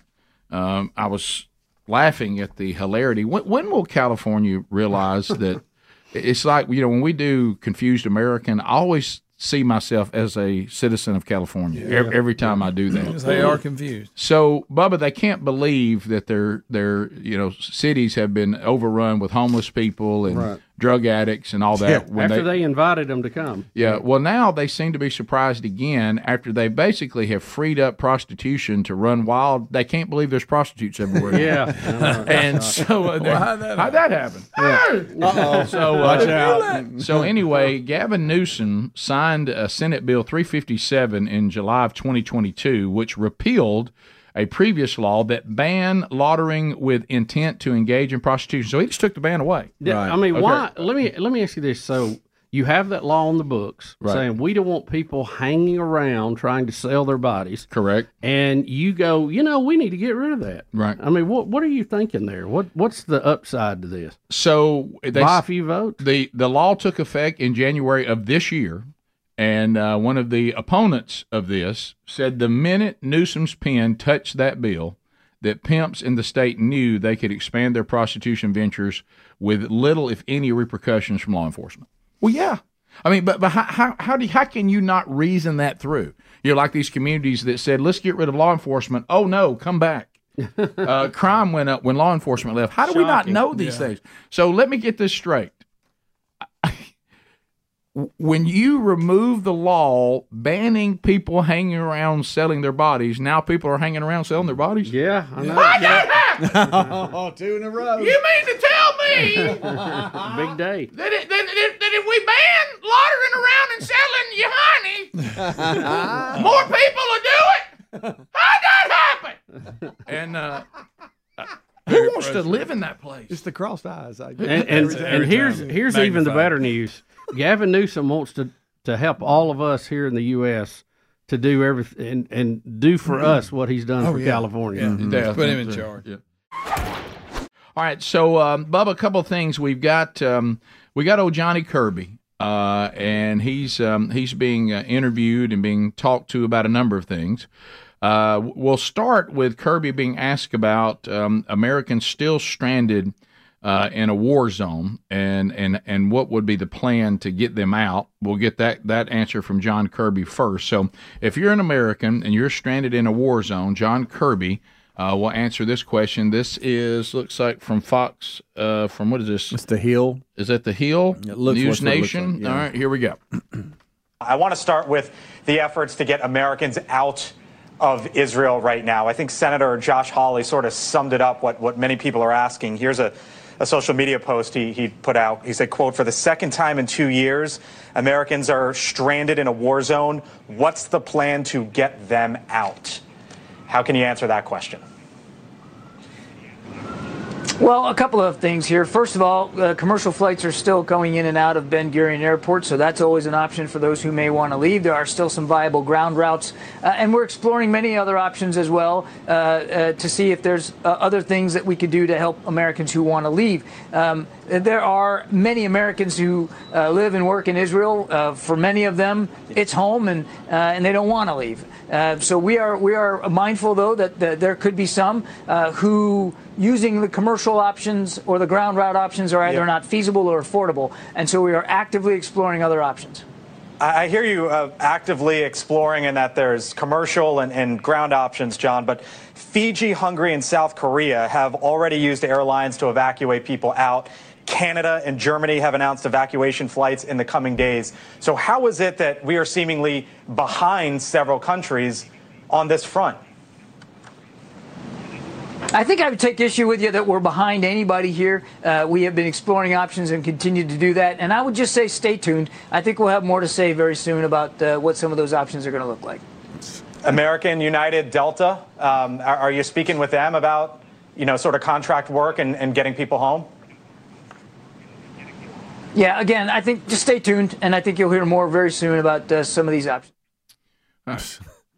S1: Um, I was laughing at the hilarity. When, when will California realize that it's like you know when we do confused American? I always see myself as a citizen of California ev- every, time I do that.
S4: They are confused.
S1: So, Bubba, they can't believe that their their you know cities have been overrun with homeless people and
S2: Right.
S1: drug addicts and all that. when
S2: After they, invited them to come,
S1: yeah, well, now they seem to be surprised again after they basically have freed up prostitution to run wild. They can't believe there's prostitutes everywhere.
S2: Yeah.
S1: and so uh, they're- how'd that, happen?
S2: Uh-oh.
S1: So, uh,
S2: Watch out.
S1: So anyway, Gavin Newsom signed a Senate Bill 357 in July of 2022, which repealed a previous law that banned loitering with intent to engage in prostitution. So he just took the ban away.
S2: Yeah, I mean,
S1: Okay.
S2: why? Let me let me ask you this. So you have that law on the books
S1: Right.
S2: saying we don't want people hanging around trying to sell their bodies.
S1: Correct.
S2: And you go, you know, we need to get rid of that.
S1: Right.
S2: I mean, what what are you thinking there? What what's the upside to this?
S1: So they,
S2: Buy a few votes.
S1: The the law took effect in January of this year, and uh, one of the opponents of this said the minute Newsom's pen touched that bill, that pimps in the state knew they could expand their prostitution ventures with little, if any, repercussions from law enforcement. Well, yeah. I mean, but, but how, how, how, do, how can you not reason that through? You're like these communities that said, let's get rid of law enforcement. Oh, no, come back. uh, crime went up when law enforcement left. How do we not
S10: Shocking.
S1: know these
S10: Yeah.
S1: things? So let me get this straight. When you remove the law banning people hanging around selling their bodies, now people are hanging around selling their bodies?
S2: Yeah.
S1: I know. Why did
S5: oh, two in a row.
S1: You mean to tell me
S2: Big day.
S1: that, it, that, that, that if we ban loitering around and selling your honey,
S4: uh,
S1: more people will do it? How'd that happen? And uh, who wants to live in that place?
S5: It's the crossed eyes. I
S2: And and, and here's here's even the better news. Gavin Newsom wants to to help all of us here in the U.S. to do everything and, and do for us what he's done
S1: Oh,
S2: for
S1: yeah.
S2: California. Mm-hmm.
S1: Yeah. Yeah. Let's put him in charge. All right, so um, Bubba, a couple of things we've got. Um, we got old Johnny Kirby, uh, and he's um, he's being uh, interviewed and being talked to about a number of things. Uh, we'll start with Kirby being asked about um, Americans still stranded uh, in a war zone, and and and what would be the plan to get them out? We'll get that that answer from John Kirby first. So, if you're an American and you're stranded in a war zone, John Kirby uh, will answer this question. This is looks like from Fox. Uh, from what is this? It's
S5: the Hill.
S1: Is that the Hill? News
S5: looks- that's what it looks
S1: Nation.
S5: like, yeah.
S1: All right, here we go.
S10: I want to start with the efforts to get Americans out of Israel right now. I think Senator Josh Hawley sort of summed it up what, what many people are asking. Here's a, a social media post he, he put out. He said, quote, for the second time in two years, Americans are stranded in a war zone. What's the plan to get them out? How can you answer that question?
S14: Well, a couple of things here. First of all, uh, commercial flights are still going in and out of Ben Gurion Airport, so that's always an option for those who may want to leave. There are still some viable ground routes, uh, and we're exploring many other options as well uh, uh, to see if there's uh, other things that we could do to help Americans who want to leave. Um, there are many Americans who uh, live and work in Israel. Uh, for many of them, it's home, and uh, and they don't want to leave. Uh, so we are we are mindful though that, that there could be some uh, who using the commercial options or the ground route options are either
S10: Yeah.
S14: not feasible or affordable, and so we are actively exploring other options.
S10: I I hear you uh, actively exploring and that there's commercial and, and ground options, John, but Fiji, Hungary, and South Korea have already used airlines to evacuate people out. Canada and Germany have announced evacuation flights in the coming days. So, how is it that we are seemingly behind several countries on this front?
S14: I think I would take issue with you that we're behind anybody here. Uh, we have been exploring options and continue to do that. And I would just say stay tuned. I think we'll have more to say very soon about uh, what some of those options are going to look like.
S10: American, United, Delta, um, are, are you speaking with them about, you know, sort of contract work and, and getting people home?
S14: Yeah, again, I think just stay tuned, and I think you'll hear more very soon about uh, some of these options.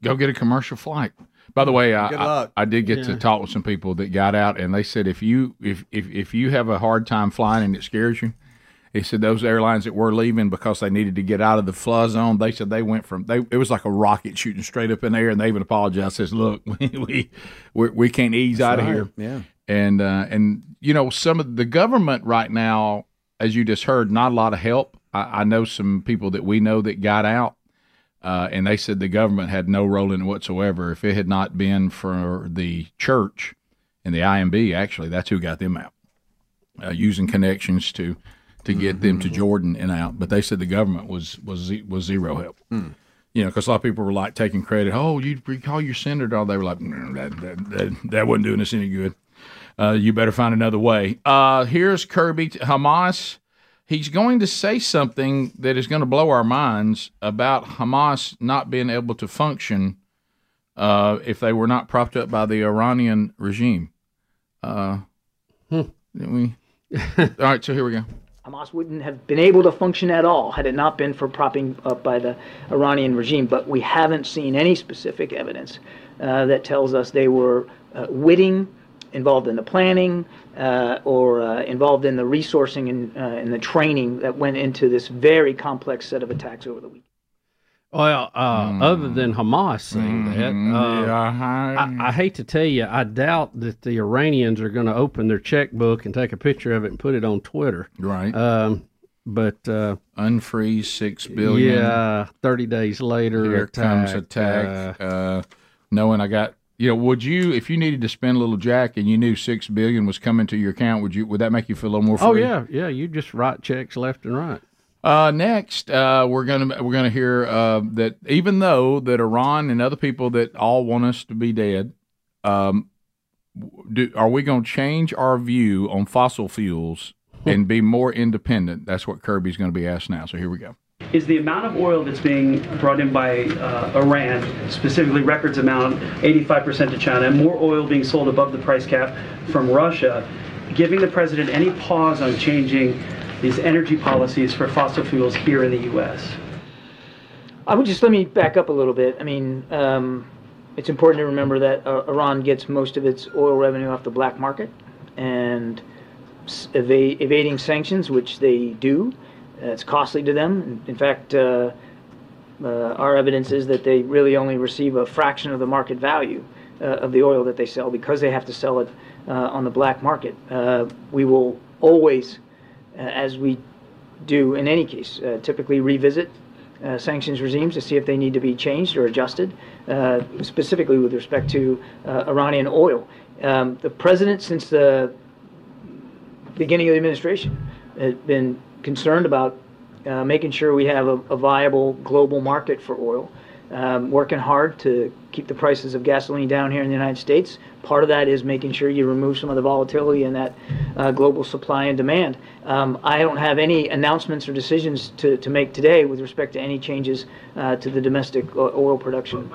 S1: Go get a commercial flight. By the way, I,
S14: Good
S1: I,
S14: luck.
S1: I did get to
S14: Yeah.
S1: talk with some people that got out, and they said if you if, if if you have a hard time flying and it scares you, he said those airlines that were leaving because they needed to get out of the flood zone, they said they went from they it was like a rocket shooting straight up in the air, and they even apologized. Says, look, we we we, we can't ease out of
S5: Right,
S1: here
S5: Yeah.
S1: and uh, and you know some of the government right now, as you just heard, not a lot of help. I, I know some people that we know that got out, uh, and they said the government had no role in it whatsoever. If it had not been for the church and the IMB, actually, that's who got them out, uh, using connections to to get them to Jordan and out. But they said the government was was ze- was zero help. You know, because a lot of people were like taking credit. Oh, you recall your senator? They were like, "Mm, that, that, that, that wasn't doing us any good. Uh, you better find another way. Uh, here's Kirby t- Hamas. He's going to say something that is going to blow our minds about Hamas not being able to function uh, if they were not propped up by the Iranian regime. Uh, didn't we? All right, so here we go.
S14: Hamas wouldn't have been able to function at all had it not been for propping up by the Iranian regime. But we haven't seen any specific evidence uh, that tells us they were uh, witting, involved in the planning, uh, or uh, involved in the resourcing and, uh, and the training that went into this very complex set of attacks over the weekend.
S2: Well, uh,
S1: Hmm.
S2: other than Hamas saying that, uh, I, I hate to tell you, I doubt that the Iranians are going to open their checkbook and take a picture of it and put it on Twitter.
S1: Right.
S2: Um, but uh,
S1: unfreeze six billion.
S2: Yeah, thirty days later,
S1: Here comes
S2: uh,
S1: attack. Uh, knowing I got, you know, would you, if you needed to spend a little jack and you knew six billion was coming to your account, would you? Would that make you feel a little more? Free?
S2: oh yeah, yeah. You just write checks left and right.
S1: Uh, next, uh, we're gonna we're gonna hear uh, that even though that Iran and other people that all want us to be dead, um, do, are we gonna change our view on fossil fuels and be more independent? That's what Kirby's gonna be asked now. So here we go.
S12: is the amount of oil that's being brought in by uh, Iran, specifically records amount, 85% to China, and more oil being sold above the price cap from Russia, giving the president any pause on changing these energy policies for fossil fuels here in the U.S.
S14: I would just let me back up a little bit. I mean, um, it's important to remember that uh, Iran gets most of its oil revenue off the black market, and s- eva- evading sanctions, which they do, uh, it's costly to them. In, in fact, uh, uh, our evidence is that they really only receive a fraction of the market value uh, of the oil that they sell because they have to sell it uh, on the black market. Uh, we will always, uh, as we do in any case, uh, typically revisit uh, sanctions regimes to see if they need to be changed or adjusted, uh, specifically with respect to uh, Iranian oil. Um, the president, since the beginning of the administration, has been concerned about uh, making sure we have a, a viable global market for oil, um, working hard to keep the prices of gasoline down here in the United States. Part of that is making sure you remove some of the volatility in that uh, global supply and demand. Um, I don't have any announcements or decisions to, to make today with respect to any changes uh, to the domestic o- oil production.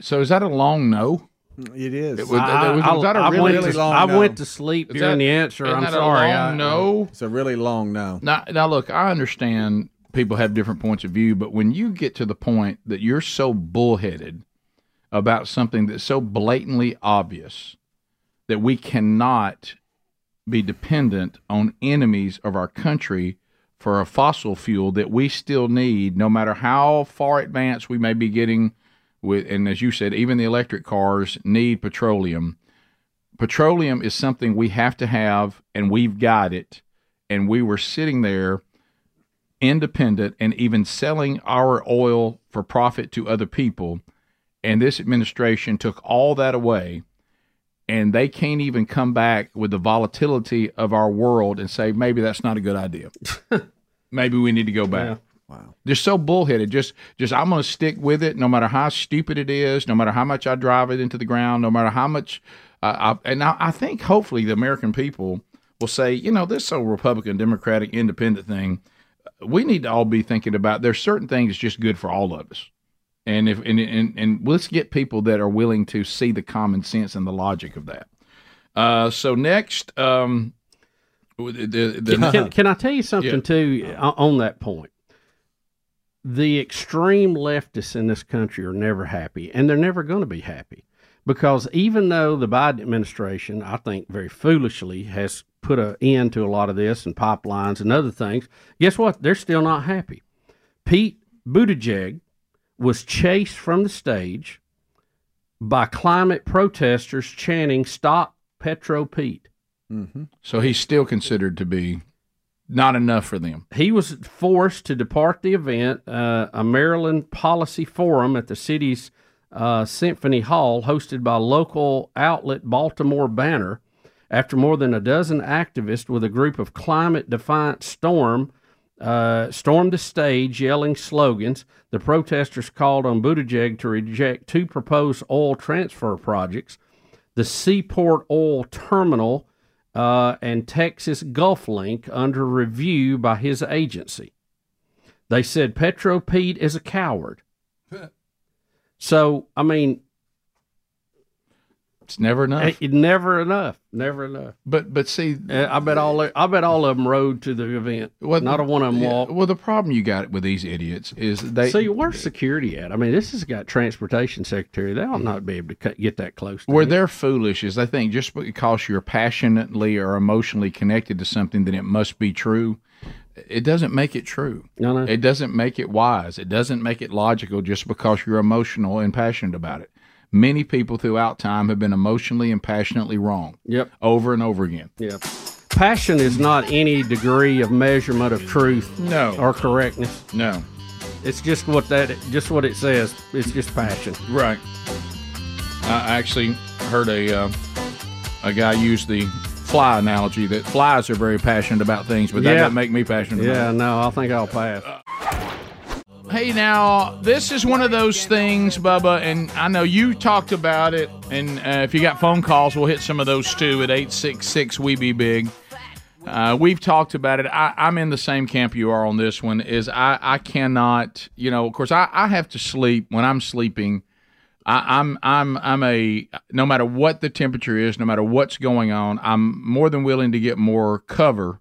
S1: So is that a long no?
S5: It is.
S1: was, that was- was that a
S2: I- I
S1: really,
S2: went
S1: really
S2: to-
S1: long
S2: I
S1: no?
S2: went to sleep
S1: Is
S2: during the answer.
S1: isn't
S2: I'm
S1: that a
S2: sorry.
S1: long
S2: I-
S1: no.
S5: It's a really long no.
S1: Now, now, look, I understand people have different points of view, but when you get to the point that you're so bullheaded about something that's so blatantly obvious that we cannot be dependent on enemies of our country for a fossil fuel that we still need, no matter how far advanced we may be getting with, and as you said, even the electric cars need petroleum petroleum is something we have to have and we've got it and we were sitting there independent and even selling our oil for profit to other people and this administration took all that away and they can't even come back with the volatility of our world and say maybe that's not a good idea maybe we need to go back wow they're so bullheaded just just i'm going to stick with it no matter how stupid it is no matter how much i drive it into the ground no matter how much uh, I, and I, I think hopefully the american people will say you know this whole republican democratic independent thing we need to all be thinking about there's certain things just good for all of us and if and, and and let's get people that are willing to see the common sense and the logic of that uh so next um w- the, the,
S2: Can, can, can I tell you something too
S1: Uh-huh.
S2: o- on that point? The extreme leftists in this country are never happy, and they're never going to be happy because even though the Biden administration, I think very foolishly, has put an end to a lot of this and pipelines and other things, guess what? They're still not happy. Pete Buttigieg was chased from the stage by climate protesters chanting "Stop Petro Pete."
S1: Mhm. So he's still considered to be not enough for them.
S2: He was forced to depart the event. Uh, a Maryland policy forum at the city's uh, Symphony Hall, hosted by local outlet Baltimore Banner, after more than a dozen activists with a group of climate defiant storm uh, stormed the stage yelling slogans. The protesters called on Buttigieg to reject two proposed oil transfer projects the Seaport Oil Terminal uh, and Texas Gulf Link under review by his agency. They said Petro Pete is a coward. So, I mean,
S1: it's never enough.
S2: It, never enough. Never enough. Uh,
S1: But but see,
S2: I bet all I bet all of them rode to the event. Not a one of them
S1: yeah,
S2: walked.
S1: Well, the problem you got with these idiots is they
S2: See, where's security at? I mean, this has got transportation secretary. They ought not be able to cut, get that close. To
S1: where they're foolish is they think just because you're passionately or emotionally connected to something that it must be true. It doesn't make it true.
S2: No, no.
S1: It doesn't make it wise. It doesn't make it logical just because you're emotional and passionate about it. Many people throughout time have been emotionally and passionately wrong.
S2: Yep.
S1: Over and over again.
S2: Yeah. Passion is not any degree of measurement of truth.
S1: No.
S2: Or correctness.
S1: No.
S2: It's just what that just what it says. It's just passion.
S1: Right. I actually heard a uh, a guy use the fly analogy that flies are very passionate about things, but that
S2: Yeah.
S1: doesn't make me passionate. Uh,
S2: Yeah,
S1: About
S2: no, I think I'll pass.
S1: it. Hey, now this is one of those things, Bubba, and I know you talked about it. And uh, if you got phone calls, we'll hit some of those too at eight six six. We be big. Uh, we've talked about it. I, I'm in the same camp you are on this one. Is I I cannot. You know, of course, I I have to sleep when I'm sleeping. I, I'm I'm I'm a no matter what the temperature is, no matter what's going on, I'm more than willing to get more cover,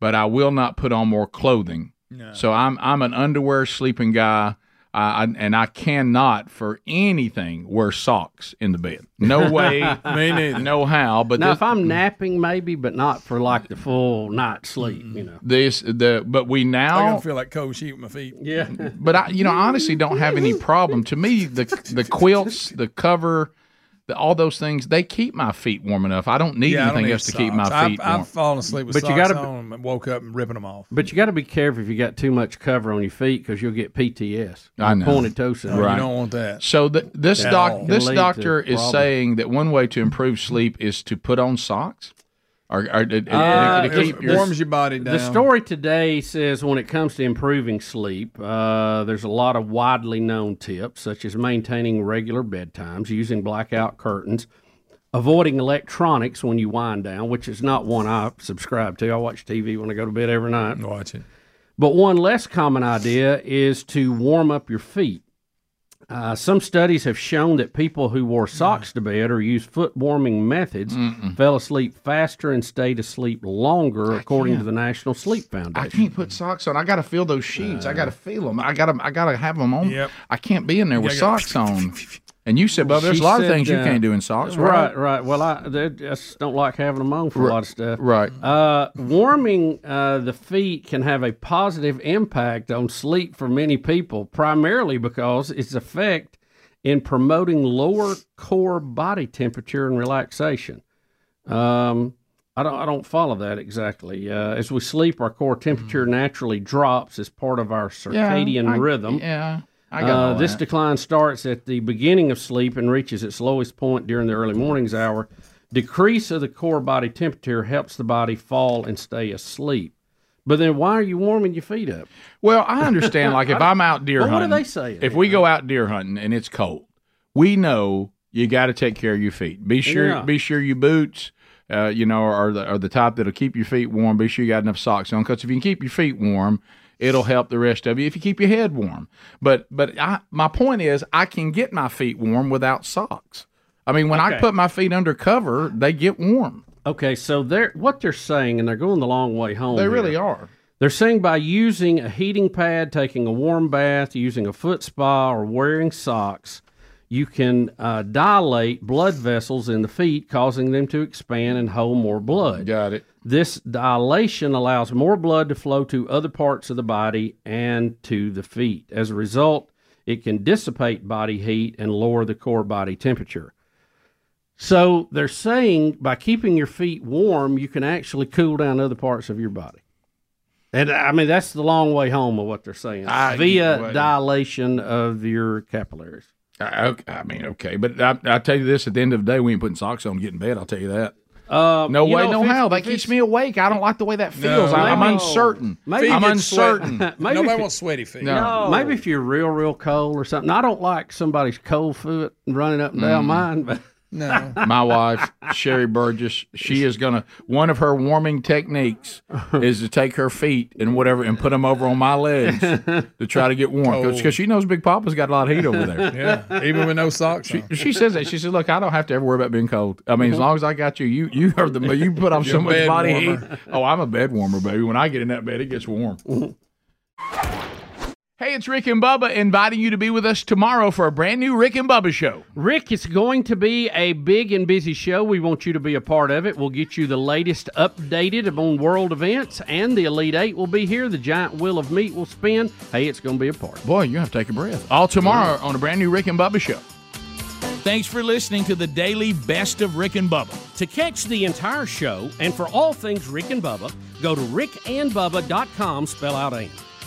S1: but I will not put on more clothing. So I'm I'm an underwear sleeping guy, I, I, and I cannot for anything wear socks in the bed. No way,
S2: Me neither.
S1: No how. But
S2: now,
S1: this-
S2: if I'm napping, maybe, but not for like the full night sleep, you know.
S1: this the but we
S4: I'm
S1: now
S4: gonna feel like cold sheet with my feet.
S2: Yeah.
S1: but I, you know, I honestly don't have any problem. To me, the the quilts, the cover, the, all those things, they keep my feet warm enough. I don't need
S4: Yeah, I don't
S1: anything
S4: need
S1: else to keep my
S4: socks. I've-
S1: feet warm.
S4: I've fallen asleep with
S2: But you
S4: socks
S2: gotta be-
S4: on and woke up and ripping them off.
S2: But you got to be careful if you got too much cover on your feet because you'll get PTS.
S1: I know.
S2: Pointed toe syndrome.
S1: So th- this
S2: At
S1: doc,
S2: all.
S1: this
S2: Can lead to
S1: doctor is
S2: problems.
S1: saying that one way to improve sleep is to put on socks, or, or to, to
S2: Uh,
S1: keep
S2: it's-
S1: your-
S2: The story today says when it comes to improving sleep, uh, there's a lot of widely known tips, such as maintaining regular bedtimes, using blackout curtains, avoiding electronics when you wind down, which is not one I subscribe to. I watch TV when I go to bed every night.
S4: Watch it.
S2: But one less common idea is to warm up your feet. Uh, some studies have shown that people who wore socks to bed or used foot warming methods fell asleep faster and stayed asleep longer, according to
S1: can't.
S2: the National Sleep
S1: I
S2: Foundation.
S1: can't put socks on. I got to feel those sheets. I got to feel them. I got to. I got to have them on.
S2: Yep.
S1: I can't be in there
S2: You
S1: with
S2: gotta go-
S1: socks on. And you said, "Bub, there's
S2: She
S1: a lot
S2: said,
S1: of things you
S2: uh,
S1: can't do in socks,
S2: Right, right. Well, I, they just don't like having them on for a lot of stuff.
S1: Right.
S2: Uh, warming uh, the feet can have a positive impact on sleep for many people, primarily because its effect in promoting lower core body temperature and relaxation. Um, I don't, I don't follow that exactly. Uh, as we sleep, our core temperature naturally drops as part of our
S1: Mm. Yeah,
S2: circadian
S1: I-
S2: rhythm.
S1: Yeah, I got
S2: Uh,
S1: all
S2: this
S1: that.
S2: decline starts at the beginning of sleep and reaches its lowest point during the early morning's hour. Decrease of the core body temperature helps the body fall and stay asleep. But then, why are you warming your feet up?
S1: Well, I understand. Like if I'm out deer
S2: Well,
S1: hunting,
S2: what are they saying?
S1: If we go out deer hunting and it's cold, we know you got to take care of your feet. Be sure,
S2: Yeah.
S1: be sure your boots, uh, you know, are the are the type that'll keep your feet warm. Be sure you got enough socks on because if you can keep your feet warm, it'll help the rest of you. If you keep your head warm, but but I, my point is, I can get my feet warm without socks. I mean, when I
S2: Okay.
S1: put my feet under cover, they get warm.
S2: Okay, so they're what they're saying, and they're going the long way home.
S1: They
S2: here.
S1: really are.
S2: They're saying by using a heating pad, taking a warm bath, using a foot spa, or wearing socks, you can uh, dilate blood vessels in the feet, causing them to expand and hold more blood.
S1: Got it.
S2: This dilation allows more blood to flow to other parts of the body and to the feet. As a result, it can dissipate body heat and lower the core body temperature. So they're saying by keeping your feet warm, you can actually cool down other parts of your body. And I mean, that's the long way home of what they're saying
S1: I-
S2: via
S1: well-
S2: dilation of your capillaries.
S1: I, okay- I mean, okay, but I, I tell you this: at the end of the day, we ain't putting socks on to get in bed. I'll tell you that. no
S2: Uh, you
S1: way,
S2: know,
S1: no
S2: if it's-
S1: how. That
S2: if
S1: keeps me awake. I don't like the way that feels.
S2: No.
S1: I'm, I'm
S2: Maybe-
S1: uncertain.
S2: Maybe
S1: I'm
S2: if it's sweat-
S1: uncertain.
S2: maybe if it-
S1: No.
S2: Maybe if you're real, real cold or something. I don't like somebody's cold foot running up and down
S1: Mm.
S2: mine, but no.
S1: My wife, Sherry Burgess, she is gonna. One of her warming techniques is to take her feet and whatever and put them over on my legs to try to get warm
S4: Cold.
S1: because she knows Big Papa's got a lot of heat over there.
S4: Oh. yeah, even with no socks Uh-huh.
S1: She, she says that. She says, "Look, I don't have to ever worry about being cold. I mean, as long as I got you, you you are the you put off
S4: You're a
S1: so much
S4: bed
S1: body
S4: warmer.
S1: heat. Oh, I'm a bed warmer, baby. When I get in that bed, it gets warm." Hey, it's Rick and Bubba inviting you to be with us tomorrow for a brand new Rick and Bubba show.
S2: Rick, it's going to be a big and busy show. We want you to be a part of it. We'll get you the latest updated on world events, and the Elite Eight will be here. The giant wheel of meat will spin. Hey, it's going to be a part.
S1: Boy, you have to take a breath. All tomorrow on a brand new Rick and Bubba show. Thanks for listening to the daily best of Rick and Bubba.
S2: To catch the entire show and for all things Rick and Bubba, go to rickandbubba.com, spell out AIM.